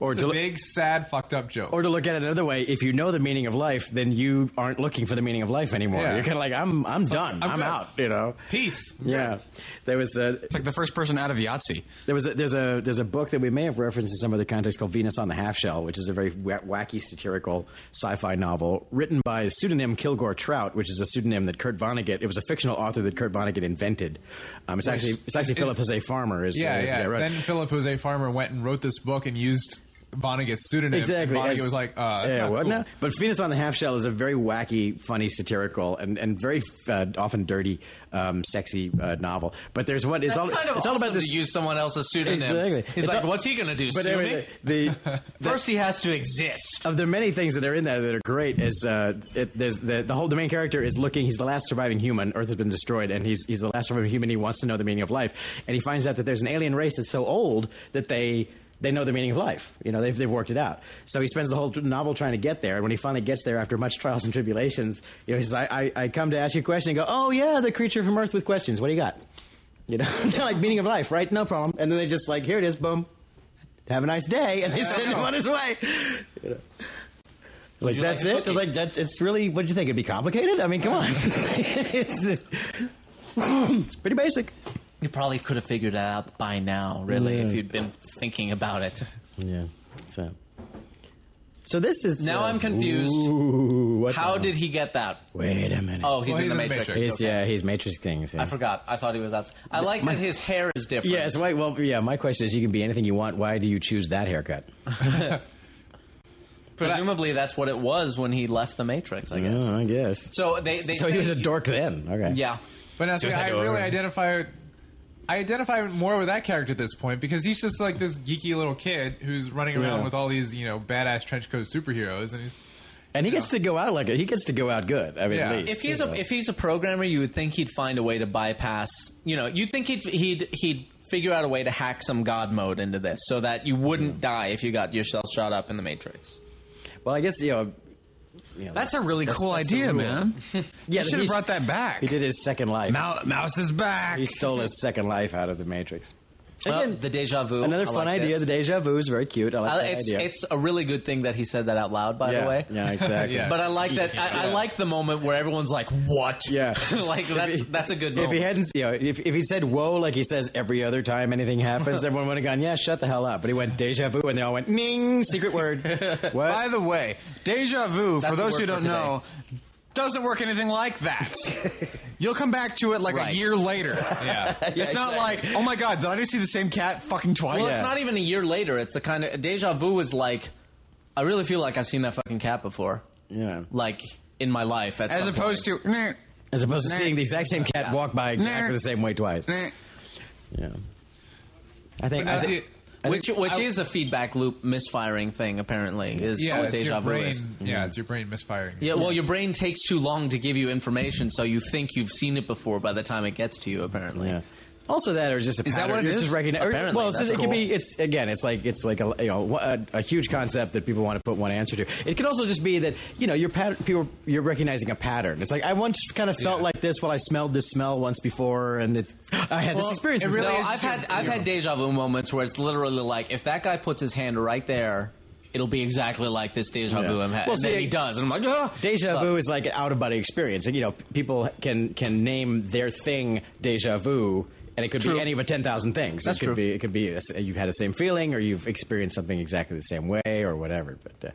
Or
It's a
deli-
big, sad, fucked up joke.
Or to look at it another way, if you know the meaning of life, then you aren't looking for the meaning of life anymore.
Yeah.
You're kind of like, I'm, I'm done.
I'm
I'm,
good.
out. You know.
Peace.
Yeah. There was a
It's like the first person out of Yahtzee.
there was a, there's a there's a book that we may have referenced in some other context called Venus on the Half Shell, which is a very wa- wacky satirical sci-fi novel written by pseudonym Kilgore Trout, which is a pseudonym that Kurt Vonnegut. It was a fictional author that Kurt Vonnegut invented. Um, it's actually it's actually Philip Jose Farmer. Is
Yeah,
is the guy
yeah.
who wrote it.
Then Philip Jose Farmer went and wrote this book and used Vonnegut's pseudonym. and
Exactly.
Vonnegut
As-
was like, uh, that's
yeah,
not
what
cool.
now? But Venus on the Half Shell is a very wacky, funny, satirical, and and very uh, often dirty, um, sexy uh, novel. But there's one. It's
That's
all.
kind of
it's all
awesome
about this.
to use someone else's pseudonym.
Exactly.
He's
It's
like,
all-
what's he going to do?
but
sue
anyway,
me?
[LAUGHS]
the, the-
First, he has to exist.
of the many things that are in there that are great is uh, it, there's the, the whole the main character is looking he's the last surviving human Earth has been destroyed and he's he's the last surviving human he wants to know the meaning of life and he finds out that there's an alien race that's so old that they they know the meaning of life you know they've, they've worked it out so he spends the whole novel trying to get there and when he finally gets there after much trials and tribulations you know he says I, I, I come to ask you a question and go oh yeah the creature from Earth with questions what do you got you know [LAUGHS] They're like meaning of life right no problem and then they just like here it is boom have a nice day, and they send him on his way. You know. Like
you like
that's
a
it.
cookie?
Like that's it's really. What do you think? It'd be complicated. I mean, come on. [LAUGHS] it's it's pretty basic.
You probably could have figured that out by now, really, if you'd been thinking about it.
Yeah. So. So this is
Now
uh,
I'm confused.
Ooh, what
How
the-
did he get that?
Wait a minute.
Oh, he's,
Well,
in, the Matrix.
he's
Okay.
yeah, he's Matrix things. Yeah.
I forgot. I thought he was outside. I like that his hair is different.
Yes. Why, well, yeah. My question is, you can be anything you want. Why do you choose that haircut?
[LAUGHS] Presumably, that's what it was when he left the Matrix. I guess.
Oh, I guess.
So they. they
so
say,
he was a dork then. Okay.
Yeah.
But now, see,
Suicide
I
Dover.
really identify. I identify more with that character at this point because he's just like this geeky little kid who's running around
Yeah.
with all these, you know, badass trench coat superheroes, and he's
And he gets to go out like a, he gets to go out good. I mean,
Yeah.
at least
If he's
you
a
know.
if he's a programmer, you would think he'd find a way to bypass. You know, you'd think he'd he'd he'd figure out a way to hack some God mode into this so that you wouldn't die if you got yourself shot up in the Matrix.
Well, I guess you know.
That's a really cool
that's the
idea,
rule.
man.
[LAUGHS]
Yeah,
you should have
he's-
brought that back.
He did his second life.
Mou- Mouse is back.
he stole his second life out of the Matrix.
Well, the deja vu.
Another
Oh, I
fun
like
idea.
this.
The deja vu is very cute. I like
I-
that
it's
idea.
it's a really good thing that he said that out loud. By
yeah,
the way, [LAUGHS]
yeah, exactly.
Yeah.
But I like that. I, I like the moment where everyone's like, "What?"
Yeah.
[LAUGHS] like that's that's a good
If
moment.
he hadn't, you know, if, if he'd said "whoa" like he says every other time anything
[LAUGHS]
happens, everyone would have gone, "Yeah, shut the hell up." But he went "deja vu," and they all went "ning," secret
[LAUGHS]
word. what?
By the way, deja vu,
That's
for
the
those
word
who
for
don't know, doesn't work anything like
[LAUGHS]
that. You'll come back to it like
Right.
a year later.
yeah,
it's not like, oh my god, did I just see the same cat fucking twice?
well, it's not even a year later. It's the kind of deja vu is like, I really feel like I've seen that fucking cat before,
yeah.
like in my life. At
As
some
opposed
point.
to, "Nah,
As opposed to seeing the exact same cat walk by exactly
Nah.
the same way twice.
nah."
Yeah. I think.
But
I
now
think
the-
which which
I-
is a feedback loop misfiring thing. Apparently, is
yeah,
what
it's
deja
your
vu
brain.
is.
Mm-hmm.
Yeah, it's your brain misfiring.
Yeah, well, your brain takes too long to give you information, so you think you've seen it before by the time it gets to you. Apparently,
Yeah. Also, that or just a
Is that
pattern.
what it
You're
is?
Just recogni- or-
Apparently,
well, it's-
that's
it could
cool.
be. It's again. It's like it's like a you know a, a huge concept that people want to put one answer to. It could also just be that you know your pattern. People you're recognizing a pattern. It's like I once kind of felt
Yeah.
like this while I smelled this smell once before, and it, I had this experience.
it
before.
really
no,
is
I've
just-
had I've had deja vu moments where it's literally like if that guy puts his hand right there, it'll be exactly like this deja
Yeah.
vu I'm having.
Well,
and then
see,
he does, and I'm like, ah,
Deja
But-
vu is like an out of body experience, and you know people can can name their thing deja vu, and it could
True.
be any of a ten thousand things.
That's
it could
true.
be it could be a s- you've had the same feeling, or you've experienced something exactly the same way, or whatever. But uh,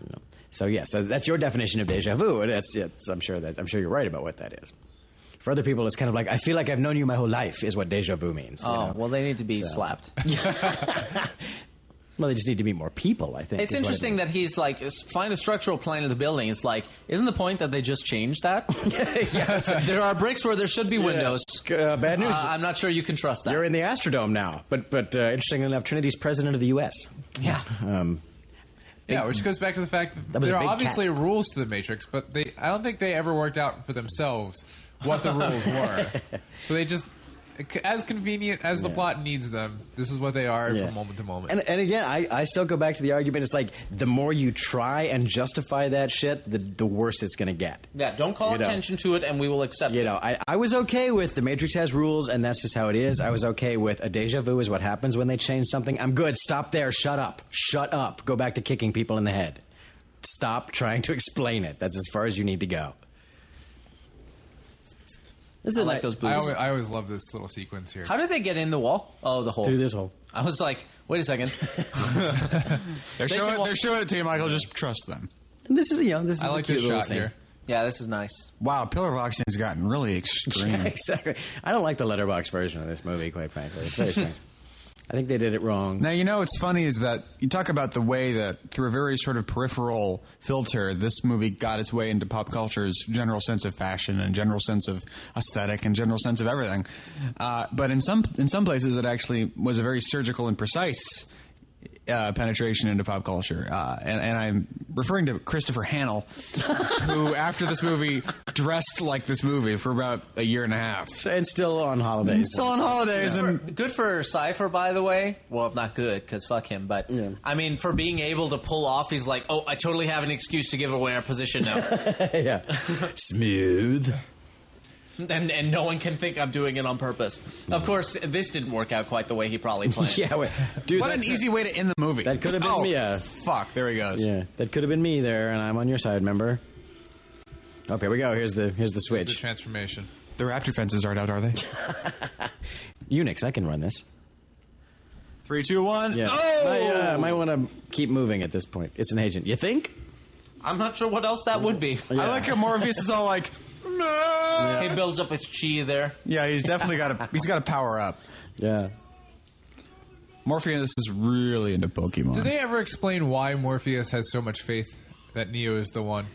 you know. so yeah, so that's your definition of deja vu, and that's it's, I'm sure that I'm sure you're right about what that is. For other people, it's kind of like I feel like I've known you my whole life is what deja vu means. you
Oh
know?
well, they need to be
So-
slapped. [LAUGHS]
well, they just need to meet more people. I think
It's
is what it
interesting
means.
that he's like s- find a structural plan of the building. It's like, isn't the point that they just
[LAUGHS]
changed that? [LAUGHS] there are bricks where there should be windows.
Uh, bad news.
Uh, I'm not sure you can trust that.
You're in the Astrodome now, but but uh, interestingly enough, Trinity's president of the U.S.
[LAUGHS] yeah.
Um,
yeah, which goes back to the fact that,
That was a
there are
big
obviously
cat.
rules to the Matrix, but
[LAUGHS]
they I don't think they ever worked out for themselves what the rules were. So they just as convenient as the
Yeah.
plot needs them. This is what they are
Yeah.
from moment to moment.
And, and again, I, I still go back to the argument. It's like the more you try and justify that shit, the, the worse it's going to get.
Yeah, don't call
You know.
attention to it, and we will accept
You
it.
know, I, I was okay with the Matrix has rules and that's just how it is. I was okay with a deja vu is what happens when they change something. I'm good. Stop there. Shut up. Shut up. Go back to kicking people in the head. Stop trying to explain it. That's as far as you need to go. This is
I like those
I
boots.
always, I always love this little sequence here.
How did they get in the wall? Oh, the hole.
Through this hole.
I was like, wait
[LAUGHS]
a second.
They're,
They
showing,
can walk-
they're showing it to you, Michael. Just trust them.
And this is a young. This is
I
a
like
cute
this
little
shot
scene.
here.
yeah, this is nice.
Wow, pillar boxing has gotten really
Yeah,
extreme.
exactly. I don't like the letterbox version of this movie, quite frankly.
[LAUGHS]
It's very strange. I think they did it wrong.
now you know what's funny is that you talk about the way that through a very sort of peripheral filter, this movie got its way into pop culture's general sense of fashion and general sense of aesthetic and general sense of everything. Uh, but in some in some places, it actually was a very surgical and precise uh, penetration into pop culture. Uh, and, and I'm referring to Christopher Hannell, [LAUGHS] who, after this movie, dressed like this movie for about a year and a half.
And still on holidays.
Still on holidays and
Good for Cypher, by the way. Well, not good, because fuck him, but I mean, for being able to pull off, he's like, oh, I totally have an excuse to give away our position now.
[LAUGHS] yeah. Smooth.
and, and no one can think I'm doing it on purpose. Of course, this didn't work out quite the way he probably planned.
Yeah. Wait. Dude,
what
that-
an e- easy way to end the movie.
That could have been
oh,
me, uh,
Fuck, there he goes.
Yeah, that could have been me there, and I'm on your side, remember? Oh, here we go. Here's the here's the
The
switch.
transformation.
The raptor fences aren't out, are
[LAUGHS]
they?
Unix, I can run this.
Three, two, one.
Yeah.
Oh!
I uh, might want to keep moving at this point. It's an agent. You think?
I'm not sure what else that would be.
I like how Morpheus is all
[LAUGHS]
like, no.
He
Yeah,
builds up his chi there.
he's definitely got a he's got a power up.
Yeah.
Morpheus is really into Pokemon.
Do they ever explain why Morpheus has so much faith that Neo is the one?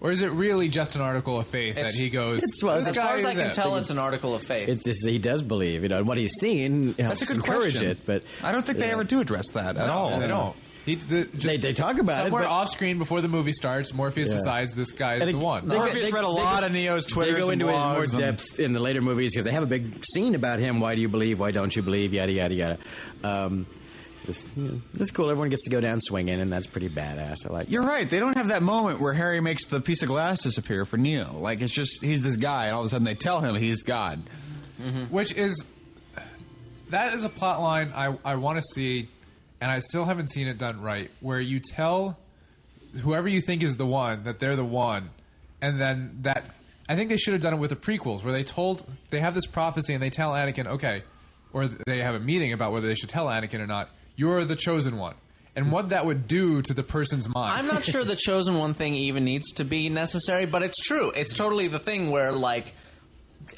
Or is it really just an article of faith
It's-
that he goes?
it's what-
"This
As far
guy
as I
is
can
it."
tell, it's an article of faith.
It, this, he does believe, you know, and what he's seen helps
That's a good
encourage
question.
it. But
I don't think they
yeah.
ever do address that at all.
No, they don't. He, the, just
They- they talk about it,
somewhere
but-
off screen before the movie starts. Morpheus
Yeah.
decides this guy is
And
the
it-
one.
they-
Morpheus
they-
read a
they-
lot of Neo's Twitter.
They go into it in more depth in the later movies because they have a big scene about him. Why do you believe? Why don't you believe? Yada yada yada. Um, this, you know, this is cool. Everyone gets to go down swinging, and that's pretty badass. I like.
You're right. They don't have that moment where Harry makes the piece of glass disappear for Neo. Like it's just he's this guy, and all of a sudden they tell him he's God.
which is that is a plot line I, I want to see, and I still haven't seen it done right. Where you tell whoever you think is the one that they're the one, and then that I think they should have done it with the prequels, where they told they have this prophecy and they tell Anakin, okay, or they have a meeting about whether they should tell Anakin or not. You're the chosen one, and what that would do to the person's mind.
I'm not sure the chosen one thing even needs to be necessary, but it's true. It's totally the thing where like.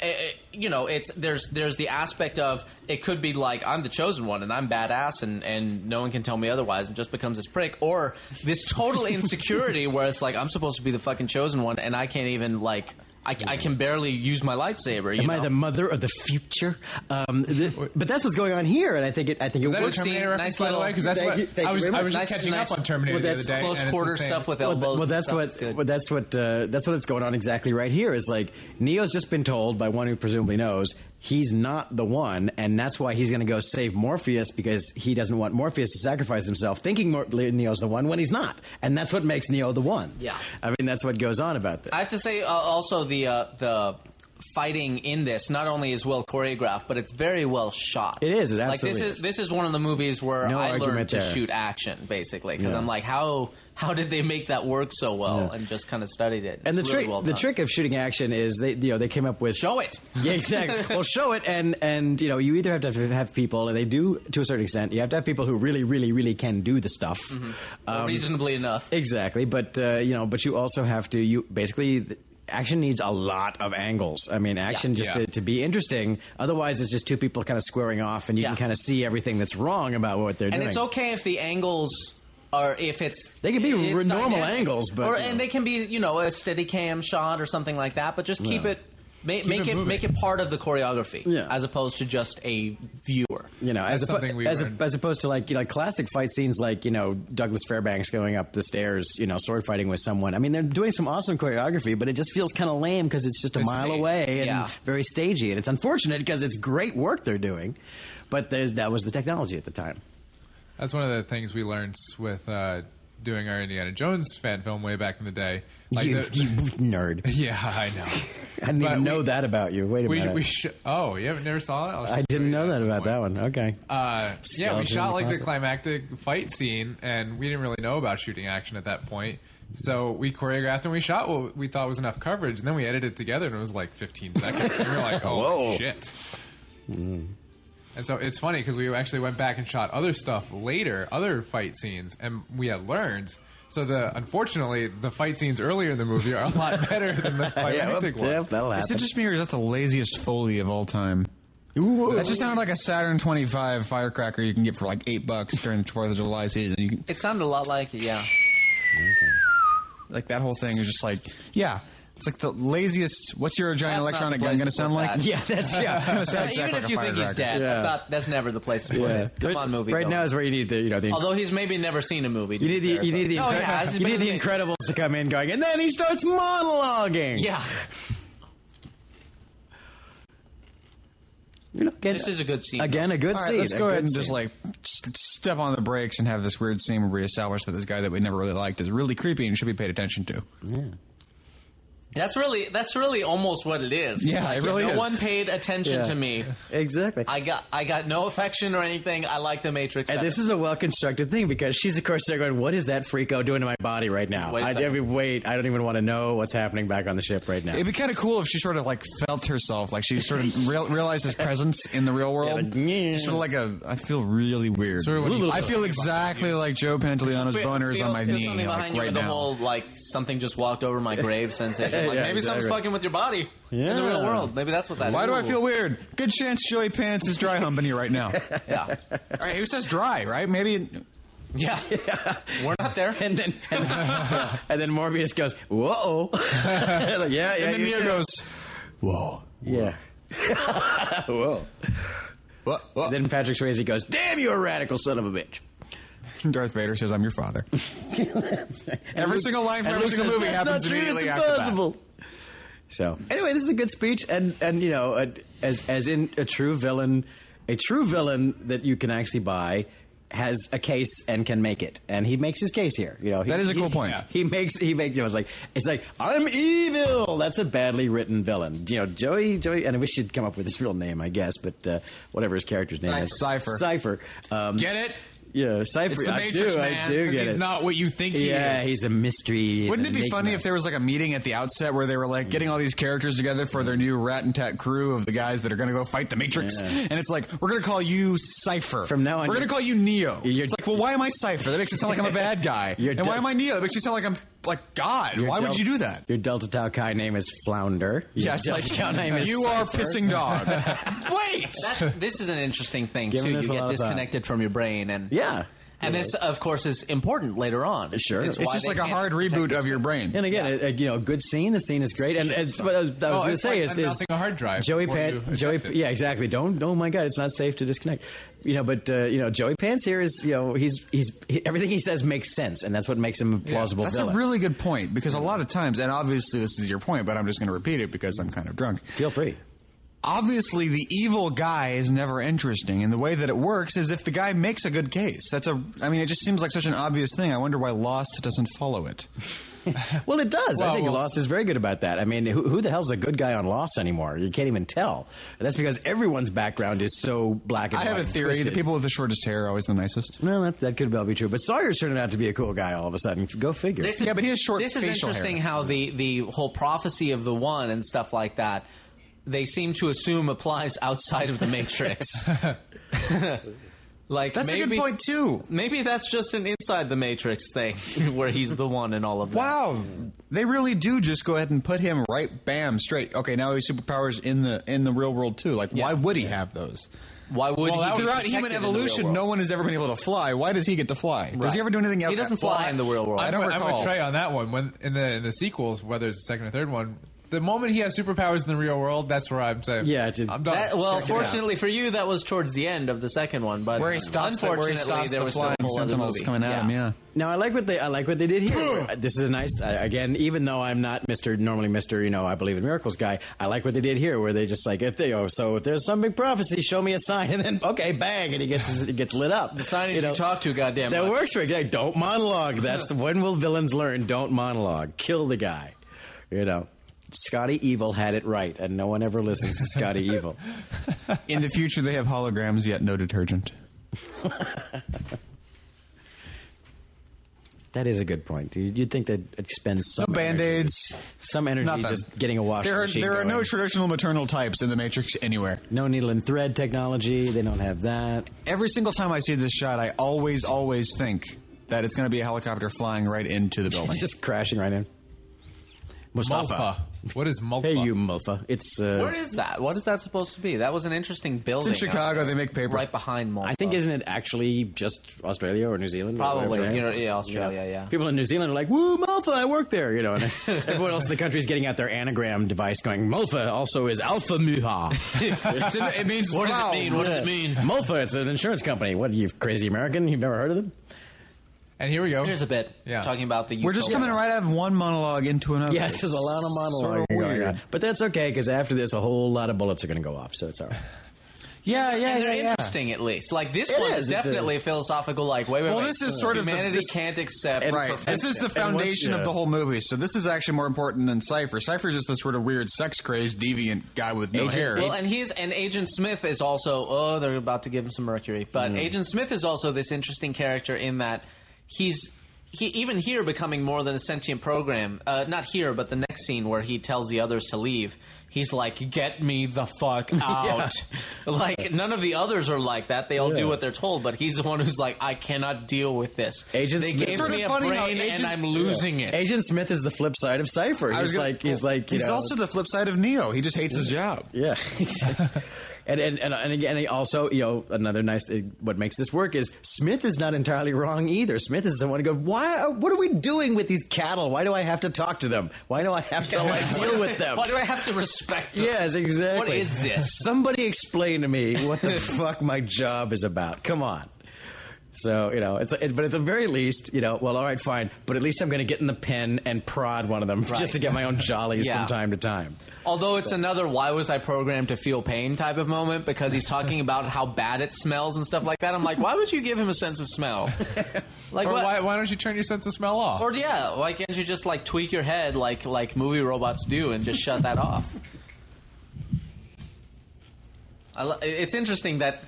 eh, eh, You know, it's there's there's the aspect of it could be like I'm the chosen one and I'm badass and and no one can tell me otherwise and just becomes this prick or this total insecurity where it's like I'm supposed to be the fucking chosen one and I can't even like I, I can barely use my lightsaber. You
Am
know?
I the mother of the future? Um, th- but that's what's going on here, and I think it. I think it
Is that a
works.
Terminator
Terminator reference,
nice
by the
little-
way? 'Cause that's
Thank
what
you- thank
I
you
was,
very
I
much.
was just
Nice-
catching
nice-
up on Terminator
well,
the other
that's
day.
close
and it's the
quarter
same.
stuff with elbows?
well,
and
that's
stuff
what.
is good.
Well, that's what. Uh, that's what it's going on exactly right here. Is like Neo's just been told by one who presumably knows he's not the one, and that's why he's going to go save Morpheus because he doesn't want Morpheus to sacrifice himself, thinking Mor- Neo's the one when he's not, and that's what makes Neo the one.
Yeah.
I mean that's what goes on about this.
I have to say, uh, also the uh, the fighting in this not only is well choreographed, but it's very well shot.
It is, it
like
absolutely
this
is.
is this is one of the movies where
No
I learned
argument
to
there.
shoot action basically because
Yeah.
I'm like, how how did they make that work so well? And just kind of studied it.
and the
It's really
trick,
well
the
done.
trick of shooting action is they, you know, they came up with
show it.
yeah, exactly. well, show it, and and you know, you either have to have people, and they do to a certain extent. You have to have people who really, really, really can do the stuff.
Mm-hmm.
Um,
[LAUGHS] reasonably enough.
Exactly, but uh, you know, but you also have to. You basically. th- Action needs a lot of angles. I mean, action
Yeah.
just
Yeah.
To, to be interesting. Otherwise, it's just two people kind of squaring off, and you
Yeah.
can kind of see everything that's wrong about what they're
and
doing.
it's okay if the angles are if it's
They can be
it's
r- normal
dynamic.
angles, but,
or
you
and
know.
they can be you know a steady cam shot or something like that. But just keep
Yeah.
it ma- make
it
it,
moving.
make it part of the choreography
Yeah.
as opposed to just a viewer.
you know, as,
That's
oppo-
something we
as,
learned.
as opposed to like you know like classic fight scenes like you know Douglas Fairbanks going up the stairs, you know, sword fighting with someone. I mean, they're doing some awesome choreography, but it just feels kind of lame because it's just a mile
staged.
away and
Yeah.
very stagey, and it's unfortunate because it's great work they're doing, but there's, that was the technology at the time.
That's one of the things we learned with uh, doing our Indiana Jones fan film way back in the day. Like
you,
the-
you nerd!
[LAUGHS] yeah, I know.
[LAUGHS] I didn't
But
even know
we-
that about you. Wait a
We,
minute.
we sh- oh, you haven't never saw it? I'll show
I didn't
you
know
at
that
some
about
point.
that one. Okay.
Uh, yeah,
Skeleton
we
in
shot
the
like the
closet.
climactic fight scene, and we didn't really know about shooting action at that point. So we choreographed and we shot what we thought was enough coverage, and then we edited it together, and it was like 15 [LAUGHS] seconds. And we were like, "Oh shit!"
Mm.
And so it's funny because we actually went back and shot other stuff later, other fight scenes, and we had learned. So the unfortunately, the fight scenes earlier in the movie are a lot [LAUGHS] better than the
yep,
climactic one.
yep, that'll
Is
happen.
it just me or is that the laziest Foley of all time? That just sounded like a Saturn 25 firecracker you can get for like eight bucks during the 4th of July season. You can,
It sounded a lot like it, yeah.
like that whole thing is just like, yeah. It's like the laziest. What's your giant
That's not the
electronic gun going
place
to
to
sound
put
like?
that.
Yeah, that's yeah.
[LAUGHS]
It's [LAUGHS] gonna sound
Even
exactly
if
like
you
a
think he's
firecracker.
dead,
Yeah.
that's not that's never the place to put
Yeah.
it. Come
Right-
on, movie.
Right now
goers.
is where you need the you know the
although he's maybe never seen a movie. to
You
be
need the
fair,
you
so-
need the,
Oh, yeah,
Incredibles-
it's
you
been
need the
in-
Incredibles to come in going, and then he starts monologuing.
Yeah,
You know, again,
this is a good scene.
again a good
All right,
scene.
let's
a
go ahead
good
and just
scene.
like st- step on the brakes and have this weird scene reestablished that this guy that we never really liked is really creepy and should be paid attention to.
That's really that's really almost what it is.
Yeah, it really
no
is.
one paid attention
Yeah.
to me.
exactly.
I got I got no affection or anything. I like the Matrix.
and
better.
this is a well constructed thing because she's of course there going, what is that freako doing to my body right now?
Wait a
I,
second.
I mean, wait, I don't even want to know what's happening back on the ship right now.
It'd be kind of cool if she sort of like felt herself, like she
[LAUGHS]
sort of real, realized his presence in the real world.
Yeah, like,
sort of like a, I feel really weird.
Sort of when you-
I feel exactly like Joe Pantoliano's
Feel-
boner is on
feel-
my
feel
knee
Something
like,
behind you
right
with the
now.
whole like something just walked over my grave sensation. Like
Yeah,
maybe something's
exactly.
fucking with your body in the
Yeah.
real world. Maybe that's what that is.
Why do I feel weird? Good chance Joey Pants is dry humping you right
[LAUGHS]
now. All [LAUGHS]
Yeah,
right, who says dry? Right? Maybe.
yeah. We're not there.
[LAUGHS] and then and, and then Morbius goes, whoa. [LAUGHS] like, yeah, yeah.
And then
you-
Neo goes, "Whoa,
yeah. whoa.
what?" what?
Then Patrick Swayze goes, damn, you're a radical son of a bitch.
Darth Vader says, "I'm your
[LAUGHS]
father." Every
Luke-
single line from every
and
single
Luke says,
movie
"That's
happens
not true,
immediately
it's
after that.
impossible." So anyway, this is a good speech, and and you know, uh, as as in a true villain, a true villain that you can actually buy has a case and can make it, and he makes his case here. You know, he,
That is a cool
he-
point.
He makes he makes. It was like it's like I'm evil. That's a badly written villain. You know, Joey Joey, and we should come up with his real name, I guess, but uh, whatever his character's name is,
Cypher.
Cypher. Um,
Get it?
yeah, Cypher.
It's the
I
Matrix,
do,
man,
I do
'cause
get
He's
it.
not what you think he
Yeah,
is.
he's a mystery. he's
Wouldn't
an
it be funny
enigma.
if there was like a meeting at the outset where they were like getting all these characters together for their new rat and tat crew of the guys that are going to go fight the Matrix? And it's like, we're going to call you Cypher.
From now on,
we're going
you're-
to call you Neo.
you're-
It's like, well, why am I Cypher? That makes it sound like
[LAUGHS]
I'm a bad guy.
You're
and why
de-
am I Neo? That makes me sound like I'm like God.
Your
Why would
Del-
you do that?
Your Delta Tau Chi name is Flounder. Your
Yeah, it's
Delta
like,
Tau name is
you are pissing
[LAUGHS]
dog. Wait!
That's, this is an interesting thing
Giving
too. You
this a lot
get
of time.
disconnected from your brain, and
Yeah.
and this of course is important later on.
Sure.
why
It's just
they
like a
can't
hard
protect
reboot
us.
of your brain.
And again, a- a, you know, good scene. The scene is great, and it's what I was, I was
Oh,
going to
it's
say
like
is, is
unbalancing a hard drive
Joey
before
Pants.
you
Joey,
accept it.
yeah, exactly. Don't. Oh my God, it's not safe to disconnect. You know, but uh, you know, Joey Pants here is you know he's he's he, everything he says makes sense, and that's what makes him a plausible.
That's
villain.
a really good point because a lot of times, and obviously this is your point, but I'm just going to repeat it because I'm kind of drunk.
feel free.
obviously the evil guy is never interesting and the way that it works is if the guy makes a good case that's a i mean it just seems like such an obvious thing i wonder why lost doesn't follow
[LAUGHS]
it
Well, it does. I
Well,
think
well-
Lost is very good about that. I mean, who, who the hell's a good guy on Lost anymore? You can't even tell. And that's because everyone's background is so black
i
and white.
have a
and
theory that
twisted.
people with the shortest hair are always the nicest
No, that, that could well be true. But Sawyer's turning out to be a cool guy all of a sudden. Go figure.
This is,
Yeah, but he has short
This is
facial
interesting
hair.
how the the whole prophecy of the one and stuff like that. They seem to assume applies outside of
[LAUGHS]
the Matrix. like
that's
maybe,
a good point too
Maybe that's just an inside the Matrix thing [LAUGHS] where he's the one and all of that.
wow they really do just go ahead and put him right bam straight okay now his superpowers in the in the real world too like why would he have those
Why would
Well,
he?
that
be
throughout
would-
protected
human
in the real
evolution
world?
no one has ever been able to fly why does he get to fly does he ever do anything
He doesn't fly in the real world.
I
I'm
don't
with- I'm
recall.
with Trey on that one. When in the in the sequels, whether it's the second or third one, the moment he has superpowers in the real world, that's where I'm saying,
Yeah, it did.
I'm done.
That,
Check
well,
it out.
fortunately for you, that was towards the end of the second one, but
Where he stops the- where he
unfortunately,
stops
there
the
was still a
flying
whole other
sentinels
movie.
coming at him, yeah.
Now I like what they I like what they did here. this is a nice uh, again. Even though I'm not Mister normally Mister you know I believe in miracles guy, I like what they did here where they just like if they oh so if there's some big prophecy, show me a sign, [LAUGHS] and then okay bang, and he gets his- he gets lit up. The
sign is you talk too goddamn
That
much.
works for you. Like, don't monologue. That's the, when will villains learn? Don't monologue. Kill the guy. You know. Scotty Evil had it right, and no one ever listens to Scotty Evil.
In the future, they have holograms, yet no detergent.
That is a good point. You- You'd think they'd expend some
No
energy-
Band-Aids.
some energy
Nothing.
just getting a wash.
There are,
machine
there are no
going.
traditional maternal types in the Matrix anywhere.
No needle and thread technology. They don't have that.
Every single time I see this shot, I always, always think that it's going to be a helicopter flying right into the building.
It's [LAUGHS] just crashing right in.
Mulfa.
Mustafa.
What is Mulfa?
Hey,
[LAUGHS]
you Mulfa. It's. Uh,
Where is that? What is that supposed to be? That was an interesting building. out
Chicago.
there,
They make paper.
right behind Mall.
I think isn't it actually just Australia or New Zealand? or
Probably.
whatever, right?
You know, yeah, Australia, yeah.
People in New Zealand are like, "Woo, Mulfa! I work there." You know,
[LAUGHS]
and everyone else in the country is getting out their anagram device, going, "Mulfa also is Alpha
[LAUGHS]
Muha."
It's in the- it means
What does
wow.
it mean? What does it mean?
Mulfa, it's an insurance company. What you crazy American? You've never heard of them?
and here we go.
Here's a bit
Yeah.
talking about the.
We're just
utopia.
coming right out of one monologue into another.
Yes, there's a lot of monologue
Sorta
going
weird.
on, but that's okay because after this, a whole lot of bullets are going to go off, so it's all right.
Yeah, yeah,
And they're
yeah, yeah.
interesting, at least. Like this
It
one
is,
is,
it's a-
definitely a philosophical. Like, wait, wait,
Well,
wait.
this is sort of the-
humanity
this-
can't accept.
Right.
perfection.
This is the
And what's,
foundation
uh,
of the whole movie. So this is actually more important than Cypher. Cypher's just this sort of weird sex crazed deviant guy with no hair.
Well, and he's and Agent Smith is also. Oh, they're about to give him some mercury, but
Mm.
Agent Smith is also this interesting character in that he's. He, even here becoming more than a sentient program uh, not here but the next scene where he tells the others to leave he's like get me the
[LAUGHS]
fuck out like none of the others are like that they all do
Yeah.
what they're told but he's the one who's like i cannot deal with this
Agent
they
Smith-
gave
Sort
me
of
a
funny
brain
how Agent-
and i'm losing it
Agent Smith is the flip side of Cipher.
I was
He's
gonna-
like he's like you
he's
know,
also the flip side of Neo. He just hates his job.
yeah. [LAUGHS] And, and and and again, and also you know another nice eh, what makes this work is Smith is not entirely wrong either. Smith is the one who goes, why? What are we doing with these cattle? Why do I have to talk to them? Why do I have
[LAUGHS]
to like deal with them?
[LAUGHS] why do i have to respect them?
Yes, exactly.
What is this?
Somebody explain to me what the [LAUGHS] fuck my job is about. Come on. So you know, it's it, but at the very least, you know, well, all right, fine, but at least I'm going to get in the pen and prod one of them [LAUGHS] just to get my own jollies
Yeah.
from time to time.
Although it's another why was I programmed to feel pain type of moment because he's talking about how bad it smells and stuff like that. I'm like, why would you give him a sense of smell?
[LAUGHS]
Like
or
what?
why, why don't you turn your sense of smell off?
or yeah, why can't you just like tweak your head like like movie robots do and just shut that off? I lo- it's interesting that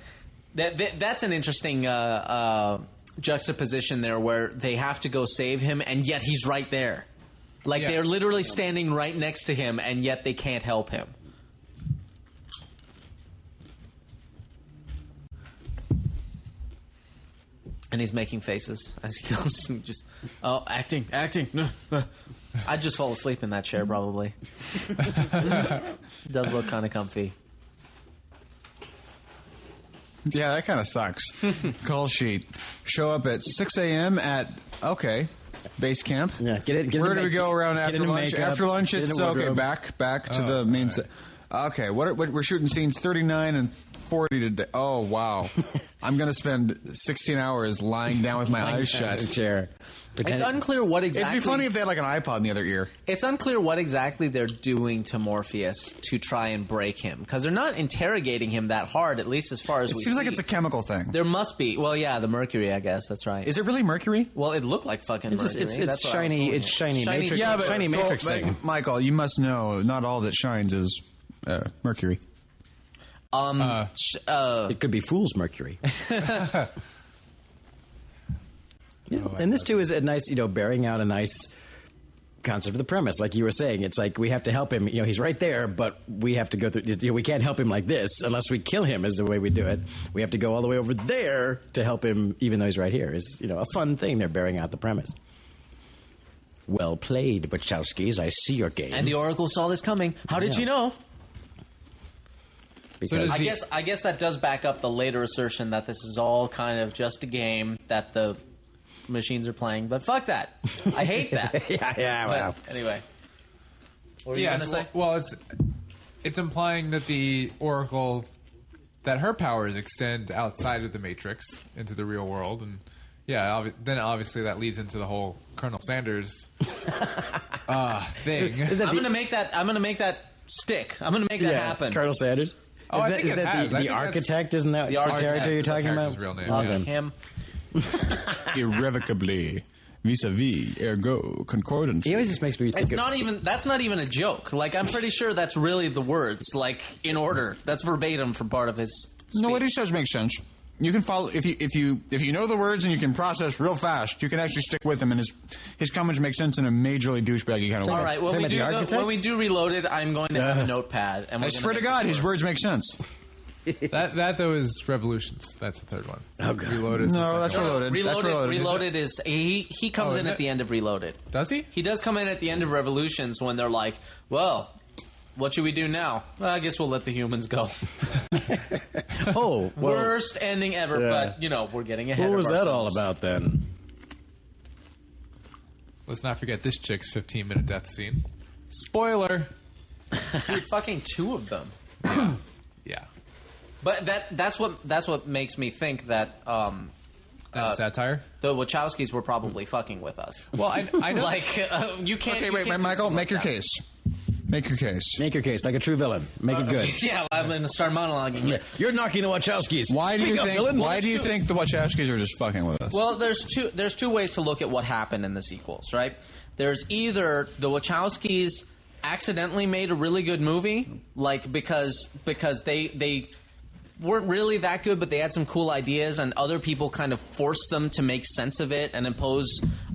that, that that's an interesting uh, uh, juxtaposition there, where they have to go save him, and yet he's right there. Like
Yes.
they're literally standing right next to him, and yet they can't help him. And he's making faces as he [LAUGHS] goes and just, oh, acting, acting. [LAUGHS] I'd just fall asleep in that chair probably. [LAUGHS] does look kind of comfy.
Yeah, that kind of
[LAUGHS]
sucks. Call sheet. Show up at 6 a.m. at, okay, base camp.
Yeah, get it- get
Where
into
do we
make-
go around
get
after
into
lunch?
makeup,
after lunch,
get
it's
into
okay.
wardrobe.
Back back to
Oh,
the main.
all
se- okay, what, are, what we're shooting scenes 39 and 40 today. Oh,
[LAUGHS]
wow. I'm going to spend 16 hours lying down with my eyes shut.
The chair.
It's
Pretend-
unclear what
It'd
exactly.
be funny if they had like an iPod in the other ear.
It's unclear what exactly they're doing to Morpheus to try and break him because they're not interrogating him that hard, at least as far as
It
we.
seems like
see.
it's a chemical thing.
There must be. Well, yeah, the mercury. I guess that's right.
Is it really mercury?
well, it looked like fucking
It's just-
mercury.
it's- it's
That's what I was
shiny-
going
it's
with.
shiny matrix-
Yeah,
Yeah, but- Shiny Matrix
but,
thing.
Michael, you must know not all that shines is uh, mercury.
um, sh- uh,
It could be fool's mercury. [LAUGHS] Yeah, and this too is a nice, you know, bearing out a nice concept of the premise. Like you were saying, it's like we have to help him. You know, he's right there, but we have to go through. You know, we can't help him like this unless we kill him. Is the way we do it. We have to go all the way over there to help him, even though he's right here. Is you know a fun thing. They're bearing out the premise. Well played, Wachowskis. I see your game.
and the Oracle saw this coming. How did
Yeah.
you know?
So does
[LAUGHS]
I
he-
guess I guess that does back up the later assertion that this is all kind of just a game that the
[LAUGHS]
machines are playing. But fuck that. I hate that.
yeah, yeah.
But
Wow.
anyway. What were
Yeah,
you gonna say?
well, well, it's it's implying that the Oracle that her powers extend outside of the Matrix into the real world, and yeah, obvi- then obviously that leads into the whole Colonel
[LAUGHS]
Sanders uh, thing.
that
I'm
the-
gonna make that. I'm gonna make that stick. I'm gonna make that happen.
Colonel Sanders.
Oh,
is
I
that,
think
is
it
that
has.
the,
I
the
think that's-
architect? Isn't that the,
architect
character you're
is the
talking about?
character's real name,
Okay.
yeah.
Him.
Irrevocably. Vis-a-vis, ergo, concordant.
He always just makes me think
It's
of
not even. That's not even a joke. Like I'm pretty sure that's really the words. Like in order. That's verbatim from part of his. Speech.
No, what he says makes sense. You can follow if you if you if you know the words and you can process real fast. You can actually stick with him, and his his comments make sense in a majorly douchebaggy kind of way.
All right. When
Talking
we
about the
do go,
architect?
when we do reloaded, I'm going to have a notepad. And
I
we're
swear to
gonna make
God,
this
his
work.
words make sense.
that that though is Revolutions. That's the third one. Oh
God.
Reloaded. Is the
No,
second
that's
one.
reloaded.
Reloaded.
That's reloaded.
Reloaded is he? He comes
Oh, is
in at
it?
the end of Reloaded.
Does he?
He does come in at the end of Revolutions when they're like, "Well, what should we do now? Well, I guess we'll let the humans go."
oh, well,
Worst ending ever,
Yeah.
but you know we're getting ahead.
what was
of
that all
ourselves.
about then?
Let's not forget this chick's 15 minute death scene. Spoiler.
Dude, fucking two of them.
Yeah.
But that that's what that's what makes me think that um,
That satire.
the Wachowskis were probably fucking with us.
Well, I,
[LAUGHS]
I know
like uh, you can't.
Okay,
you
wait,
can't
wait,
do
Michael,
something
make your
like that.
case. Make your case.
Make your case like a true villain. Make it
Uh,
good.
[LAUGHS] Yeah, I'm gonna start
[LAUGHS]
monologuing. here.
You're knocking the Wachowskis.
Why do
Speak
you
up,
think?
villain.
why do you think the Wachowskis are just fucking with us?
Well, there's two there's two ways to look at what happened in the sequels, right? There's either the Wachowskis accidentally made a really good movie, like because because they they weren't really that good, but they had some cool ideas, and other people kind of forced them to make sense of it and impose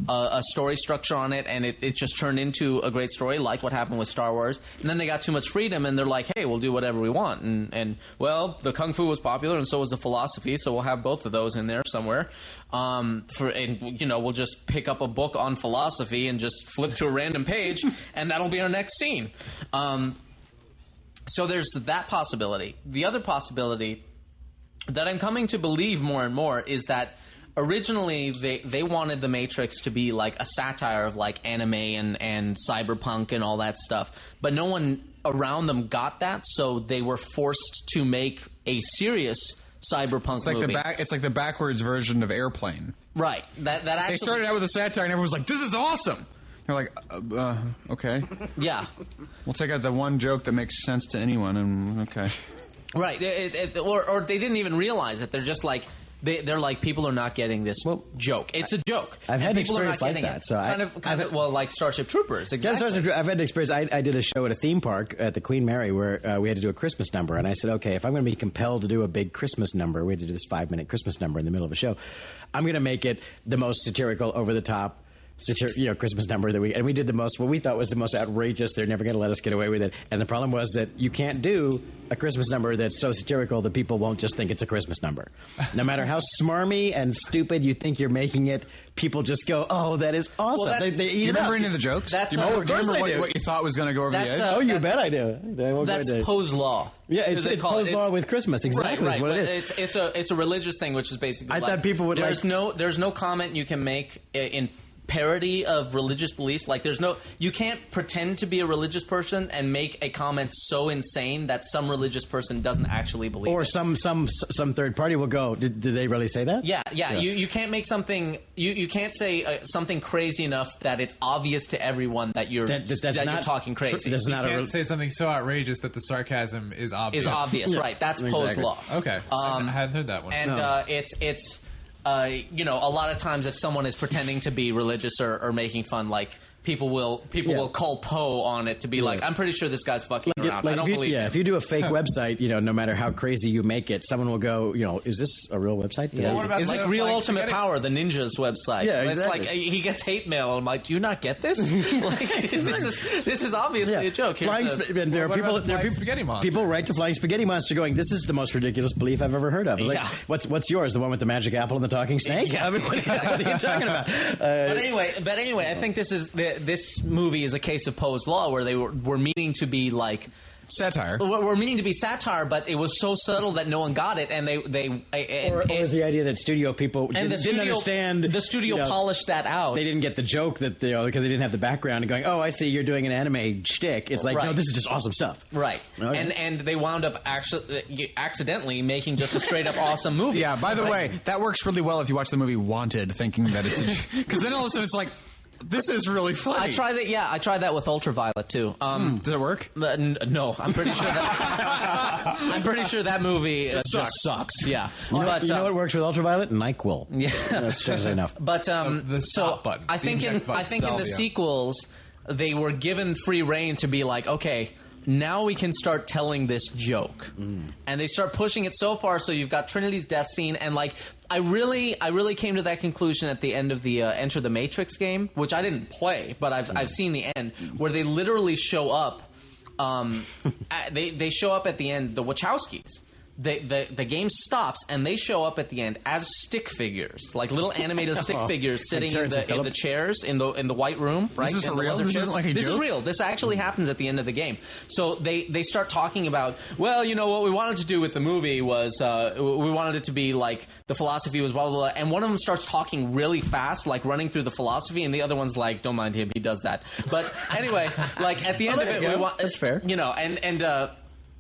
a, a story structure on it, and it, it just turned into a great story, like what happened with Star Wars. And then they got too much freedom, and they're like, "Hey, we'll do whatever we want." And and well, the kung fu was popular, and so was the philosophy, so we'll have both of those in there somewhere. Um, for and you know, we'll just pick up a book on philosophy and just flip to a random page, and that'll be our next scene. Um, so there's that possibility. The other possibility that I'm coming to believe more and more is that originally they, they wanted the Matrix to be like a satire of like anime and, and cyberpunk and all that stuff, but no one around them got that, so they were forced to make a serious cyberpunk
it's like
movie.
the back. It's like the backwards version of airplane.
right. That that actually
They started out with a satire, and everyone was like, "This is awesome." They're like, uh, uh, "Okay,
yeah.
we'll take out the one joke that makes sense to anyone." And
[LAUGHS]
okay,
Right. It- it- it- or, or they didn't even realize it. They're just like they, they're like people are not getting this joke. It's a joke.
I've had
And
an
people are not
experience like
getting
that,
it.
so I-
kind of, kind
I've-
of well, like Starship Troopers.
Yeah,
Exactly.
that's what I was- I've had an experience. I, I did a show at a theme park at the Queen Mary where uh, we had to do a Christmas number, and I said, "Okay, if I'm going to be compelled to do a big Christmas number, we had to do this five minute Christmas number in the middle of a show. I'm going to make it the most satirical, over the top." Satir- you know, Christmas number that we and we did the most what we thought was the most outrageous. They're never going to let us get away with it. And the problem was that you can't do a Christmas number that's so satirical that people won't just think it's a Christmas number. No matter how smarmy and stupid you think you're making it, people just go, "Oh, that is awesome!" they,
that's-
they
Do
eat
do you
it
remember
up.
any of the jokes?
That's
do you remember,
a-
do you
of course
remember
I
what,
do.
what you thought was going to go over
That's uh,
the edge?
a-
Oh, you
That's-
bet I do. I won't go
That's
into-
Poe's law.
Yeah, it's,
As they
it's
call it.
Poe's law with Christmas. Exactly is
Right, right.
what
But
it is.
It's it's a it's a religious thing, which is basically.
I
like,
thought people would,
There's
like-
no there's no comment you can make i- in parody of religious beliefs. Like there's no you can't pretend to be a religious person and make a comment so insane that some religious person doesn't actually believe.
Or
it.
some some some third party will go. Did, did they really say that?
Yeah, yeah. You you can't make something you you can't say uh, something crazy enough that it's obvious to everyone that you're
That-
that,
that- that's
you're
not
talking
tr-
crazy.
that's not a
can't
real-
say something so outrageous that the sarcasm is obvious.
is obvious, right? That's Poe's
Exactly.
law.
Okay,
Um,
I hadn't heard that one.
and uh, it's it's uh, you know a lot of times if someone is pretending to be religious or, or making fun, like people will people
Yeah.
will call Poe on it to be like, I'm pretty sure this guy's fucking
Yeah,
around.
like
I don't
if you,
believe
yeah,
him.
if you do a fake website, you know, no matter how crazy you make it, someone will go, you know, is this a real website? Did I-
What about
It's
the-
like Real
like,
Ultimate
forget it.
Power, the Ninja's website.
Yeah,
It's
exactly.
like uh, he gets hate mail. I'm like, do you not
[LAUGHS]
get this? like, [LAUGHS] this is this is obviously
Yeah.
a joke. Here's
Flying
a-
sp- and there are
What
people.
about the
there are
Flying
peop-
Spaghetti Monster?
People write to Flying Spaghetti Monster, going, "This is the most ridiculous belief I've ever heard of." It's
Yeah.
like, what's what's yours? The one with the magic apple and the talking
[LAUGHS]
snake? I mean, what, what are [LAUGHS] you talking about? Uh,
but anyway, but anyway, I think this is the, this movie is a case of Poe's law where they were, were meaning to be like
Satire.
We're we're meaning to be satire, but it was so subtle that no one got it, and they they and,
Or, or is the idea that studio people didn't,
and the
didn't
studio
understand
the studio
you know,
polished that out.
They didn't get the joke that you know because they didn't have the background and going, oh, I see you're doing an anime shtick. It's like no,
Right.
this is just awesome stuff.
Right,
Okay.
and and they wound up actually accidentally making just a straight up awesome movie.
Yeah. By the
Like,
way, that works really well if you watch the movie Wanted, thinking
[LAUGHS]
that it's because then all of a sudden it's like, this is really funny.
I tried it. Yeah, I tried that with Ultraviolet too. Um,
Does it work?
Uh, n- no, I'm pretty sure that [LAUGHS] I'm pretty sure that movie uh, just sucks. Yeah,
You know,
but
you know
uh,
what works with ultraviolet? Nyquil. Yeah, that's
[LAUGHS]
strangely enough.
but um,
The
so
stop button,
I
the
think in
inject
I
button.
think in the
Salvia.
sequels they were given free reign to be like, okay, now we can start telling this joke,
Mm.
and they start pushing it so far. So you've got Trinity's death scene, and like I really I really came to that conclusion at the end of the uh, Enter the Matrix game, which I didn't play, but I've I've seen the end where they literally show up.
[LAUGHS]
um, at- they they show up at the end. The Wachowskis. The, the the game stops and they show up at the end as stick figures, like little animated
[LAUGHS]
stick
Oh,
figures sitting in
Terrence and
the in
Phillip.
the chairs in the in the white room. Right?
is
in
for
the
real?
leather
This
chairs.
isn't like a
This is
joke? Mm.
real. This actually happens at the end of the game. So they they start talking about well, you know what we wanted to do with the movie was uh, we wanted it to be like the philosophy was blah blah blah, and one of them starts talking really fast, like running through the philosophy, and the other one's like, don't mind him, he does that. But anyway, like at the end of
there
it,
you
we
go.
want
That's fair.
you know, and and uh,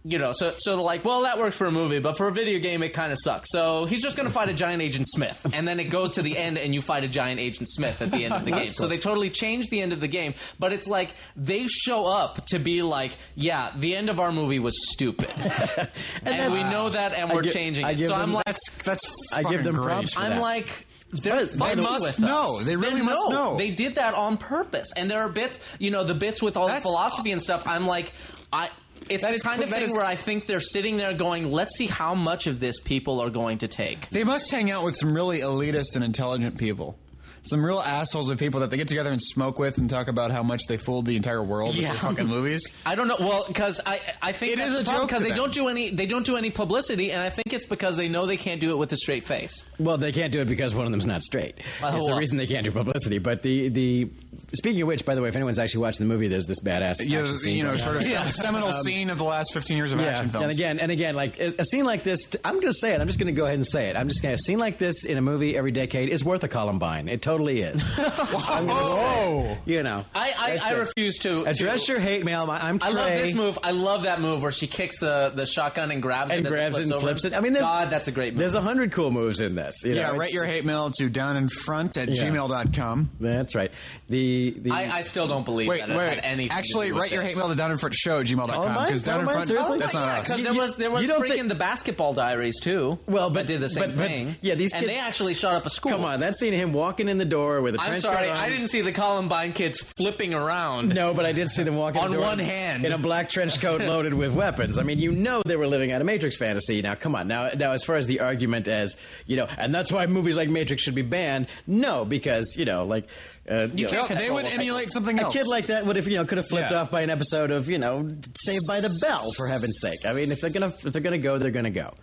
you know, so so they're like, well, that worked for a movie, but for a video game, it kind of sucks. So he's just going to fight a giant Agent Smith, and then it goes to the end, and you fight a giant Agent Smith at the end of
[LAUGHS]
the game. So they totally changed the end of the game, but it's like they show up to be like, yeah, the end of our movie was
[LAUGHS]
stupid, and, we know that, and
I
we're
gi-
changing
I
it.
give
So I'm
them-
like,
That's that's.
I give
fucking
them
great.
props. for
I'm
that.
like, they're
But they
fucking
must
with
know.
us.
They really must know.
They did that on purpose. And there are bits, you know, the bits with all the
That's-
philosophy and stuff. I'm like, I. It's
That
the
is
kind
cl-
of
that
thing
is-
where I think they're sitting there going, "Let's see how much of this people are going to take."
They must hang out with some really elitist and intelligent people. Some real assholes of people that they get together and smoke with and talk about how much they fooled the entire world
Yeah.
with their fucking
[LAUGHS]
movies.
I don't know. Well, because I I think
It
that's
is
the
a
problem
joke to
because they
them.
don't do any they don't do any publicity, and I think it's because they know they can't do it with a straight face.
Well, they can't do it because one of them's not straight.
Uh,
it's the
well-
reason they can't do publicity. But the the speaking of which, by the way, if anyone's actually watching the movie, there's this badass.
You know,
action scene
you know
going on.
sort of seminal scene of the last 15 years of action films.
Um, And again, and again, like a a scene like this, t- I'm going to say it. I'm just going to go ahead and say it. I'm just going to a scene like this in a movie every decade is worth a Columbine. It totally
[LAUGHS]
is. I'm gonna say it. you know,
I
That's
I, I
it.
refuse to
Address
to-
your hate mail. My, I'm Trey.
I love this move. I love that move where she kicks the, the shotgun and grabs
And
it as
grabs it
flips
and
over.
flips it. I mean, there's,
God, that's a great move.
There's a hundred cool moves in this. you know,
yeah,
it's-
write your hate mail to downinfront at
Yeah.
gmail.com.
That's right. The the
I, I still don't believe
Wait,
that it
wait.
had anything. to
Actually,
do with
write your
this.
hate mail to downinfrontshow at
Oh,
gmail.com
mine?
because
Oh, mine?
downinfront,
Seriously?
that's
Oh, my
not
God,
us.
'Cause
You-
there
you-
was there was
you don't
freaking
think-
the basketball diaries too.
Well,
that
but-
did the same
but- but-
thing.
yeah, these
and
kids-
they actually shot up a school.
Come on, that scene of him walking in the door with a
I'm
trench
sorry,
coat on.
I didn't see the Columbine kids flipping around.
No, but I did see them walking
[LAUGHS] On
the door
one hand.
in a black trench coat loaded with weapons. I mean, you know they were living out a Matrix fantasy. Now, come on. Now, now, as far as the argument as you know, and that's why movies like Matrix should be banned. No, because you know, like uh, you know,
can't
They would emulate something
a
else.
kid like that would have you know could have flipped
Yeah.
off by an episode of you know Saved by the Bell for heaven's sake. I mean, if they're gonna if they're gonna go, they're gonna go.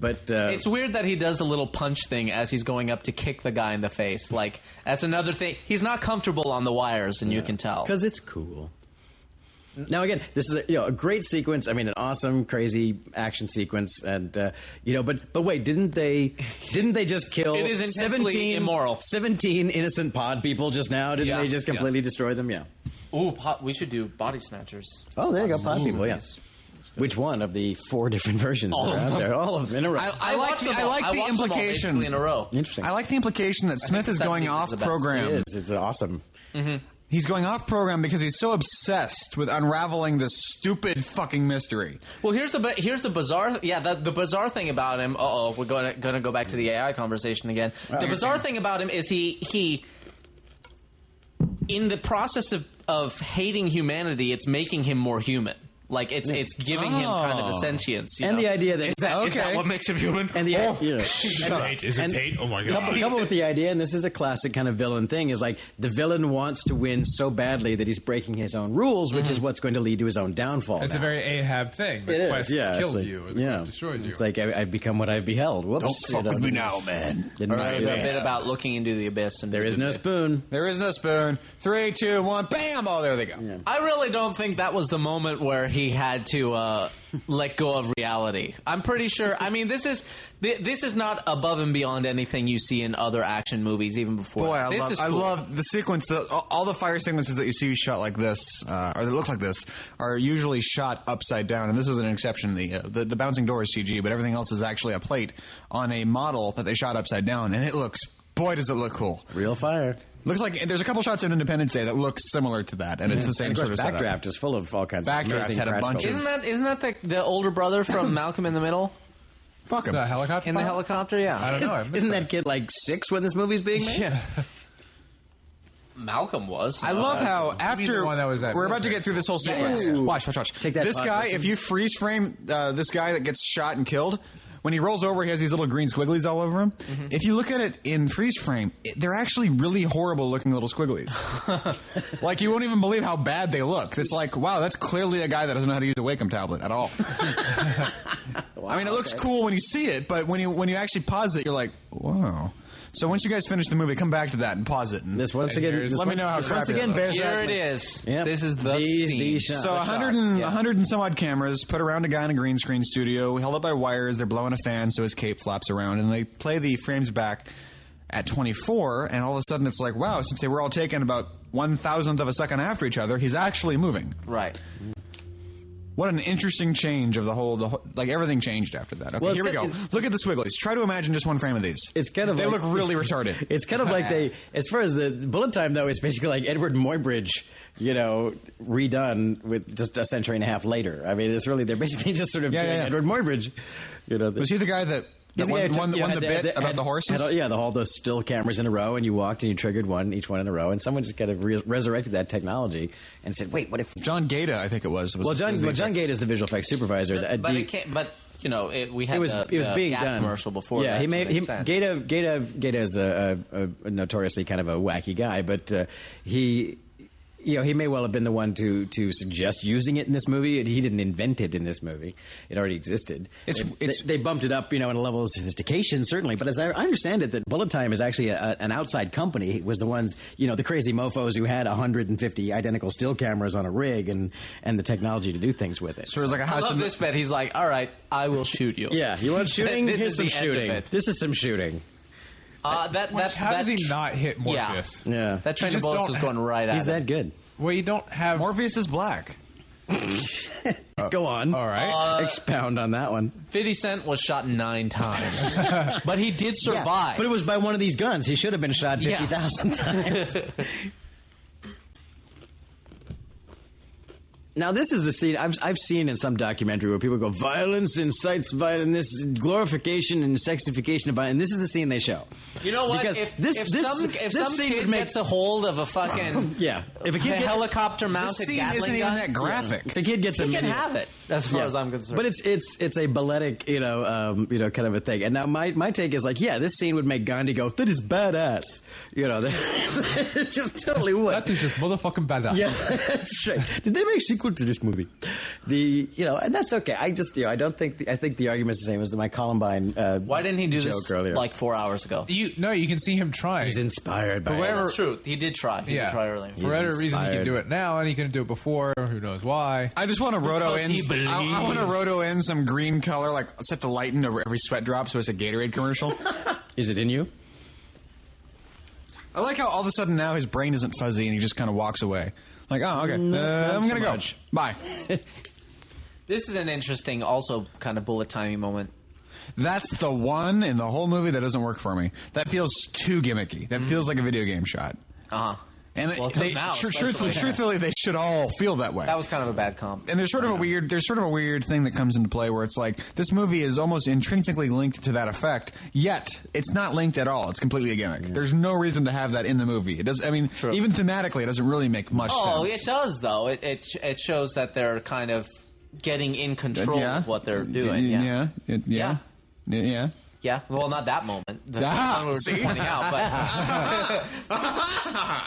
But uh,
It's weird that he does a little punch thing as he's going up to kick the guy in the face. Like that's another thing. He's not comfortable on the wires, and you can tell.
because it's cool. Now again, this is a, you know a great sequence. I mean, an awesome, crazy action sequence, and uh, you know, but but wait, didn't they didn't they just kill?
[LAUGHS] It is intensely
17,
immoral.
Seventeen innocent pod people just now. Didn't
Yes,
they just completely
yes.
destroy them? Yeah.
Ooh, pot, we should do body snatchers.
Oh, there you go, pod
Ooh.
people. Yes. Which one of the four different versions
All
that are
of
out
them.
there? All of them in a row.
I like
watched
the-
them
I
all-
like the
watched them all
implication.
basically in a row.
Interesting.
I like the implication that Smith is going
70s is
off
the best.
program.
It is. It's awesome.
He's going off program because he's so obsessed with unraveling this stupid fucking mystery.
Well, here's the bu- here's the bizarre yeah the, the bizarre thing about him. Uh oh, we're going to going to go back to the AI conversation again. the bizarre thing about him is he he in the process of of hating humanity, it's making him more human. Like it's it's giving him kind of a
Oh.
sentience. you
And
know?
the idea that
is that Okay. what
makes him human?
and the yeah.
hate? Is it
And
hate? Oh my god!
Couple, couple with the idea, and this is a classic kind of villain thing, is like the villain wants to win so badly that he's breaking his own rules, which is what's going to lead to his own downfall.
It's
now.
a very Ahab thing. The
It is,
quest
yeah, it's
kills
like-
you. The
yeah.
quest destroys you.
It's like I, I've become what I've beheld. Whoops! you know,
man.
didn't
A
do that.
bit about looking into the abyss, and
There is no spoon.
There is no spoon. Three, two, one, bam! Oh, there they go.
I really don't think that was the moment where he he had to uh, let go of reality. I'm pretty sure. I mean, this is th- this is not above and beyond anything you see in other action movies, even before.
Boy,
that.
I
this
love,
is
I
cool.
love the sequence. The, all all the fire sequences that you see shot like this, uh, or that look like this, are usually shot upside down. And this is an exception. The, uh, the the bouncing door is CG, but everything else is actually a plate on a model that they shot upside down, and it looks. Boy, does it look cool!
Real fire.
Looks like and there's a couple shots in Independence Day that look similar to that, and it's the same
And of
sort
course,
of setup.
Backdraft is full of all kinds of
Backdraft
amazing
had a
practical
bunch of-
Isn't that isn't that the, the older brother from Malcolm in the Middle
Fuck 'em.
The helicopter.
in the
pilot?
helicopter? Yeah,
I don't know. I missed
Isn't that kid like six when this movie's being made?
[LAUGHS] Yeah. Malcolm was.
Oh,
I love how after
the one that was at
we're about to
military
get through this whole sequence. Watch, watch, watch.
Take that
This
thought,
guy,
Justin.
if you freeze frame uh, this guy that gets shot and killed, when he rolls over, he has these little green squigglies all over him.
Mm-hmm.
If you look at it in freeze frame, it, they're actually really horrible looking little
[LAUGHS]
squigglies. like you won't even believe how bad they look. It's like, wow, that's clearly a guy that doesn't know how to use a Wacom tablet at all.
[LAUGHS]
I mean, it looks cool when you see it, but when you when you actually pause it, you're like, wow. So once you guys finish the movie, come back to that and pause it. And
This once
And
again.
here's-
this
Let
me
once-
know how
this once
crappy
again
that
bears
Here
out-
Uh, it is.
Yep.
This is the
These-
scene.
these shots.
So
The
100 and, 100 and some odd cameras put around a guy in a green screen studio, held up by wires. They're blowing a fan so his cape flaps around, and they play the frames back at 24. And all of a sudden, it's like, wow, since they were all taken about one thousandth of a second after each other, he's actually moving.
Right.
Uh,
What an interesting change of the whole. The whole like everything changed after that. Okay,
Well, it's
here we
got-
go.
it's-
Look at the swigglies. Try to imagine just one frame of these.
It's kind of
they
like-
look
[LAUGHS]
really retarded.
It's kind of
[LAUGHS]
like they, as far as the bullet time though, it's basically like Edward Muybridge, you know, redone with just a century and a half later. I mean, it's really they're basically just sort of
Yeah,
doing
yeah, yeah.
Edward Muybridge. You know,
Was he the guy that, that
He's the guy
won,
who took-
won,
you know,
won the
had
bit
had-
about
had-
the horses?
had all- yeah, the, all those still cameras in a row, and you walked and you triggered one, each one in a row, and someone just kind of re- resurrected that technology and said, "Wait, what if?"
John Gata, I think it was. was
Well, John,
was the
well, John
effects-
Gate is the visual effects supervisor. The-
But
the-
it can't. But you know, it, we had
it was
the,
it was
the
being
Gap
done
commercial before.
Yeah,
that
he
to
made
make
he,
sense.
Gata Gata Gata is a, a, a notoriously kind of a wacky guy, but uh, he. You know, he may well have been the one to to suggest using it in this movie. and He didn't invent it in this movie; it already existed.
It's-
They-
it's-
they, they bumped it up, you know, in a level of sophistication, certainly. But as I, I understand it, that Bullet Time is actually a, a- an outside company. It was the ones, you know, the crazy mofo's who had 150 identical still cameras on a rig and and the technology to do things with it.
So it was like a
I
house
love
in the-
this bit. He's like, "All right, I will shoot you."
Yeah, you
[LAUGHS]
want shooting?
this
Here's
is
some
the
shooting.
End of it.
This is some shooting.
Uh, that,
Which-
that,
how
that
does he
tr-
not hit
Yeah.
Morpheus?
Yeah.
That train
You just
of bullets
don't-
was going right at
He's
him.
that good.
Well, you don't have.
Morpheus is black.
Go on.
all right.
Uh,
Uh,
Expound on that one.
50 Cent was shot
[LAUGHS]
nine times, but he did survive.
But it was by one of these guns. He should have been shot
Yeah. [LAUGHS]
50,000 times. Now this is the scene I've, I've seen in some documentary where people go violence incites violence, this glorification and sexification of violence. And this is the scene they show.
you know what?
Because
if
this,
if
this,
some, if
this
some
scene
kid
would make
gets a hold of a fucking
[LAUGHS] yeah. If a
a
kid gets-
helicopter
This
mounted
scene
Gatling
isn't even
gun,
that graphic.
if a kid gets a
he can
mini-
have it. As far
Yeah.
as I'm concerned,
But it's it's it's a balletic, you know, um, you know, kind of a thing. And now my, my take is like, yeah, this scene would make Gandhi go, "That is badass," you know, [LAUGHS] that, it just totally would.
That is just motherfucking badass.
[LAUGHS] yeah, that's right. Did they make a sequel to this movie? The you know, and that's okay. I just you know, I don't think the, I think the argument's the same as my Columbine. Uh,
why didn't he do
joke
this
earlier?
like four hours ago?
You no, you can see him trying.
he's inspired by
whatever-
it.
That's true. He did try. He
yeah.
did try earlier.
For whatever reason, he
inspired.
can do it now, and he couldn't do it before. Who knows why?
I just want to roto in.
Because he
I, I want to
believes.
roto in some green color, like set to lighten over every sweat drop, so it's a Gatorade
[LAUGHS]
commercial.
Is it in you?
I like how all of a sudden now his brain isn't fuzzy and he just kind of walks away. Like, oh, okay,
not
uh, I'm
so
gonna go.
much.
Bye.
This is an interesting, also kind of bullet timing moment.
That's the one in the whole movie that doesn't work for me. That feels too gimmicky. That feels like a video game shot.
Mm. Uh huh.
And
Well, it does
they,
now,
tr-
especially.
truthfully, truthfully, they should all feel that way.
That was kind of a bad comp.
and there's sort of a weird there's sort of a weird thing that comes into play where it's like this movie is almost intrinsically linked to that effect yet it's not linked at all it's completely a gimmick there's no reason to have that in the movie it does i mean even thematically it doesn't really make much
Oh,
sense
it does though. It, it it shows that they're kind of getting in control of what they're doing.
yeah
Yeah.
It- yeah yeah, yeah.
Yeah, well, not that moment. The
Ah,
song we were just
see?
pointing out,
[LAUGHS]
but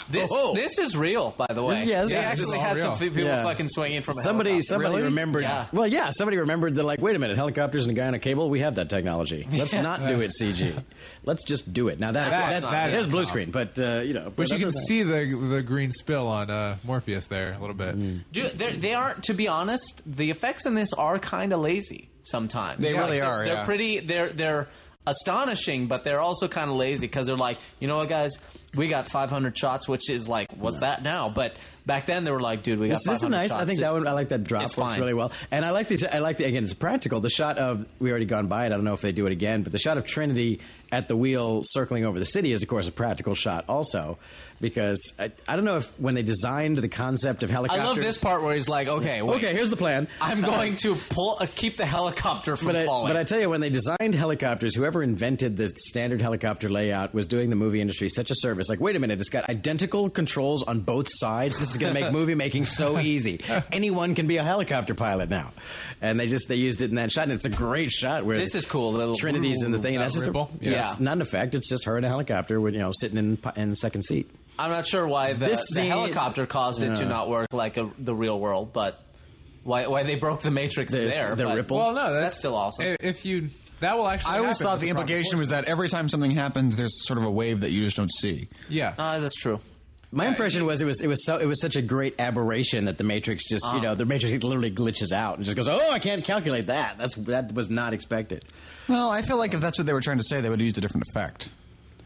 this this is real, by the
Oh.
way.
This- yeah, this
they
is-
this
actually
is all
had some
real.
fe- people
Yeah.
fucking swinging from a
Somebody,
helicopter.
somebody remembered.
Yeah.
Well, yeah, somebody remembered. They're like, wait a minute, helicopters and a guy on a cable. We have that
[LAUGHS]
technology. Let's not do it CG. Let's just do it. Now that,
That-
that's,
that
there's
is
blue screen, but uh, you know,
But you can
that-
see the the green spill on uh, Morpheus there a little bit.
Mm.
Dude, they're- they aren't. To be honest, the effects in this are kind of lazy sometimes.
They
Like,
really
they're-
are,
They're
yeah.
pretty. They're they're astonishing, but they're also kind of lazy because they're like, you know what, guys, we got 500 shots, which is like, what's that now? But back then they were like, dude, we got
This, this is
500
nice.
shots.
I think that
Just-
one. I like that drop.
it's
Works
fine.
really well. And I like the. I like the. Again, it's practical. The shot of we already gone by it. I don't know if they do it again, but the shot of Trinity at the wheel circling over the city is, of course, a practical shot also, because I, I don't know if when they designed the concept of
I
helicopters.
love this part where he's like, okay, wait,
Okay, here's the plan.
I'm going to pull uh, keep the helicopter from
But I,
falling.
but I tell you, when they designed helicopters, whoever invented the standard helicopter layout was doing the movie industry such a service. Like, wait a minute, it's got identical controls on both sides. This is going to
[LAUGHS]
make movie making so easy. Anyone can be a helicopter pilot now. And they just they used it in that shot, and it's a great shot. Where
This is cool, the little-
Trinity's in the thing. and
That
that's just a-
ripple?
yeah,
Yeah.
it's not an effect. It's just her in a helicopter, with you know, sitting in in the second seat.
I'm not sure why the,
This
the
scene-
helicopter caused it to
Yeah.
not work like a, the real world, but why why they broke the matrix
The-
there?
the
but-
ripple?
Well, no, that's,
still awesome.
i- If you that will actually.
I always
happen
thought
with
the
proper
implication
force.
was that every time something happens, there's sort of a wave that you just don't see.
Yeah.
Uh, that's true.
My impression was it was it was so it was such a great aberration that the Matrix just
Uh-huh.
you know the Matrix literally glitches out and just goes oh I can't calculate that that's that was not expected.
Well, I feel like if that's what they were trying to say, they would have used a different effect.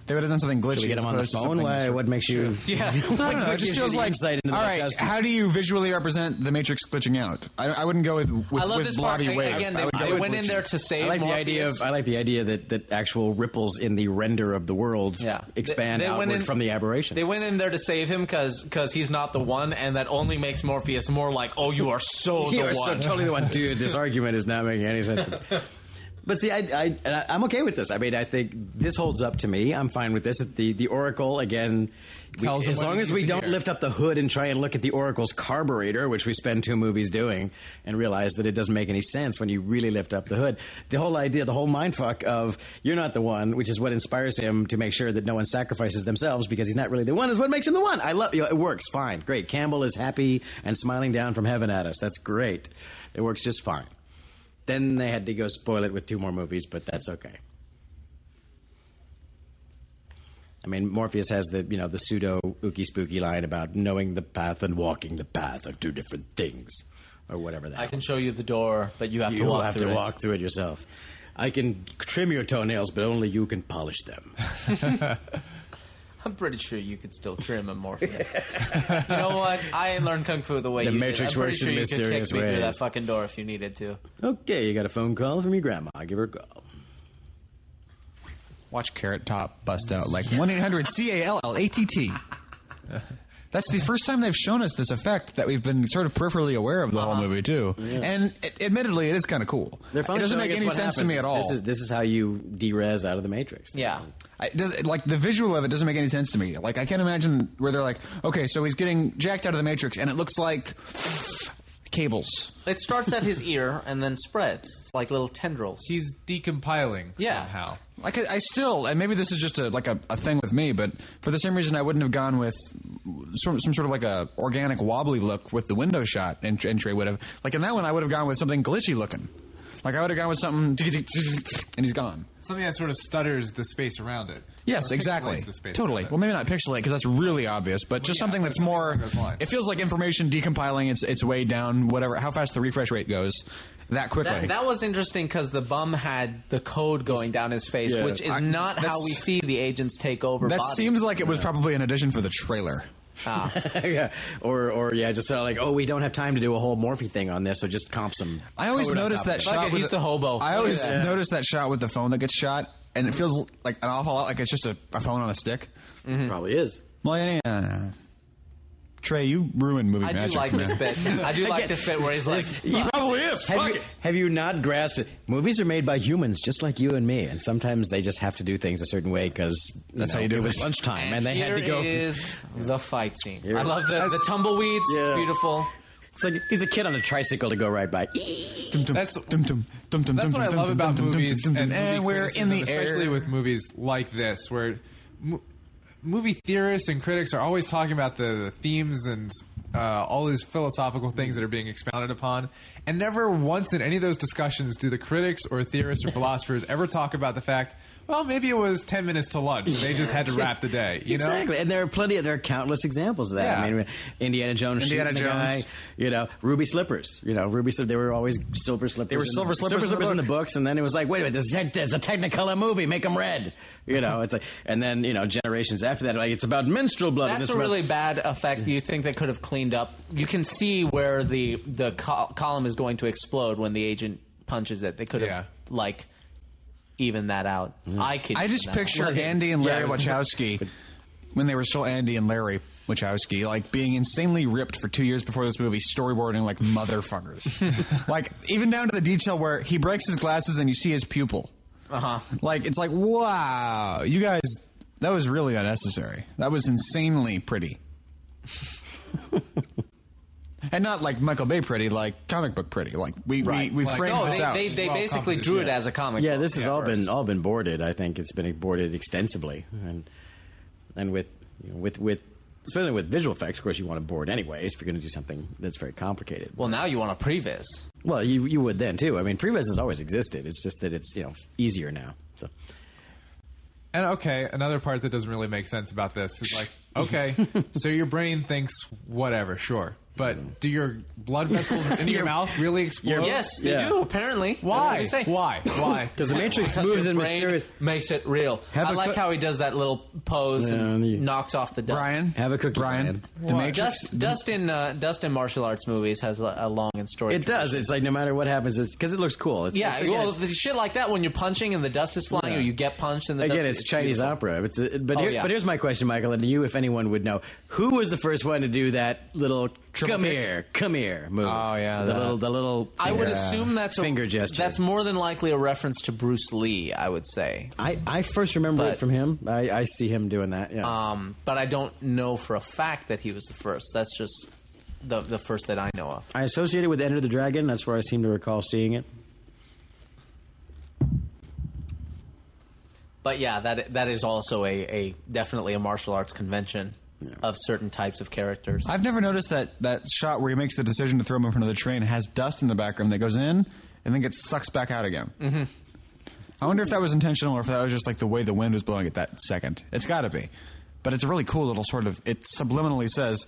They would have done something glitchy.
Should we get
as
him on the
opposed to
phone?
something
Why,
sort of-
what makes you? [LAUGHS]
Yeah.
I don't know. It
gives
just
you
feels
the
like
insight into the
all right.
Wachowskis?
How do you visually represent the Matrix glitching out? I, I wouldn't go with with,
I love
with
this part.
blobby wave.
Again,
I
they,
would go
they
with
went in
glitchy.
there to save
I like
Morpheus.
the idea of I like the idea that, that actual ripples in the render of the world
Yeah.
expand
They- they went
outward
in-
from the aberration.
They went in there to save him because he's not the one, and that only makes Morpheus more like, oh, you are so
[LAUGHS] you
the
are so
one.
totally the one, dude. [LAUGHS] This argument is not making any sense. to me. But see, I, I, and I I'm okay with this. I mean, I think this holds up to me. I'm fine with this. The the Oracle again. we-
Tells them
as
what
long
to
as
do
we
with the
don't
air.
lift up the hood and try and look at the Oracle's carburetor, which we spend two movies doing, and realize that it doesn't make any sense when you really lift up the hood. The whole idea, the whole mindfuck of you're not the one, which is what inspires him to make sure that no one sacrifices themselves because he's not really the one, is what makes him the one. I love you. Know, it works fine. Great. Campbell is happy and smiling down from heaven at us. That's great. It works just fine. Then they had to go spoil it with two more movies, but that's okay. I mean, Morpheus has the you know the pseudo ooky spooky line about knowing the path and walking the path are two different things, or whatever that.
[LAUGHS] I can show you the door, but you have to
you
walk
have
through
to
it.
walk through it yourself. I can trim your toenails, but only you can polish
[LAUGHS]
them.
I'm pretty sure you could still trim
[LAUGHS]
a Morpheus. you know what? I ain't learned kung fu the way
The
you
Matrix
did. I'm pretty
works in
sure you
mysterious
could kick me through that
ways.
fucking door if you needed to.
okay, you got a phone call from your grandma. Give her a call.
Watch Carrot Top bust out like [LAUGHS] one eight hundred C A L L A T T. That's the first time they've shown us this effect that we've been sort of peripherally aware of the whole movie too. And it, admittedly, it is kind of cool.
They're
It
finally
doesn't
showing
make
us
any
what
sense to
happens.
me at all.
This is this is how you derez out of the matrix.
Yeah.
I, does, like the visual of it doesn't make any sense to me. Like I can't imagine where they're like, okay, so he's getting jacked out of the matrix, and it looks like cables.
It starts at his ear and then spreads. It's like little tendrils.
He's decompiling
Yeah.
somehow.
Like I, I still, and maybe this is just a like a, a thing with me, but for the same reason, I wouldn't have gone with some, some sort of like a organic wobbly look with the window shot, and, and Trey would have. Like in that one, I would have gone with something glitchy looking. Like I would have gone with something, and he's gone.
Something that sort of stutters the space around it.
Yes,
Or
exactly.
pixelates the space
Totally.
around it.
Well, maybe not pixelate because that's really obvious, but just
yeah,
something
but
that's
something
more.
along those lines.
It feels like information decompiling its its way down. Whatever, how fast the refresh rate goes, that quickly.
That, that was interesting because the bum had the code going down his face,
Yeah.
which is
I-
not how
that's-
we see the agents take over.
That
bodies.
seems like it was probably an addition for the trailer.
[LAUGHS] yeah. Or or yeah, just sort of like oh, we don't have time to do a whole Morphe thing on this, so just comp some.
I always
code on
notice
top of
that
it.
shot.
Fuck it,
with
he's the hobo.
I always
Yeah.
notice that shot with the phone that gets shot, and it feels like an awful lot like it's just a, a phone on a stick.
probably is.
Well, yeah, yeah, yeah. Trey, you ruined movie
I
magic.
do like
man.
this bit. I do like this bit where he's like,
He
probably is.
Have
Fuck
you,
it.
have you not grasped it? Movies are made by humans just like you and me, and sometimes they just have to do things a certain way because
That's how you do
it
it.
was lunchtime, and they
"Here
had to go.
is the fight scene."
Here-
I love the, the tumbleweeds.
Yeah.
It's beautiful.
It's like he's a kid on a tricycle to go right by.
that's
That's- That's what I love about movies, and, movie
and we're in
criticism,
the air.
especially with movies like this, where mo- movie theorists and critics are always talking about the, the themes and uh, all these philosophical things that are being expounded upon, and never once in any of those discussions do the critics or
[LAUGHS]
theorists or philosophers ever talk about the fact, well, maybe it was ten minutes to lunch, they just had to wrap the day, you know?
exactly. And there are plenty of there are countless examples of that. I
Yeah.
mean, Indiana Jones,
Indiana
shooting the
Jones.
guy, you know, ruby slippers. You know, ruby slippers. They were always silver slippers. They
were silver slippers in the
in the
book.
books, and then it was like, wait a minute, this is a- this is a Technicolor movie. Make them red. You know, it's like, and then you know, generations after that, like it's about minstrel blood. and it's
That's a
about-
really bad effect. You think they could have cleaned up? You can see where the the col- column is going to explode when the agent punches it. They could have
Yeah.
like even that out. I could.
I just
that out.
picture
Well,
Andy and
yeah,
Larry
it was-
Wachowski when they were still Andy and Larry Wachowski, like being insanely ripped for two years before this movie, storyboarding like motherfuckers. like even down to the detail where he breaks his glasses and you see his pupil. Uh huh. Like it's like wow, you guys, that was really unnecessary. That was insanely pretty. And not like Michael Bay pretty, like comic book pretty. Like we we, we
Like,
framed
no,
this out.
They, they, they
Well,
basically
composition,
drew it
yeah.
as a comic.
yeah.
book.
This has all
first.
been all been boarded. I think it's been boarded extensively, and and with you know, with with. Especially with visual effects, of course, you want to board anyways. If you're going to do something that's very complicated,
Well, now you want a previs.
Well, you you would then too. I mean, previs has always existed. It's just that it's you know easier now. So
And okay, another part that doesn't really make sense about this is
[LAUGHS]
like, okay, so your brain thinks whatever, sure, but do your blood
[LAUGHS]
vessels in your mouth really explode?
Yes, they
Yeah.
do. Apparently,
Why?
That's what they say.
Why? [LAUGHS] Why?
because the Matrix
Because
moves
your
in
brain
mysterious.
makes it real.
Have
I
a
like
co-
how he does that little pose and
Yeah, the-
knocks off the dust.
Brian,
Have a cookie,
Brian.
Brian.
The
What?
Matrix.
Dust, dust in uh, dust in martial arts movies has a, a long and storied.
It does. It's like no matter what happens, it's because it looks cool. It's,
Yeah,
it's, again,
well,
it's,
the shit like that when you're punching and the dust is flying,
Yeah.
or you get punched and the
again,
dust
it's Chinese
beautiful.
opera. It's a, but
Oh,
here,
yeah.
but here's my question, Michael, and to you, if anyone would know, who was the first one to do that little come
kick?
here, come here move?
Oh, yeah,
the
that.
little the little.
I would
Yeah.
assume that's a
Finger gesture.
That's more than likely a reference to Bruce Lee. I would say,
I, I first remember
But-
it from him. I, I see him doing that. Yeah.
um, but I don't know for a fact that he was the first. That's just the the first that I know of.
I associate it with Enter the Dragon. That's where I seem to recall seeing it.
But yeah, that that is also a, a definitely a martial arts convention of certain types of characters.
I've never noticed that that shot where he makes the decision to throw him in front of the train has dust in the background that goes in and then gets sucks back out again. Mm-hmm. I wonder if that was intentional or if that was just like the way the wind was blowing at that second. It's got to be, but it's a really cool little sort of. It subliminally says,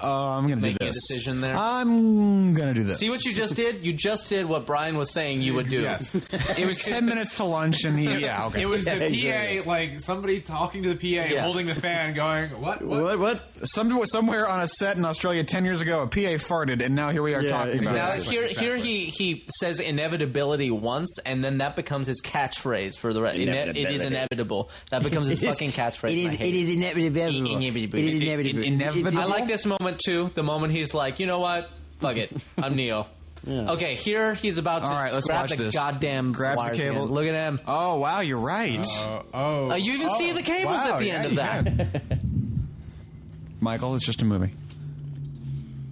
uh, "I'm going to do
Making a
this
decision there.
I'm going to do this."
See what you just did? You just did what Brian was saying you would do.
Yes.
it
[LAUGHS]
was ten minutes to lunch, and he yeah okay.
[LAUGHS] It was the PA,
exactly.
like somebody talking to the PA,
Yeah.
holding the fan, going, "What? What?"
What what?
Some, somewhere on a set in Australia ten years ago, a PA farted, and now here we are
Yeah,
talking
Now
about
exactly.
it.
here, here he he says inevitability once, and then that becomes his catchphrase for the rest. Ine- it is
Inevitability.
inevitable. That
[LAUGHS]
becomes his fucking catchphrase. and I hate it.
inevitable.
Inevitable. It is
inevitable.
I like this moment too. The moment he's like, you know what? Fuck it. I'm Neo. Okay, here he's about to
All right, let's
grab
watch
the
this.
goddamn
Grab the
wires
cable.
again. Look at him.
Oh wow, you're right,
Oh,
Uh, you even
oh,
see the cables
wow,
at the
yeah,
end of
you
that.
can.
Michael. It's just a movie.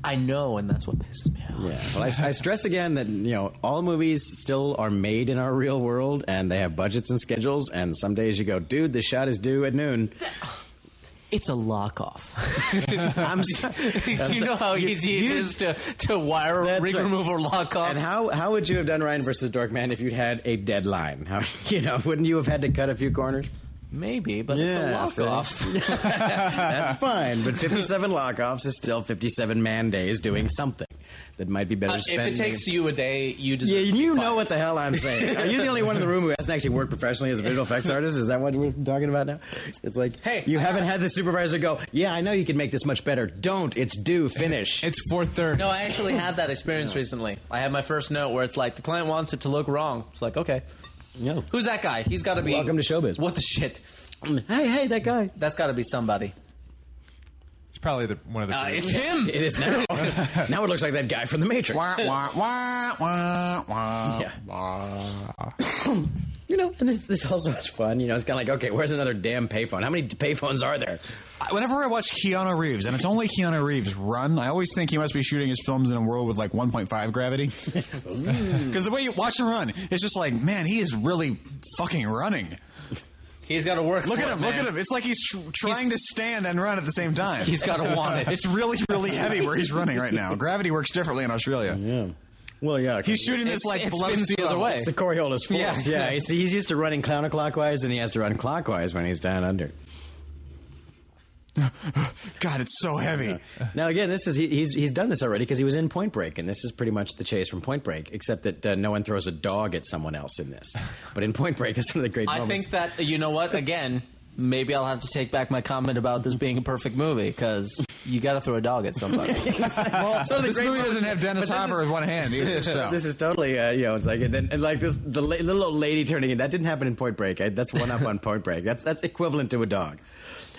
I know, and that's what pisses me off.
Yeah. Well, I, I stress again that you know all movies still are made in our real world, and they have budgets and schedules. And some days you go, dude, the shot is due at noon.
It's a lock off.
[LAUGHS] I'm so-
Do [LAUGHS] you know how easy it
you-
is to, to wire
That's
ring
right.
remover lock off?
And how how would you have done Ryan versus Dorkman if you'd had a deadline? How [LAUGHS] you know wouldn't you have had to cut a few corners?
Maybe, but
Yeah,
it's
see?
a lock [LAUGHS] off.
That's fine, but fifty-seven lockoffs is still fifty-seven man days doing something that might be better
Uh, if
spent.
it takes you a day, you deserve.
Yeah,
to be
you know
fired.
what the hell I'm
[LAUGHS]
saying. Are you the only one in the room who hasn't actually worked professionally as a visual effects artist? Is that what we're talking about now? It's like,
Hey,
you
I
haven't had the supervisor go, yeah, I know you can make this much better. Don't. It's due. Finish.
[LAUGHS]
It's four thirty.
No, I actually had that experience recently. I had my first note where it's like the client wants it to look wrong. It's like, okay,
Yeah.
who's that guy? He's got to be
Welcome to showbiz.
What the shit?
Mm, hey, hey, that
[LAUGHS]
guy.
That's got to be somebody.
It's probably the, one of the.
Uh,
three.
it's
[LAUGHS]
him.
It is now. now it looks like that guy from The Matrix.
wah, wah, wah, wah, wah,
Yeah.
wah.
you know, and this, this is all so much fun. You know, it's kind of like, okay, where's another damn payphone? How many payphones are there?
I- Whenever I watch Keanu Reeves, and it's only Keanu Reeves run, I always think he must be shooting his films in a world with like 1.5
[LAUGHS]
gravity. Because the way you watch him run, it's just like, man, he is really fucking running.
He's got to work.
Look
for
at
it,
him! Look
man.
at him! It's like he's tr- trying to stand and run at the same time.
He's got to want it.
It's really, really heavy where he's running right now. Gravity works differently in Australia.
Well, yeah,
He's shooting this
It's-
like
it's
below
been
sea
the other
level.
way.
It's the Coriolis force.
Yeah. [LAUGHS]
yeah. He's, he's used to running counterclockwise, and he has to run clockwise when he's down under.
God, it's so heavy.
[LAUGHS] Now, again, this is he, he's he's done this already because he was in Point Break, and this is pretty much the chase from Point Break, except that uh, no one throws a dog at someone else in [LAUGHS] this. But in Point Break, that's one of the great.
I
moments.
think that you know what? Again, maybe I'll have to take back my comment about this being a perfect movie because you got to throw a dog at somebody.
[LAUGHS] well, sort of the
this
great
movie
moment-
doesn't have Dennis
but this
Hopper
is-
with one hand
[LAUGHS]
either.
[LAUGHS]
So.
This is totally, uh, you know, it's like and, then, and like the, the la- little old lady turning in. That didn't happen in Point Break. I, that's one up [LAUGHS] on Point Break. That's that's equivalent to a dog.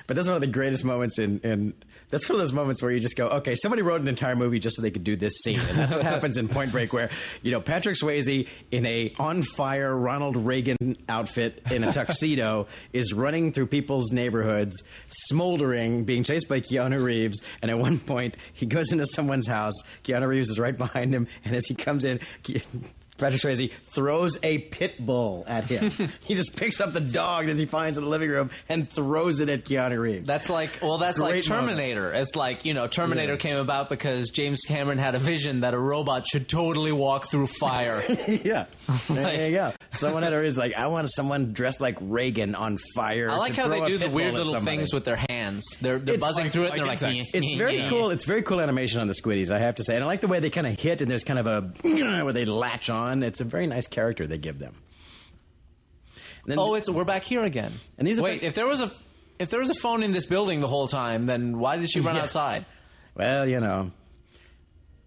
But that's one of the greatest moments in, in that's one of those moments where you just go, okay, somebody wrote an entire movie just so they could do this scene, and that's what happens in Point Break, where you know Patrick Swayze in a on fire Ronald Reagan outfit in
[LAUGHS]
a tuxedo is running through people's neighborhoods, smoldering, being chased by Keanu Reeves, and at one point he goes into someone's house. Keanu Reeves is right behind him, and as he comes in, Ke- Patrick Swayze throws a pit bull at
[LAUGHS]
him. he just picks up the dog that he finds in the living room and throws it at Keanu Reeves.
That's like well, that's like
Great moment.
Terminator. It's like you know, Terminator came about because James Cameron had a vision that a robot should totally walk through fire.
[LAUGHS] [LAUGHS] yeah,
[LAUGHS]
there you go. Someone at her is like, I want someone dressed like Reagan on fire.
I
to
like how
throw
they
a
do the
pit
weird
bull at
little
somebody."
things with their hands. They're they're
It's
buzzing
like-
through it. and They're
like
like,
insects.
[LAUGHS] "Nyeh,
It's very
nyeh,
cool.
nyeh."
It's very cool animation on the Squiddies, I have to say. And I like the way they kind of hit and there's kind of a [CLEARS THROAT] where they latch on. It's a very nice character they give them. And then-
Oh, it's we're back here again.
And these are-
wait, if there was a if there was a phone in this building the whole time, then why did she run
Yeah.
outside?
well, you know.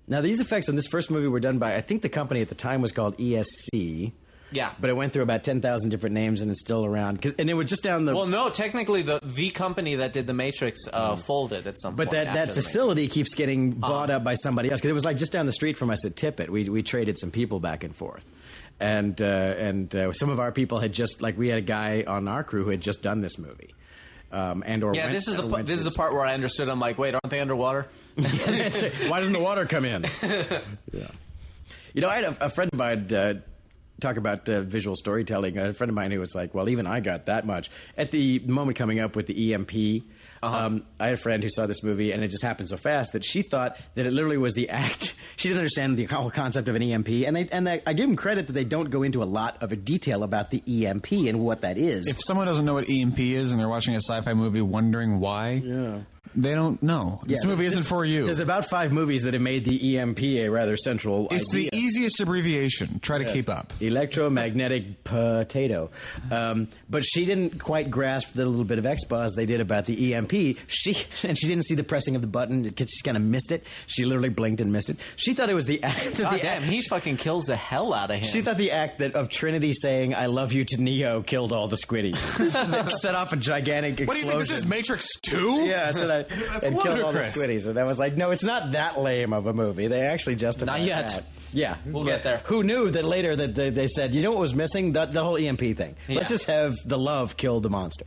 Now these effects on this first movie were done by I think the company at the time was called ESC.
Yeah.
But it went through about ten thousand different names and it's still around. 'Cause- and it was just down the
Well, no, technically the the company that did the Matrix uh, folded at some
But
point.
that, that
after the Uh-huh. Matrix.
facility keeps getting bought up by somebody else because it was like just down the street from us at Tippett. We we traded some people back and forth, and uh, and uh, some of our people had just like we had a guy on our crew who had just done this movie, um, and or
Yeah,
went-
this is the
or
pa-
went
this is
to
the part where I understood. I'm like, wait, aren't
[LAUGHS]
they underwater?
Why doesn't the water come in? [LAUGHS] yeah. You know, I had a, a friend of mine uh, talk about uh, visual storytelling. A friend of mine who was like, well, even I got that much. At the moment coming up with the EMP, um, I had a friend who saw this movie, and it just happened so fast that she thought that it literally was the act. [LAUGHS] She didn't understand the whole concept of an EMP. And, they, and I I give them credit that they don't go into a lot of detail about the EMP and what that is.
if someone doesn't know what EMP is and they're watching a sci-fi movie wondering why, they don't know. this
Yeah,
movie
there's-
isn't for you.
There's about five movies that have made the EMP a rather central
It's
idea.
the easiest abbreviation. Try to keep up.
Electromagnetic potato. Um, but she didn't quite grasp the little bit of expos they did about the EMP. She [LAUGHS] and she didn't see the pressing of the button. It- She just kind of missed it. She literally blinked and missed it. She thought it was the [LAUGHS] act. that
God
the
damn,
act-
he fucking kills the hell out of him.
she thought the act that of Trinity saying "I love you" to Neo killed all the squiddies. [LAUGHS] It set off a gigantic explosion.
What do you think this is, Matrix 2?
Yeah, so [LAUGHS] that and killed all the
ludicrous.
squiddies, and I was like, no, it's not that lame of a movie. They actually justified
Not yet.
that. Yeah,
We'll get there.
Who knew that later that they, they said, you know what was missing? The, the whole EMP thing. Let's
Yeah.
just have the love kill the monster.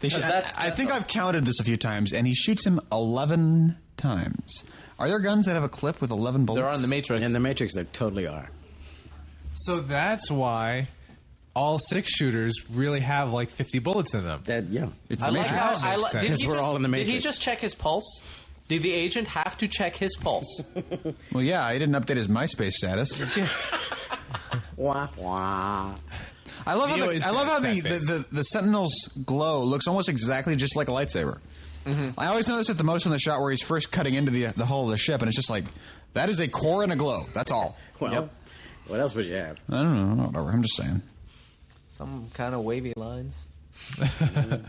They should,
That's-
I, I think I've counted this a few times, and he shoots him 11 times. Are there guns that have a clip with 11 bullets?
They're on the Matrix.
In the Matrix, they totally are.
So that's why all six shooters really have like 50 bullets in them.
That yeah.
It's
I
the
like
Matrix.
how
That
I
makes
li-
sense.
did he
Because we're
just-
all in the
Did he
Matrix.
just check his pulse? Did the agent have to check his pulse?
well, yeah, I didn't update his MySpace status.
Wah, wah.
I love how,
Neo
the,
is
I love how the,
sad
the,
face.
the, the Sentinel's glow looks almost exactly just like a lightsaber. I always notice it the most in the shot where he's first cutting into the, the hull of the ship, and it's just like, that is a core and a glow. That's all.
Well, what else would you have?
I don't know. Whatever. I'm just saying.
[LAUGHS] Some kind of wavy lines.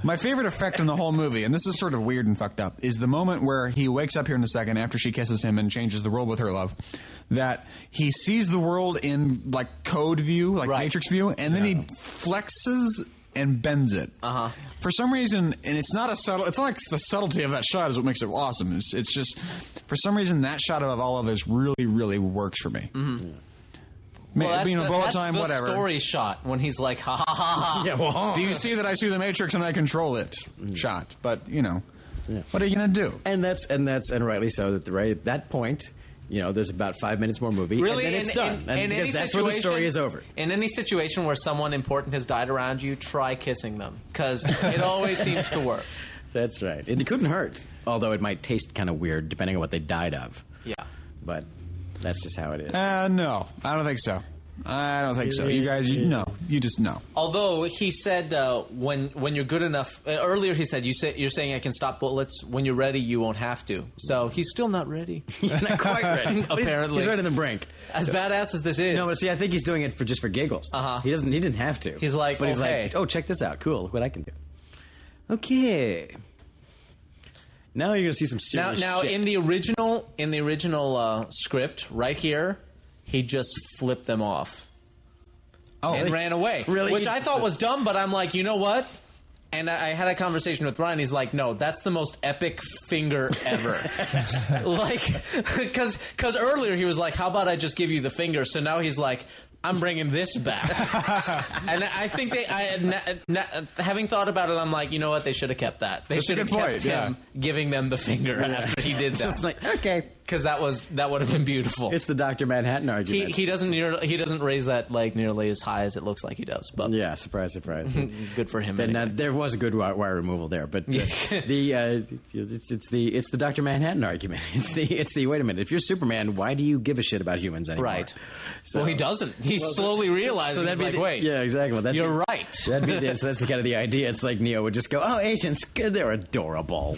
My favorite effect in the whole movie, and this is sort of weird and fucked up, is the moment where he wakes up here in a second after she kisses him and changes the world with her love. That he sees the world in like code view, like
Right.
matrix view, and then he flexes and bends it.
Uh-huh.
Uh huh. For some reason, and it's not a subtle. It's not like the subtlety of that shot is what makes it awesome. It's, it's just for some reason that shot above all of this really, really works for me. Ma-
Mm-hmm. Well, that's
you know,
the,
bullet
that's
time,
the
whatever.
story shot when he's like, ha ha ha ha.
Yeah, well,
Do you see that I see the Matrix and I control it? Shot, but you know, what are you gonna do?
Mm. and that's and that's and rightly so that right at that point, you know, there's about five minutes more movie,
Really,
and then it's
in,
done,
in-
and
in any
because that's where the story
situation-
is over.
In any situation where someone important has died around you, try kissing them because
[LAUGHS]
it always seems to work.
That's right. It couldn't hurt, although it might taste kind of weird depending on what they died of.
Yeah.
but that's just how it is.
Uh, no, I don't think so. I don't think so. You guys, you no, you just know.
Oh,
Although he said uh, when when you're good enough. Uh, earlier he said you say, you're saying I can stop bullets. When you're ready, you won't have to. So he's still
[LAUGHS]
not ready.
not quite
[LAUGHS]
right. But he's-
Apparently.
he's, right on the brink.
as badass as this is,
No, but see, I think he's doing it for just for giggles.
Uh-huh.
He doesn't. He didn't have to.
He's like,
but he's
okay.
like, oh, check this out. Cool. Look what I can do. Okay. Now you're gonna see some
now
serious
now
shit.
in the original in the original uh, script right here, he just flipped them off.
Oh,
and ran away.
Really?
Which
He
I
just-
thought was dumb, but I'm like, you know what? And I, I had a conversation with Ryan. He's like, no, that's the most epic finger ever. [LAUGHS] like, because because earlier he was like, how about I just give you the finger? So now he's like. I'm bringing this back, and I think they. I, na- na- having thought about it, I'm like, you know what? They should have kept that. They
That's a
should have
good point,
kept him giving them the finger after he did
it's
that,
like, okay,
because that was that would have been beautiful.
it's the Doctor Manhattan
he
argument.
he doesn't near, he doesn't raise that leg nearly as high as it looks like he does, but
yeah, surprise, surprise.
[LAUGHS] good for him.
Then
anyway.
uh, there was a good wire, wire removal there, but
[LAUGHS]
uh, the uh, it's, it's the it's the Doctor Manhattan argument. [LAUGHS] It's the it's the wait a minute. If you're Superman, why do you give a shit about humans anymore?
Right.
So,
well, he doesn't. He
Well,
slowly realizes.
that'd be
like,
the-
wait,
Yeah, exactly. That'd
you're
be-
right.
[LAUGHS] That'd be the, so that's the kind of the idea. It's like Neo would just go, "Oh, agents, good, they're
[LAUGHS]
adorable.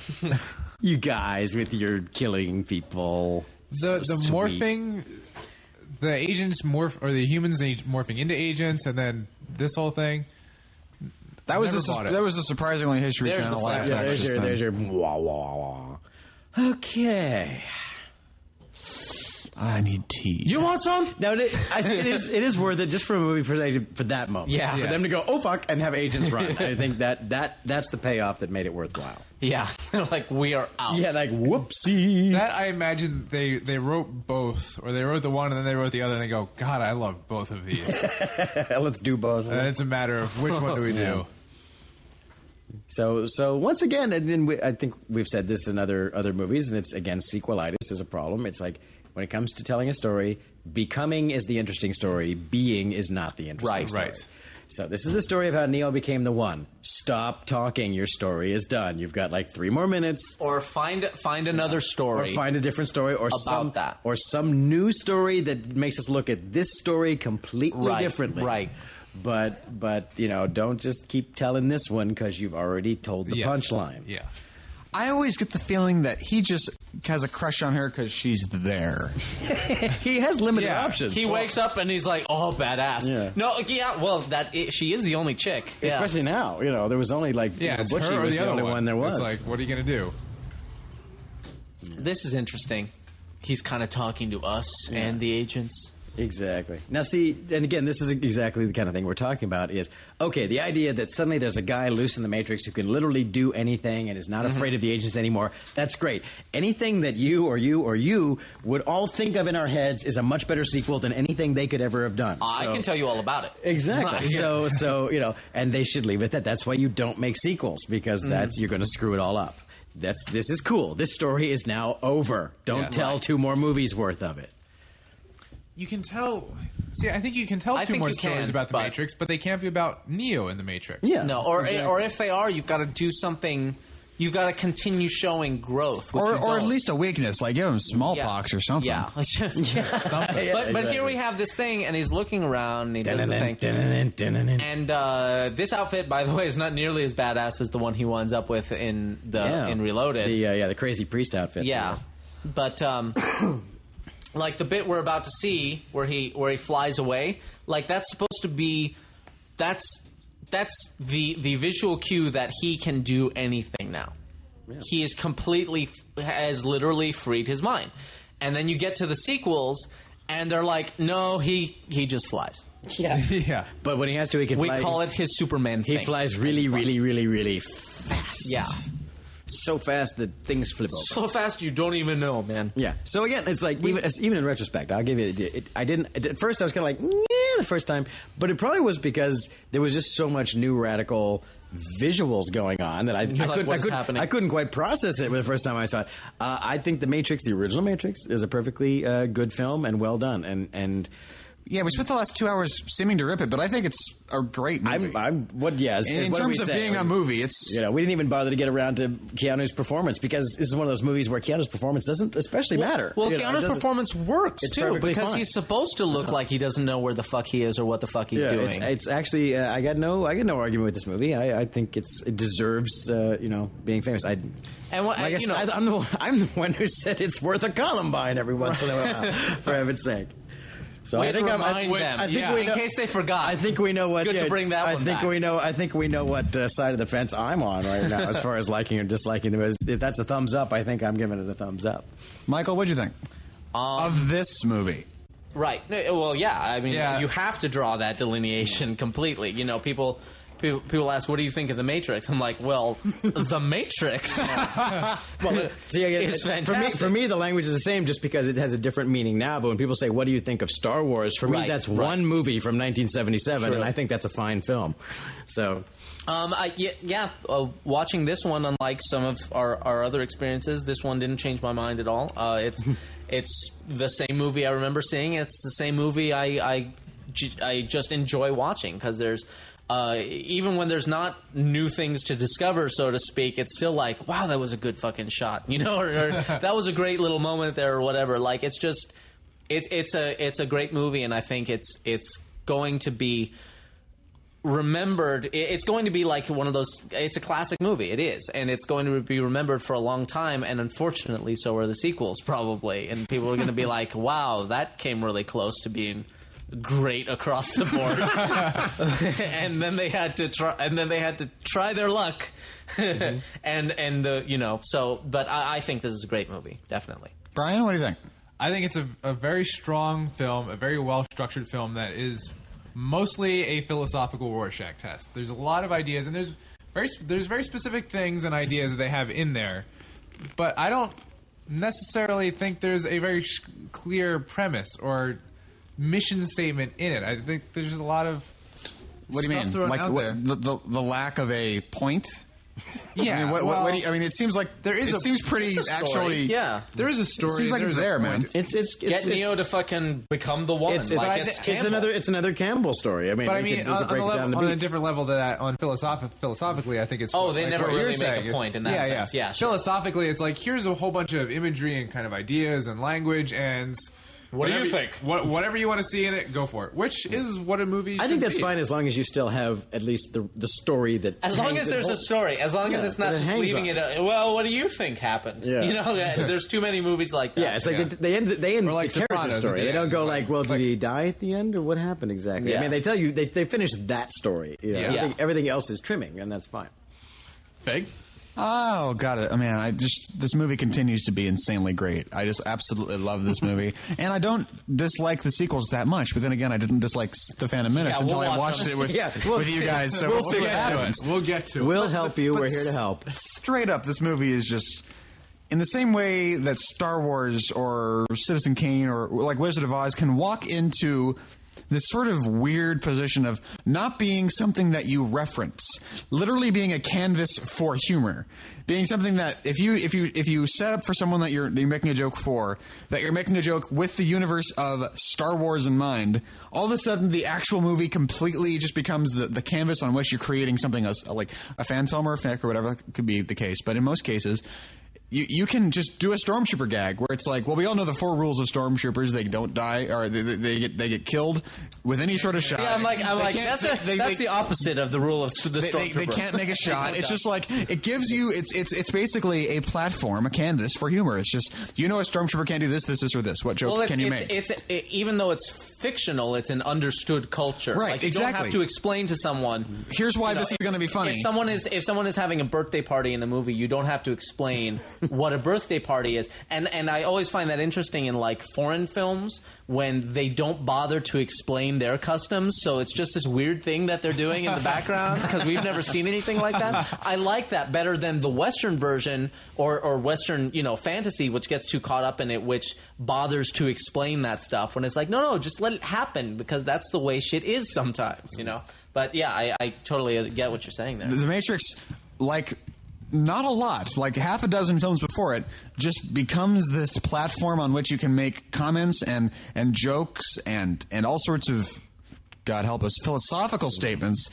you guys with your killing people."
the
So
the
sweet."
morphing the agents morph or the humans age- morphing into agents and then this whole thing
that was
never
a, sus-
bought it.
that was a surprisingly History
There's
Channel
the
last
flashback.
Yeah, there's your
thing.
there's your wah wah wah. Okay.
I need tea.
You want some?
Now it is, I see it is it is worth it just for a movie perspective for that moment.
Yeah.
for
Yes.
them to go oh fuck and have agents [LAUGHS] run. I think that that that's the payoff that made it worthwhile.
Yeah, [LAUGHS] like we are out.
Yeah, like whoopsie.
that i imagine they they wrote both or they wrote the one and then they wrote the other and they go god i love both of
[LAUGHS]
these and
Let's do both.
then it's a matter of which one do
[LAUGHS]
we do
So so once again, and then we, I think we've said this in other other movies, and it's again sequelitis is a problem. It's like when it comes to telling a story, becoming is the interesting story, being is not the interesting
Right.
story.
Right.
So this is the story of how Neo became the one. Stop talking. Your story is done. You've got like three more minutes.
Or find find another
Or
story.
find a different story, or
About
some
that.
or some new story that makes us look at this story completely
Right,
differently.
right.
But but you know, don't just keep telling this one because you've already told the
Yes.
punchline.
yeah
I always get the feeling that he just has a crush on her because she's there.
He has limited
Yeah.
options.
he wakes up and he's like, "Oh, badass."
Yeah.
No, yeah. Well, that i she is the only chick. Yeah.
especially now. You know, there was only like
yeah it's
Butchie
her or
was
the other
only
one,
one. there was.
it's like what are you gonna do
this is interesting. He's kind of talking to us and the agents.
exactly. Now, see, and again, this is exactly the kind of thing we're talking about. Is okay, the idea that suddenly there's a guy loose in the Matrix who can literally do anything and is not
Mm-hmm.
afraid of the agents anymore. That's great. Anything that you or you or you would all think of in our heads is a much better sequel than anything they could ever have done.
I
So-
can tell you all about it.
Exactly.
[LAUGHS] Right.
So, so you know, and they should leave it at that. That's why you don't make sequels because
Mm-hmm.
that's you're going to screw it all up. That's this is cool. This story is now over. Don't
Yeah.
tell two more movies worth of it.
you can tell see i think you can tell
I
two
think
more
you can,
stories about the
but-
matrix but they can't be about neo in the matrix
Yeah.
No, or or if they are, you've got to do something. You've got to continue showing growth, which
or
you
or at
don't.
least a weakness, like give him
Yeah.
smallpox or something. [LAUGHS]
Yeah. [LAUGHS]
something
but but here
exactly.
we have this thing, and he's looking around, and he does the
Dun-dun-dun,
thing.
dun-dun-dun, dun-dun-dun.
And uh, this outfit, by the way, is not nearly as badass as the one he winds up with in the
Yeah.
in Reloaded.
The, uh, yeah, the crazy priest outfit.
yeah, but um, [COUGHS] like the bit we're about to see, where he where he flies away, like that's supposed to be that's that's the the visual cue that he can do anything now. He is completely f- has literally freed his mind, and then you get to the sequels, and they're like, no, he he just flies.
yeah
But when he has to, he can.
We
fly,
call it his Superman.
He
thing.
flies really, really, really, really fast.
Yeah.
so fast that things flip over.
[LAUGHS] so fast you don't even know, man.
Yeah. So again, it's like even as- even in retrospect, I'll give you. It, it, I didn't it- at first. I was kind of like yeah, the first time, but it probably was because there was just so much new radical visuals going on that I, I
You're like,
couldn't
"What
I
is
couldn't,
happening?"
I couldn't quite process it the first time I saw it. Uh, I think the Matrix, the original Matrix, is a perfectly uh, good film and well done. And and
Yeah, we spent the last two hours seeming to rip it, but I think it's a great movie.
I'm, I'm what? Yeah. as-
in
what did we
terms of
say?
being a movie, it's
You know, we didn't even bother to get around to Keanu's performance because this is one of those movies where Keanu's performance doesn't especially matter.
Well,
You know, it
Keanu's
doesn't-
performance works
It's
too
perfectly
because
fine.
he's supposed to look like he doesn't know where the fuck he is or what the fuck he's doing.
It's, it's actually uh, I got no I got no argument with this movie. I, I think it's it deserves uh, you know being famous. I
And what-
like I
you know-
said, I, am the one, I'm the one who said it's worth a Columbine every once in a
[LAUGHS]
while for heaven's sake. So
Way
I think
to
I'm, I,
remind them.
I think
Yeah.
we
In
know-
case they forgot.
I think we know what.
Good to bring that
I
one
think
back.
we know. I think we know what uh, side of the fence I'm on right now as far as liking or disliking them. As- If that's a thumbs up, I think I'm giving it a thumbs up.
Michael. What'd you think of this movie?
Right. No, Well, yeah. I mean,
Yeah.
you have to draw that delineation completely. You know, people. People, people ask, "What do you think of the Matrix?" I'm like, "Well, [LAUGHS]
[LAUGHS]
the Matrix." [LAUGHS] well,
So yeah,
it's
it-
fantastic.
For me, for me, the language is the same just because it has a different meaning now. But when people say, "What do you think of Star Wars?" For me,
Right,
that's
right.
one movie from 1977,
True.
and I think that's a fine film. So,
Um, I, yeah, yeah uh, watching this one, unlike some of our, our other experiences, this one didn't change my mind at all. Uh, it's it's the same movie I remember seeing. It's the same movie I I, j- I just enjoy watching because there's uh, even when there's not new things to discover, so to speak, it's still like wow, that was a good fucking shot, [LAUGHS] you know, or, or that was a great little moment there, or whatever. Like it's just it, it's a it's a great movie, and I think it's it's going to be remembered. i- It's going to be like one of those. It's a classic movie. It is, and it's going to be remembered for a long time. And unfortunately, so are the sequels [LAUGHS] probably. And people are going to be like, "Wow, that came really close to being." Great across the board, [LAUGHS] and then they had to try, and then they had to try their luck, [LAUGHS] and and the you know so. But I, I think this is a great movie, definitely.
Brian, what do you think?
I think it's a, a very strong film, a very well structured film that is mostly a philosophical Rorschach test. There's a lot of ideas, and there's very sp- there's very specific things and ideas that they have in there, but I don't necessarily think there's a very sh- clear premise or mission statement in it. I think there's a lot of
What do you
Stuff
mean?
thrown
Like
out
what,
there.
the, the the lack of a point?
yeah.
I mean, what, what- what do you, I mean, it seems like
There is
It
a-
seems pretty
It's a story.
actually.
yeah.
there is a story.
It seems like
there
it's
is a
there, man.
point.
it's it's
Get
it's,
Neo to fucking become the woman.
It's, it's,
like
it's-
it's,
it's
Campbell.
another it's another Campbell story. I mean,
But
we
I mean,
could, we
on,
could
uh,
on,
break
the
it down
level,
to
on a
beats.
different level to that, on philosoph- philosophically, I think it's.
Oh, they
like
never
what you're
really make a
saying.
point in that
yeah,
sense. Yeah, sure.
Philosophically, it's like here's a whole bunch of imagery and kind of ideas and language and.
What do you
whatever-
think?
What, whatever you want to see in it, go for it. Which is what a movie.
I
should
think that's
be.
fine as long as you still have at least the the story that.
As long
hangs
as
it
there's
whole-
a story, as long as
Yeah,
it's not
that it
just
hangs
leaving
on.
it. uh, Well, what do you think happened?
Yeah.
You know, uh,
[LAUGHS]
there's too many movies like that.
Yeah, it's like
Yeah.
They, they end they end
Or like
the character
Sopranos at
story.
the
they don't
end,
go
it's
like,
like-
well,
it's
did
like-
he die at the end, or what happened exactly?
Yeah.
I mean, they tell you they they finish that story. You know?
Yeah.
Everything,
Yeah.
everything else is trimming, and that's fine.
Fig.
Oh, got it. I mean, I just this movie continues to be insanely great. I just absolutely love this movie, and I don't dislike the sequels that much. But then again, I didn't dislike s- the Phantom Menace
Yeah,
until
we'll
I
watch
watched
them.
it with
Yeah, we'll-
with you guys. So
we'll
we'll
see
see
what
what happens.
We'll get to.
We'll
it.
help you.
But
We're here to
s-
help.
Straight up, this movie is just in the same way that Star Wars or Citizen Kane or like Wizard of Oz can walk into this sort of weird position of not being something that you reference, literally being a canvas for humor, being something that if you if you if you set up for someone that you're that you're making a joke for, that you're making a joke with the universe of Star Wars in mind, all of a sudden the actual movie completely just becomes the, the canvas on which you're creating something else, like a fan film or a fic or whatever that could be the case. But in most cases, you, you can just do a stormtrooper gag where it's like, well, we all know the four rules of stormtroopers: they don't die or they, they, they get they get killed with any sort of shot.
Yeah, I'm like, I'm
They
like,
can't-
that's a,
they-
that's
they-
the opposite of the rule of the
they, they,
stormtrooper.
they can't [LAUGHS] make a shot. It's just like it gives you. It's it's it's basically a platform, a canvas for humor. It's just you know a stormtrooper can't do this, this, this, or this. What joke
Well, it's,
can you
it's,
make?
it's it- even though it's fictional, it's an understood culture.
Right,
Like, you Don't
exactly.
have to explain to someone.
Here's why
you know,
this is going to be funny.
If someone is if someone is having a birthday party in the movie, you don't have to explain what a birthday party is. And and I always find that interesting in like foreign films when they don't bother to explain their customs, so it's just this weird thing that they're doing in the background because we've never seen anything like that. I like that better than the western version or or western, you know, fantasy which gets too caught up in it which bothers to explain that stuff when it's like, no, no, just let it happen because that's the way shit is sometimes, you know. But yeah, I, I totally get what you're saying there.
The Matrix, like not a lot, like half a dozen films before it, just becomes this platform on which you can make comments and and jokes and and all sorts of God help us philosophical statements.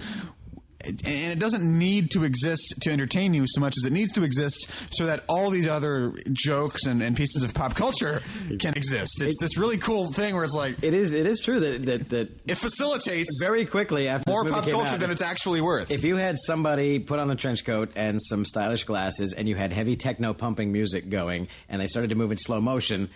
And and it doesn't need to exist to entertain you so much as it needs to exist so that all these other jokes and, and pieces of pop culture can exist. It's this really cool thing where it's like
It is. It is true that that, that
[LAUGHS] it facilitates
very quickly after
more
this movie
pop
came
culture
out,
than it's actually worth.
If you had somebody put on a trench coat and some stylish glasses, and you had heavy techno pumping music going, and they started to move in slow motion.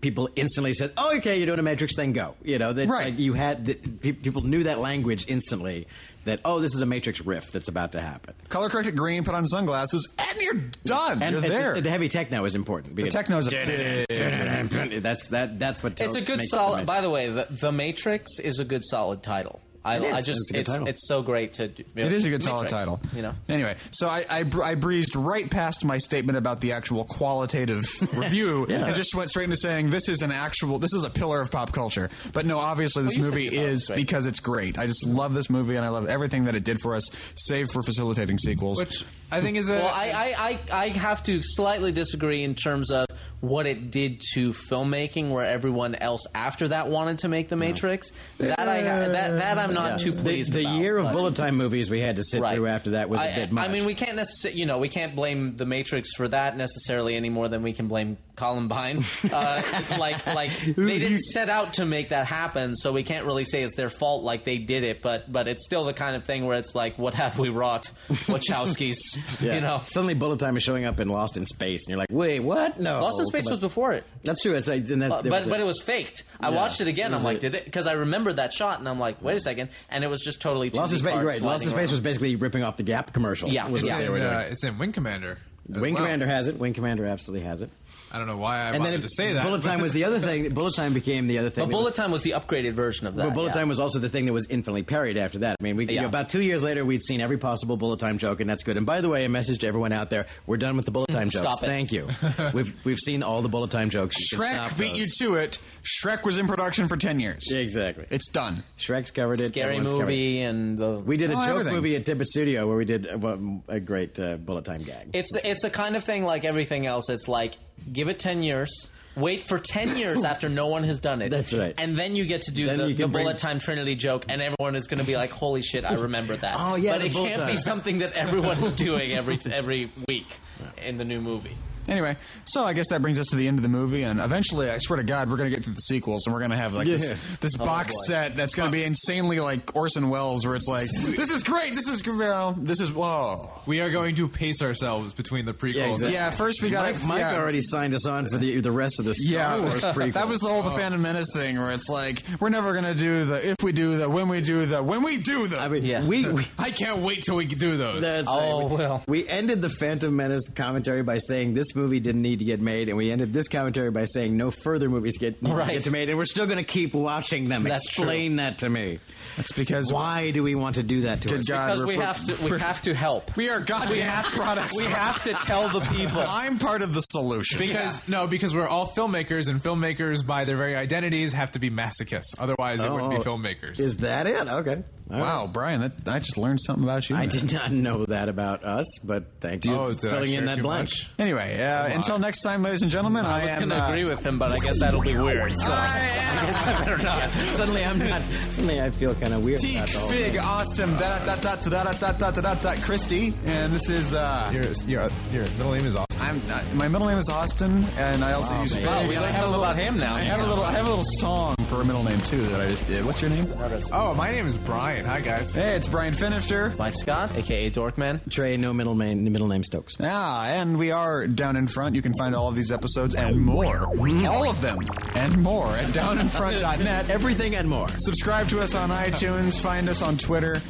People instantly said, "Oh, okay, you're doing a Matrix thing. Go." You know, that's
Right.
like you had the, pe- people knew that language instantly. That oh, this is a Matrix riff that's about to happen.
color correct it green, put on sunglasses, and you're done.
And
you're
it-
there.
The, heavy techno is important. Because
Techno's
that's that. That's what.
It's a good
makes it
solid.
amazing.
By the way, the, the Matrix is a good solid title. I,
It is.
I just
It's a
it's
good
it's,
title.
so great to. do-
It is a good
Matrix,
solid title.
You know.
Anyway, so I, I br- I breezed right past my statement about the actual qualitative review and just went straight into saying this is an actual this is a pillar of pop culture. But no, obviously this
you said
movie
you thought it was
is
great.
because it's great. I just love this movie and I love everything that it did for us, save for facilitating sequels.
Which I think is a.
Well, I, I, I, I have to slightly disagree in terms of what it did to filmmaking, where everyone else after that wanted to make The Matrix. That I that, that I'm not too
The,
pleased.
the
about,
year of
but-
bullet time movies we had to sit through after that was a
I-
bit much.
I mean, we can't necessarily, you know, we can't blame The Matrix for that necessarily any more than we can blame
[LAUGHS]
Columbine. Uh, like, like they didn't set out to make that happen, so we can't really say it's their fault. Like they did it, but but it's still the kind of thing where it's like, what have we wrought, Wachowskis?
[LAUGHS]
[LAUGHS]
Yeah.
You know,
suddenly bullet time is showing up in Lost in Space, and you're like, wait, what? No,
Lost in Space
Oh, come
was
on.
before it.
That's true. It's, like- and that,
Uh,
there
but
a-
but it was faked. I
Yeah.
watched it again.
It
I'm
was
like,
a-
did it? Because I remembered that shot, and I'm like, wait a second. And it was just totally
Lost in
2D
Space.
cars
Right, Lost in
sliding
Space was
around.
basically ripping off the Gap commercial.
Yeah,
was
it's,
what
yeah.
they were
in, uh,
doing.
it's in Wing Commander. as
Wing
well.
Commander has it. Wing Commander absolutely has it.
I don't know why I
And
wanted
then
to
it-
say that.
bullet time
[LAUGHS]
was the other thing. Bullet time became the other thing.
But
It was-
Bullet Time was the upgraded version of that.
But bullet
yeah.
time was also the thing that was infinitely parried after that. I mean, we, you
Yeah.
know, about two years later, we'd seen every possible bullet time joke, and that's good. And by the way, a message to everyone out there: we're done with the bullet time jokes.
[LAUGHS] Stop it.
Thank you. we've we've seen all the bullet time jokes. You can
Shrek
stop
beat you
those.
to it. Shrek was in production for ten years.
Yeah, exactly.
It's done.
Shrek's covered it.
scary
everyone's covered it.
movie and the
We did a
Oh,
joke
everything.
movie at Tippett Studio where we did a, a great uh, bullet time gag.
it's it's the kind of thing like everything else it's like give it 10 years wait for 10 years after no one has done it
[LAUGHS] That's right.
and then you get to do
Then
the,
you
the
can bring-
bullet time trinity joke and everyone is going to be like holy shit i remember that
[LAUGHS] Oh, yeah,
but
the
it
bullet
can't be
time.
something that everyone
[LAUGHS]
is doing every every week in the new movie
Anyway, so I guess that brings us to the end of the movie, and eventually, I swear to God, we're gonna get through the sequels, and we're gonna have like
Yeah.
this, this box set that's gonna be insanely like Orson Welles, where it's like, this is great, this is well, this is whoa.
we are going to pace ourselves between the prequels.
Yeah, exactly.
Yeah, first we got
Mike, Mike
yeah,
already signed us on for the the rest of the Star Wars
yeah. [LAUGHS]
prequel.
that was the whole the Phantom Menace thing, where it's like, we're never gonna do the if we do the when we do the when we do the.
I mean,
Yeah.
[LAUGHS] we, we
I can't wait till we can do those.
That's
Oh,
right. We-
well.
We ended the Phantom Menace commentary by saying this movie didn't need to get made, and we ended this commentary by saying no further movies get need to
Right.
get made, and we're still going to keep watching them.
That's
Explain that to me.
that's because
Why do we want to do that to
Good
ourselves?
God,
because
we're-
we
we're-
have to we have
[LAUGHS]
to help
we are God we have products.
we have
[LAUGHS]
to tell the people
I'm part of the solution.
because no, because we're all filmmakers, and filmmakers, by their very identities, have to be masochists. Otherwise, they wouldn't be
Oh,
filmmakers.
Is that it? Okay. All right.
wow, Brian, that, I just learned something about you.
I
man.
did not know that about us, but thank you
Oh,
for
did I
filling
share
in that
too
blank.
much?
Anyway, uh, until next time, ladies and gentlemen, I,
i was
am.
going to
uh,
agree with him but i guess that'll be weird so
I am
[LAUGHS]
Suddenly, I'm not. Suddenly, I feel kind of weird.
Teak
About the whole thing.
Fig Austin da da da da da da da da da da Christie, and this is uh,
Your, your, your middle name is Austin.
I'm uh, my middle name is Austin, and I also use Fig.
Wow, we
and I
learned
have a
something
little-
about him now.
I have a little I have a little song for a middle name too that I just did. What's your name?
Oh, my name is Brian. Hi, guys.
Hey, it's Brian Finifter.
mike scott aka dorkman
Trey, no middle name, middle name Stokes.
Ah, and we are down in front. You can find all of these episodes and more, all of them and more at downinfront.net.
Everything and more.
Subscribe to us on iTunes. Find us on Twitter.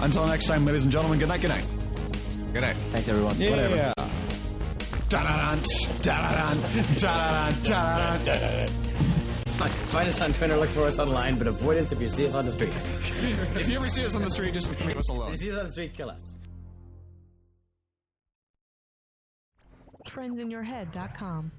Until next time, ladies and gentlemen, good night. Good night.
Good night.
thanks everyone
Yeah. Da-da-dun, da-da-dun, da-da-dun, da-da-dun.
Find, find us on Twitter, look for us online, but avoid us if you see us on the street. If
If you ever see us on the street, just leave us alone.
you see us on the street, kill us.
Friendsinyourhead.com.